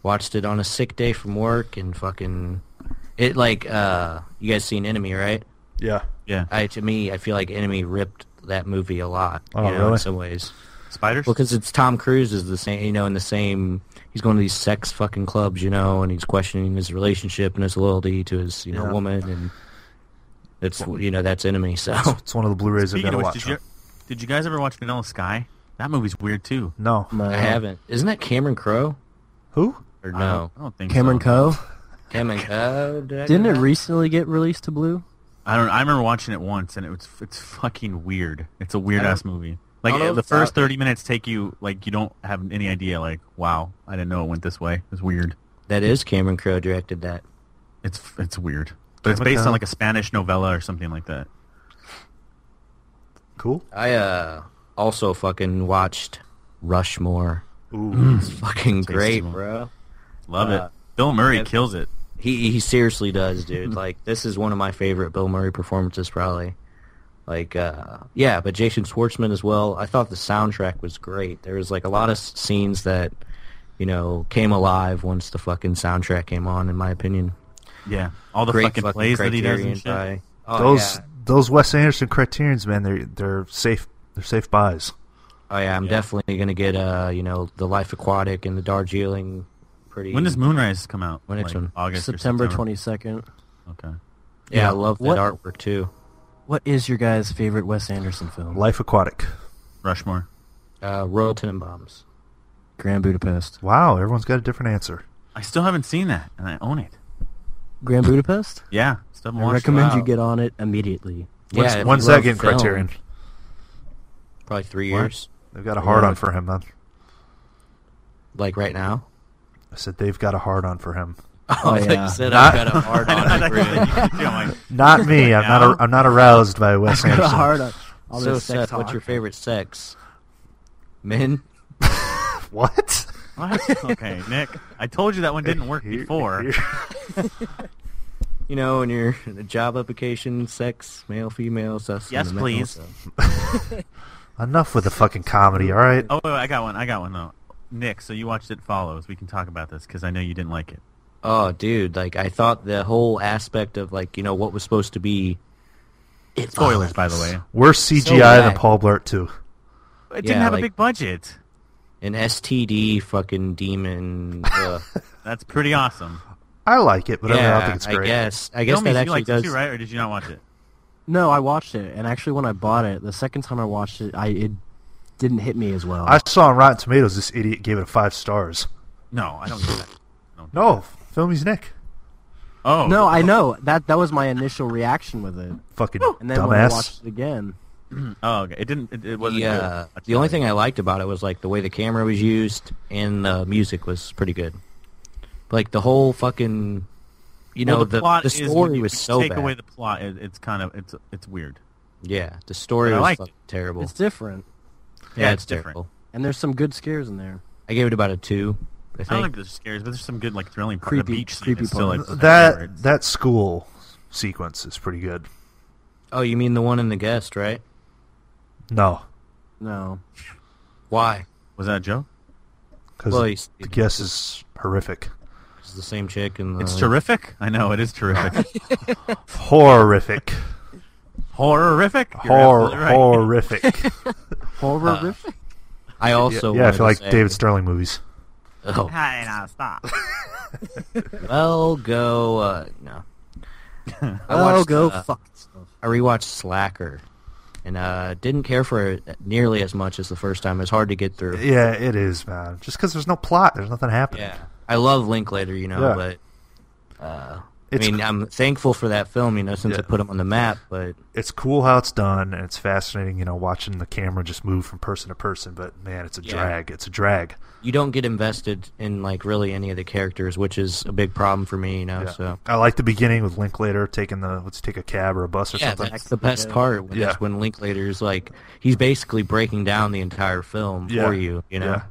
[SPEAKER 6] Watched it on a sick day from work and fucking it like uh you guys seen Enemy, right?
[SPEAKER 3] Yeah.
[SPEAKER 4] yeah.
[SPEAKER 6] I to me I feel like Enemy ripped that movie a lot.
[SPEAKER 3] Oh,
[SPEAKER 6] you know,
[SPEAKER 3] really?
[SPEAKER 6] in some ways.
[SPEAKER 4] Spiders.
[SPEAKER 6] Well, because it's Tom Cruise is the same, you know, in the same. He's going to these sex fucking clubs, you know, and he's questioning his relationship and his loyalty to his, you know,
[SPEAKER 3] Yeah.
[SPEAKER 6] woman, and it's you know that's enemy. So
[SPEAKER 3] Oh, It's one of the Blu-rays I've got
[SPEAKER 4] Speaking
[SPEAKER 3] to
[SPEAKER 4] of which,
[SPEAKER 3] watch.
[SPEAKER 4] did you,
[SPEAKER 3] huh?
[SPEAKER 4] did you guys ever watch Vanilla Sky? That movie's weird too.
[SPEAKER 3] No.
[SPEAKER 5] No.
[SPEAKER 6] I haven't. Isn't that Cameron Crowe?
[SPEAKER 3] Who?
[SPEAKER 6] Or
[SPEAKER 4] I don't,
[SPEAKER 6] no,
[SPEAKER 4] I don't think
[SPEAKER 5] Cameron
[SPEAKER 4] so.
[SPEAKER 5] Coe
[SPEAKER 6] Cameron Crowe. Did I
[SPEAKER 5] didn't
[SPEAKER 6] do
[SPEAKER 5] it
[SPEAKER 6] that?
[SPEAKER 5] recently get released to Blue?
[SPEAKER 4] I don't. I remember watching it once, and it was it's fucking weird. It's a weird
[SPEAKER 6] don't-
[SPEAKER 4] ass movie.
[SPEAKER 6] I
[SPEAKER 4] Like
[SPEAKER 6] don't know
[SPEAKER 4] the
[SPEAKER 6] if it's
[SPEAKER 4] first
[SPEAKER 6] out-
[SPEAKER 4] thirty minutes take you like you don't have any idea. Like wow, I didn't know it went this way. It's weird.
[SPEAKER 6] that is Cameron Crowe directed that.
[SPEAKER 4] It's it's weird. But it's
[SPEAKER 3] Cameron
[SPEAKER 4] based
[SPEAKER 3] Crowe.
[SPEAKER 4] on like a Spanish novella or something like that.
[SPEAKER 3] Cool.
[SPEAKER 6] I uh also fucking watched Rushmore.
[SPEAKER 3] Ooh.
[SPEAKER 4] Mm.
[SPEAKER 6] It's fucking great,
[SPEAKER 4] one.
[SPEAKER 6] bro.
[SPEAKER 4] Love
[SPEAKER 6] Uh,
[SPEAKER 4] it. Bill Murray
[SPEAKER 6] yeah.
[SPEAKER 4] kills it.
[SPEAKER 6] He he seriously does, dude. Like this is one of my favorite Bill Murray performances, probably. Like uh, yeah, but Jason Schwartzman as well. I thought the soundtrack was great. There was like a lot of s- scenes that you know came alive once the fucking soundtrack came on. In my opinion,
[SPEAKER 4] Yeah, all the
[SPEAKER 6] great
[SPEAKER 4] fucking, plays that he does and
[SPEAKER 6] Criterion by-
[SPEAKER 4] shit.
[SPEAKER 6] Oh,
[SPEAKER 3] those
[SPEAKER 6] yeah.
[SPEAKER 3] those Wes Anderson Criterion's, man, they're they're safe. They're safe buys.
[SPEAKER 6] Oh yeah, I'm definitely gonna get uh you know the Life Aquatic and the Darjeeling. Pretty.
[SPEAKER 4] When does Moonrise come out?
[SPEAKER 6] When it's
[SPEAKER 4] Like,
[SPEAKER 6] on-
[SPEAKER 4] August or
[SPEAKER 5] September
[SPEAKER 4] September
[SPEAKER 5] twenty second.
[SPEAKER 4] Okay.
[SPEAKER 6] yeah,
[SPEAKER 5] yeah.
[SPEAKER 6] I love that
[SPEAKER 5] What-
[SPEAKER 6] artwork too.
[SPEAKER 5] What is your guys' favorite Wes Anderson film?
[SPEAKER 3] Life Aquatic.
[SPEAKER 4] Rushmore.
[SPEAKER 6] Uh, Royal Tenenbaums.
[SPEAKER 5] Grand Budapest.
[SPEAKER 3] Wow, everyone's got a different answer.
[SPEAKER 4] I still haven't seen that, and I own it.
[SPEAKER 5] Grand
[SPEAKER 6] Hmm.
[SPEAKER 5] Budapest.
[SPEAKER 4] Yeah, still haven't
[SPEAKER 5] I
[SPEAKER 4] watched
[SPEAKER 5] recommend
[SPEAKER 4] it.
[SPEAKER 5] you get on it immediately.
[SPEAKER 3] When's,
[SPEAKER 6] yeah, if
[SPEAKER 3] when's
[SPEAKER 6] you
[SPEAKER 3] that
[SPEAKER 6] love
[SPEAKER 3] getting
[SPEAKER 6] film,
[SPEAKER 3] Criterion?
[SPEAKER 6] Probably three
[SPEAKER 4] What?
[SPEAKER 6] years.
[SPEAKER 3] They've got a hard on for him, man.
[SPEAKER 6] Like right now.
[SPEAKER 3] I said they've got a hard on for him.
[SPEAKER 5] Oh,
[SPEAKER 6] I thought
[SPEAKER 5] yeah.
[SPEAKER 6] you said I've
[SPEAKER 3] Not-
[SPEAKER 6] got a hard on
[SPEAKER 4] I
[SPEAKER 6] it,
[SPEAKER 4] know,
[SPEAKER 6] really.
[SPEAKER 4] that's what you do. I'm like,
[SPEAKER 3] Not me. I'm not. A, I'm not aroused by Wes
[SPEAKER 5] Got a
[SPEAKER 3] Anderson.
[SPEAKER 5] hard on. All
[SPEAKER 6] So,
[SPEAKER 5] this sex
[SPEAKER 6] Seth, what's
[SPEAKER 5] talk.
[SPEAKER 6] your favorite sex? Men?
[SPEAKER 3] What?
[SPEAKER 4] What? Okay, Nick. I told you that one didn't work
[SPEAKER 3] Here-
[SPEAKER 4] before.
[SPEAKER 3] here-
[SPEAKER 6] You know, in your job application, sex, male, female, sex.
[SPEAKER 4] Yes,
[SPEAKER 6] and the male,
[SPEAKER 4] please.
[SPEAKER 6] so-
[SPEAKER 3] Enough with the fucking comedy, all right?
[SPEAKER 4] Oh, wait, wait, I got one. I got one though. Nick, so you watched It Follows. We can talk about this because I know you didn't like it.
[SPEAKER 6] Oh, dude, like, I thought the whole aspect of, like, you know, what was supposed to be... It
[SPEAKER 4] Spoilers, by the way.
[SPEAKER 3] Worse
[SPEAKER 6] So
[SPEAKER 3] CGI
[SPEAKER 6] bad.
[SPEAKER 3] than Paul Blart too.
[SPEAKER 4] It didn't
[SPEAKER 6] Yeah,
[SPEAKER 4] have
[SPEAKER 6] like-
[SPEAKER 4] a big budget.
[SPEAKER 6] An STD fucking demon. ugh.
[SPEAKER 4] That's pretty awesome.
[SPEAKER 3] I like it, but I, mean, I
[SPEAKER 6] yeah,
[SPEAKER 3] don't think it's
[SPEAKER 6] I
[SPEAKER 3] great.
[SPEAKER 6] guess. I guess that
[SPEAKER 4] Domi, you
[SPEAKER 6] actually
[SPEAKER 4] liked
[SPEAKER 6] does...
[SPEAKER 4] it too, right? Or did you not watch it?
[SPEAKER 5] No, I watched it, and actually, when I bought it, the second time I watched it, I it didn't hit me as well.
[SPEAKER 3] I saw on Rotten Tomatoes this idiot gave it five stars.
[SPEAKER 4] No, I don't. Get that. I don't get
[SPEAKER 3] No, filmy's Nick.
[SPEAKER 4] Oh
[SPEAKER 5] No, I know that that was my initial reaction with it,
[SPEAKER 3] Fucking
[SPEAKER 5] and then when I
[SPEAKER 3] dumbass.
[SPEAKER 5] watched it again,
[SPEAKER 4] Oh, okay. It didn't. It, it wasn't.
[SPEAKER 6] Yeah.
[SPEAKER 4] good. That's
[SPEAKER 6] The only
[SPEAKER 4] fine.
[SPEAKER 6] thing I liked about it was like the way the camera was used and the music was pretty good. Like the whole fucking, you know,
[SPEAKER 4] Well,
[SPEAKER 6] the,
[SPEAKER 4] plot
[SPEAKER 6] the
[SPEAKER 4] is when
[SPEAKER 6] story
[SPEAKER 4] you
[SPEAKER 6] was so
[SPEAKER 4] take
[SPEAKER 6] bad.
[SPEAKER 4] away the plot. It, it's kind of it's it's weird.
[SPEAKER 6] yeah, the story
[SPEAKER 4] But I
[SPEAKER 6] was
[SPEAKER 4] liked
[SPEAKER 6] fucking terrible.
[SPEAKER 5] it's different,
[SPEAKER 6] yeah, it's,
[SPEAKER 4] different.
[SPEAKER 6] terrible.
[SPEAKER 5] and there's some good scares in there.
[SPEAKER 6] I gave it about a two. I
[SPEAKER 4] I don't
[SPEAKER 6] think.
[SPEAKER 4] think this scares, but there's some good like thrilling part. The
[SPEAKER 5] Creepy-
[SPEAKER 4] beach scene
[SPEAKER 5] creepy
[SPEAKER 4] is still,
[SPEAKER 5] part.
[SPEAKER 4] like, where
[SPEAKER 3] That
[SPEAKER 4] it's-
[SPEAKER 3] that school sequence is pretty good.
[SPEAKER 6] oh, you mean the one in the guest, right?
[SPEAKER 3] No,
[SPEAKER 5] No,
[SPEAKER 6] Why?
[SPEAKER 4] was that Joe.
[SPEAKER 3] because
[SPEAKER 6] Well, he's-
[SPEAKER 3] the guess is horrific,
[SPEAKER 6] It's the same chick and the,
[SPEAKER 4] It's terrific. I know it is terrific.
[SPEAKER 3] horrific,
[SPEAKER 4] Horrific. You're
[SPEAKER 3] Hor-
[SPEAKER 4] absolutely right.
[SPEAKER 3] horrific.
[SPEAKER 5] horrific.
[SPEAKER 6] I also
[SPEAKER 3] yeah, I
[SPEAKER 6] wanted
[SPEAKER 3] feel like
[SPEAKER 6] to say,
[SPEAKER 3] David Sterling movies.
[SPEAKER 6] Oh,
[SPEAKER 4] Hi, now stop.
[SPEAKER 6] well, go. Uh, no, I
[SPEAKER 5] oh,
[SPEAKER 6] watched,
[SPEAKER 5] go
[SPEAKER 6] uh,
[SPEAKER 5] fuck yourself.
[SPEAKER 6] I rewatched Slacker, and uh, didn't care for it nearly as much as the first time. It's hard to get through.
[SPEAKER 3] Yeah, it is, man. Just because there's no plot, there's nothing happening.
[SPEAKER 6] Yeah, I love Linklater, you know,
[SPEAKER 3] Yeah.
[SPEAKER 6] but I
[SPEAKER 3] It's
[SPEAKER 6] mean, I'm thankful for that film, you know, since
[SPEAKER 3] Yeah.
[SPEAKER 6] it put him on the map. But
[SPEAKER 3] it's cool how it's done, and it's fascinating, you know, watching the camera just move from person to person. But man, it's a
[SPEAKER 6] Yeah.
[SPEAKER 3] drag. It's a drag.
[SPEAKER 6] you don't get invested in like really any of the characters, which is a big problem for me, you know.
[SPEAKER 3] Yeah.
[SPEAKER 6] So
[SPEAKER 3] I like the beginning with Linklater taking the let's take a cab or a bus or
[SPEAKER 6] yeah,
[SPEAKER 3] something.
[SPEAKER 6] that's the best part. When,
[SPEAKER 3] Yeah.
[SPEAKER 6] That's when Linklater's like he's basically breaking down the entire film
[SPEAKER 3] Yeah.
[SPEAKER 6] for you, you know.
[SPEAKER 3] Yeah.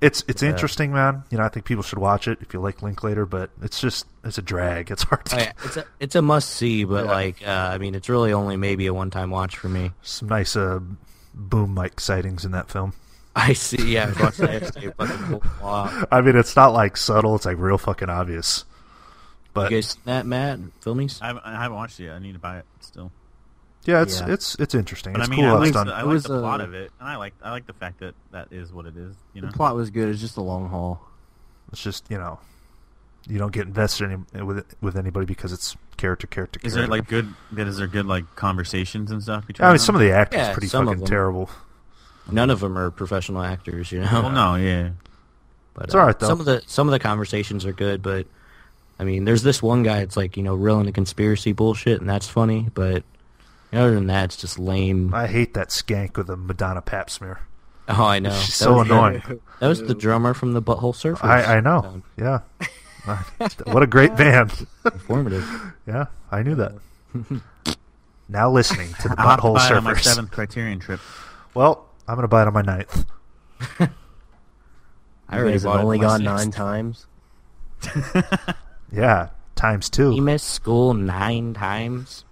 [SPEAKER 3] It's it's interesting, man. You know, I think people should watch it if you like Linklater, but it's just it's a drag. It's hard to
[SPEAKER 6] Oh, yeah. It's a it's a must see, but like uh, I mean, it's really only maybe a one time watch for me.
[SPEAKER 3] some nice uh, boom mic sightings in that film.
[SPEAKER 6] I see. Yeah, I watched that yesterday. Fucking whole lot.
[SPEAKER 3] I mean, it's not like subtle; it's like real fucking obvious.
[SPEAKER 6] You
[SPEAKER 3] But
[SPEAKER 6] guys seen that, Matt? Filmies?
[SPEAKER 4] I haven't, I haven't watched it yet. I need to buy it still.
[SPEAKER 3] yeah, it's
[SPEAKER 6] Yeah.
[SPEAKER 3] it's it's interesting.
[SPEAKER 4] But
[SPEAKER 3] it's
[SPEAKER 4] I mean,
[SPEAKER 3] cool
[SPEAKER 4] I
[SPEAKER 3] how it's
[SPEAKER 4] like,
[SPEAKER 3] done.
[SPEAKER 4] the, I
[SPEAKER 5] It
[SPEAKER 4] like
[SPEAKER 5] was,
[SPEAKER 4] the
[SPEAKER 5] uh,
[SPEAKER 4] plot of it, and I like I like the fact that that is what it is. You know,
[SPEAKER 5] The plot was good. It's just a long haul.
[SPEAKER 3] It's just you know, you don't get invested any, with with anybody because it's character, character, character.
[SPEAKER 4] is there like good? Is there good like conversations and stuff between?
[SPEAKER 3] I mean,
[SPEAKER 4] them?
[SPEAKER 3] some of the acting's
[SPEAKER 6] Yeah,
[SPEAKER 3] pretty
[SPEAKER 6] some of
[SPEAKER 3] fucking
[SPEAKER 6] them.
[SPEAKER 3] terrible.
[SPEAKER 6] None of them are professional actors, you know.
[SPEAKER 4] Well, no, yeah.
[SPEAKER 6] But, uh,
[SPEAKER 3] It's all right, though.
[SPEAKER 6] Some of the some of the conversations are good, but I mean, there's this one guy. that's like you know, real into conspiracy bullshit, and that's funny. But other than that, it's just lame.
[SPEAKER 3] I hate that skank with a Madonna pap smear.
[SPEAKER 6] oh, I know.
[SPEAKER 3] She's
[SPEAKER 6] That
[SPEAKER 3] so
[SPEAKER 6] was the-
[SPEAKER 3] annoying.
[SPEAKER 6] That was the drummer from the Butthole Surfers.
[SPEAKER 3] I, I know. Yeah. what a great band.
[SPEAKER 6] Informative.
[SPEAKER 3] Yeah, I knew that. now listening to the
[SPEAKER 4] I'll have to
[SPEAKER 3] butthole
[SPEAKER 4] buy it on my
[SPEAKER 3] surfers.
[SPEAKER 4] seventh Criterion trip.
[SPEAKER 3] Well, I'm gonna buy it on my ninth.
[SPEAKER 6] I
[SPEAKER 5] You
[SPEAKER 6] already
[SPEAKER 5] guys have
[SPEAKER 6] bought
[SPEAKER 5] only
[SPEAKER 6] it on
[SPEAKER 5] gone
[SPEAKER 6] my
[SPEAKER 5] nine
[SPEAKER 6] sixth.
[SPEAKER 5] times.
[SPEAKER 3] Yeah, times
[SPEAKER 6] He
[SPEAKER 3] two.
[SPEAKER 6] missed school nine times.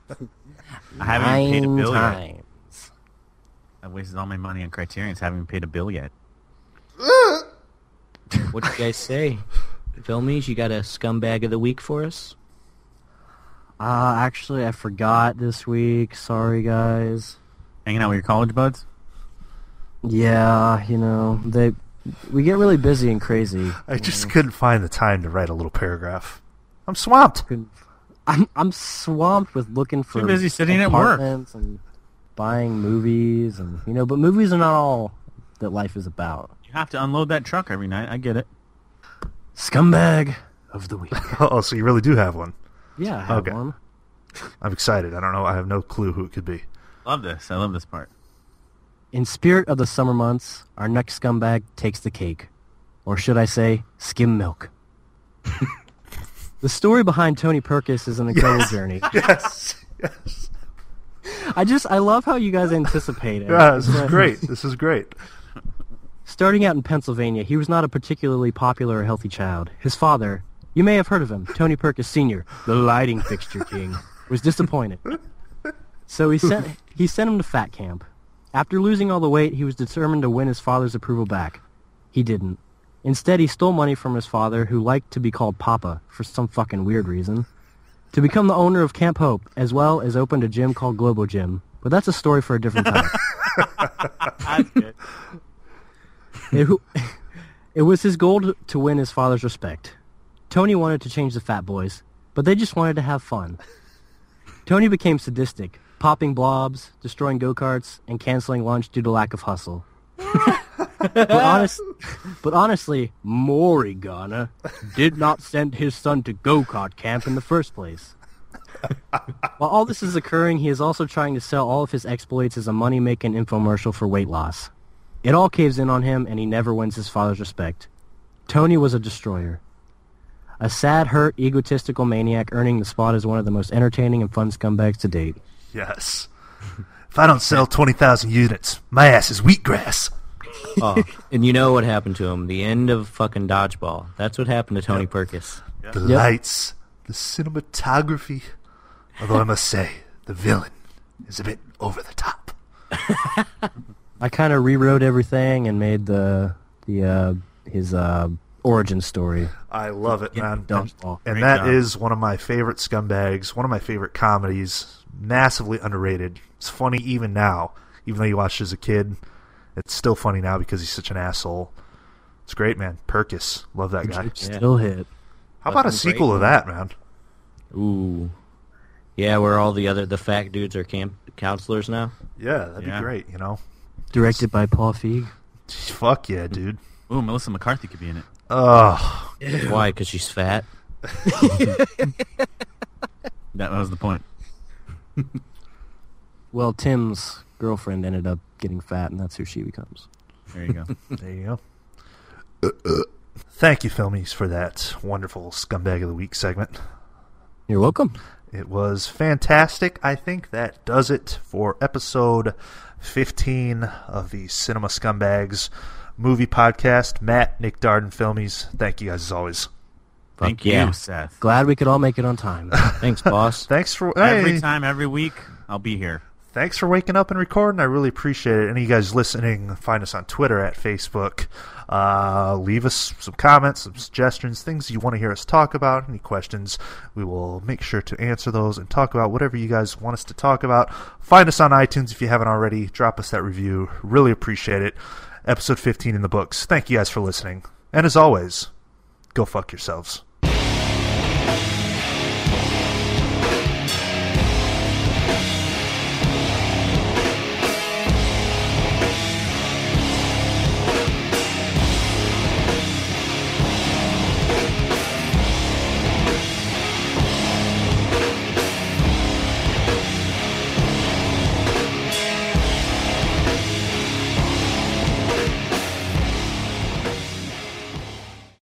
[SPEAKER 4] I haven't even paid a
[SPEAKER 6] Nine
[SPEAKER 4] bill yet.
[SPEAKER 6] times.
[SPEAKER 4] I wasted all my money on Criterion's. Haven't even paid a bill yet.
[SPEAKER 6] What do you guys say? Filmies, you got a scumbag of the week for us?
[SPEAKER 5] Uh, actually, I forgot this week. Sorry, guys.
[SPEAKER 4] Hanging out with your college buds.
[SPEAKER 5] Yeah, you know they. We get really busy and crazy.
[SPEAKER 3] I just couldn't find the time to write a little paragraph. I'm swamped.
[SPEAKER 5] I'm I'm swamped with looking for
[SPEAKER 4] Too busy sitting at work.
[SPEAKER 5] apartments and buying movies and you know, but movies are not all that life is about.
[SPEAKER 4] You have to unload that truck every night. I get it.
[SPEAKER 5] Scumbag of the week.
[SPEAKER 3] Oh, so you really do have one.
[SPEAKER 5] Yeah, I have
[SPEAKER 3] Okay.
[SPEAKER 5] one.
[SPEAKER 3] I'm excited. I don't know. I have no clue who it could be.
[SPEAKER 4] Love this. I love this part.
[SPEAKER 5] In spirit of the summer months, our next scumbag takes the cake. Or should I say, skim milk. the story behind Tony Perkis is an incredible journey.
[SPEAKER 3] Yes.
[SPEAKER 5] I just, I love how you guys anticipate it.
[SPEAKER 3] Yeah, this is great. This is great.
[SPEAKER 5] Starting out in Pennsylvania, he was not a particularly popular or healthy child. His father, you may have heard of him, Tony Perkis Sr., the lighting fixture king, was disappointed. So he sent, he sent him to fat camp. After losing all the weight, he was determined to win his father's approval back. He didn't. Instead, he stole money from his father, who liked to be called Papa for some fucking weird reason, to become the owner of Camp Hope, as well as opened a gym called Globo Gym. But that's a story for a different time.
[SPEAKER 4] That's good.
[SPEAKER 5] it, it was his goal to- to win his father's respect. Tony wanted to change the Fat Boys, but they just wanted to have fun. Tony became sadistic, popping blobs, destroying go-karts, and canceling lunch due to lack of hustle. But, honest, but honestly, Morigana did not send his son to go-kart camp in the first place. While all this is occurring, he is also trying to sell all of his exploits as a money-making infomercial for weight loss. It all caves in on him, and he never wins his father's respect. Tony was a destroyer. A sad, hurt, egotistical maniac earning the spot as one of the most entertaining and fun scumbags to date.
[SPEAKER 3] Yes. If I don't sell 20,000 units, my ass is wheatgrass.
[SPEAKER 6] Oh, and you know what happened to him? The end of fucking dodgeball. That's what happened to Tony Perkis.
[SPEAKER 3] The lights, the cinematography. Although I must say, the villain is a bit over the top.
[SPEAKER 5] I kind of rewrote everything and made the the uh, his uh, origin story.
[SPEAKER 3] I love it, man. And,
[SPEAKER 5] dodgeball.
[SPEAKER 3] and
[SPEAKER 4] Great
[SPEAKER 3] that
[SPEAKER 4] job.
[SPEAKER 3] is one of my favorite scumbags, one of my favorite comedies, massively underrated. It's funny even now, even though you watched it as a kid. It's still funny now because he's such an asshole. It's great, man. Perkis. Love that guy.
[SPEAKER 5] Still hit.
[SPEAKER 3] How about a
[SPEAKER 6] fucking
[SPEAKER 3] sequel
[SPEAKER 6] great.
[SPEAKER 3] to that, man?
[SPEAKER 6] Ooh. Yeah, where all the other the fat dudes are camp counselors now.
[SPEAKER 3] Yeah, that'd
[SPEAKER 4] Yeah.
[SPEAKER 3] be great, you know?
[SPEAKER 5] Directed by Paul Feig.
[SPEAKER 3] Fuck yeah, dude.
[SPEAKER 4] Ooh, Melissa McCarthy could be in it.
[SPEAKER 3] Ugh.
[SPEAKER 6] Why? Because she's fat.
[SPEAKER 4] That was the point.
[SPEAKER 5] Well, Tim's girlfriend ended up getting fat, and that's who she becomes.
[SPEAKER 4] There you go.
[SPEAKER 3] There you go. Thank you, Filmies, for that wonderful Scumbag of the Week segment.
[SPEAKER 5] You're welcome.
[SPEAKER 3] It was fantastic. I think that does it for episode 15 of the Cinema Scumbags movie podcast. Matt, Nick Darden, Filmies, thank you guys as always.
[SPEAKER 4] Thank
[SPEAKER 6] yeah.
[SPEAKER 4] you, Seth.
[SPEAKER 5] Glad we could all make it on time.
[SPEAKER 6] Thanks, boss.
[SPEAKER 3] Thanks for
[SPEAKER 4] Every
[SPEAKER 3] hey,
[SPEAKER 4] time, every week, I'll be here.
[SPEAKER 3] thanks for waking up and recording. I really appreciate it. Any of you guys listening, find us on Twitter at Facebook. Uh, leave us some comments, some suggestions, things you want to hear us talk about, any questions. We will make sure to answer those and talk about whatever you guys want us to talk about. Find us on iTunes if you haven't already. Drop us that review. Really appreciate it. Episode 15 in the books. Thank you guys for listening. And as always, go fuck yourselves.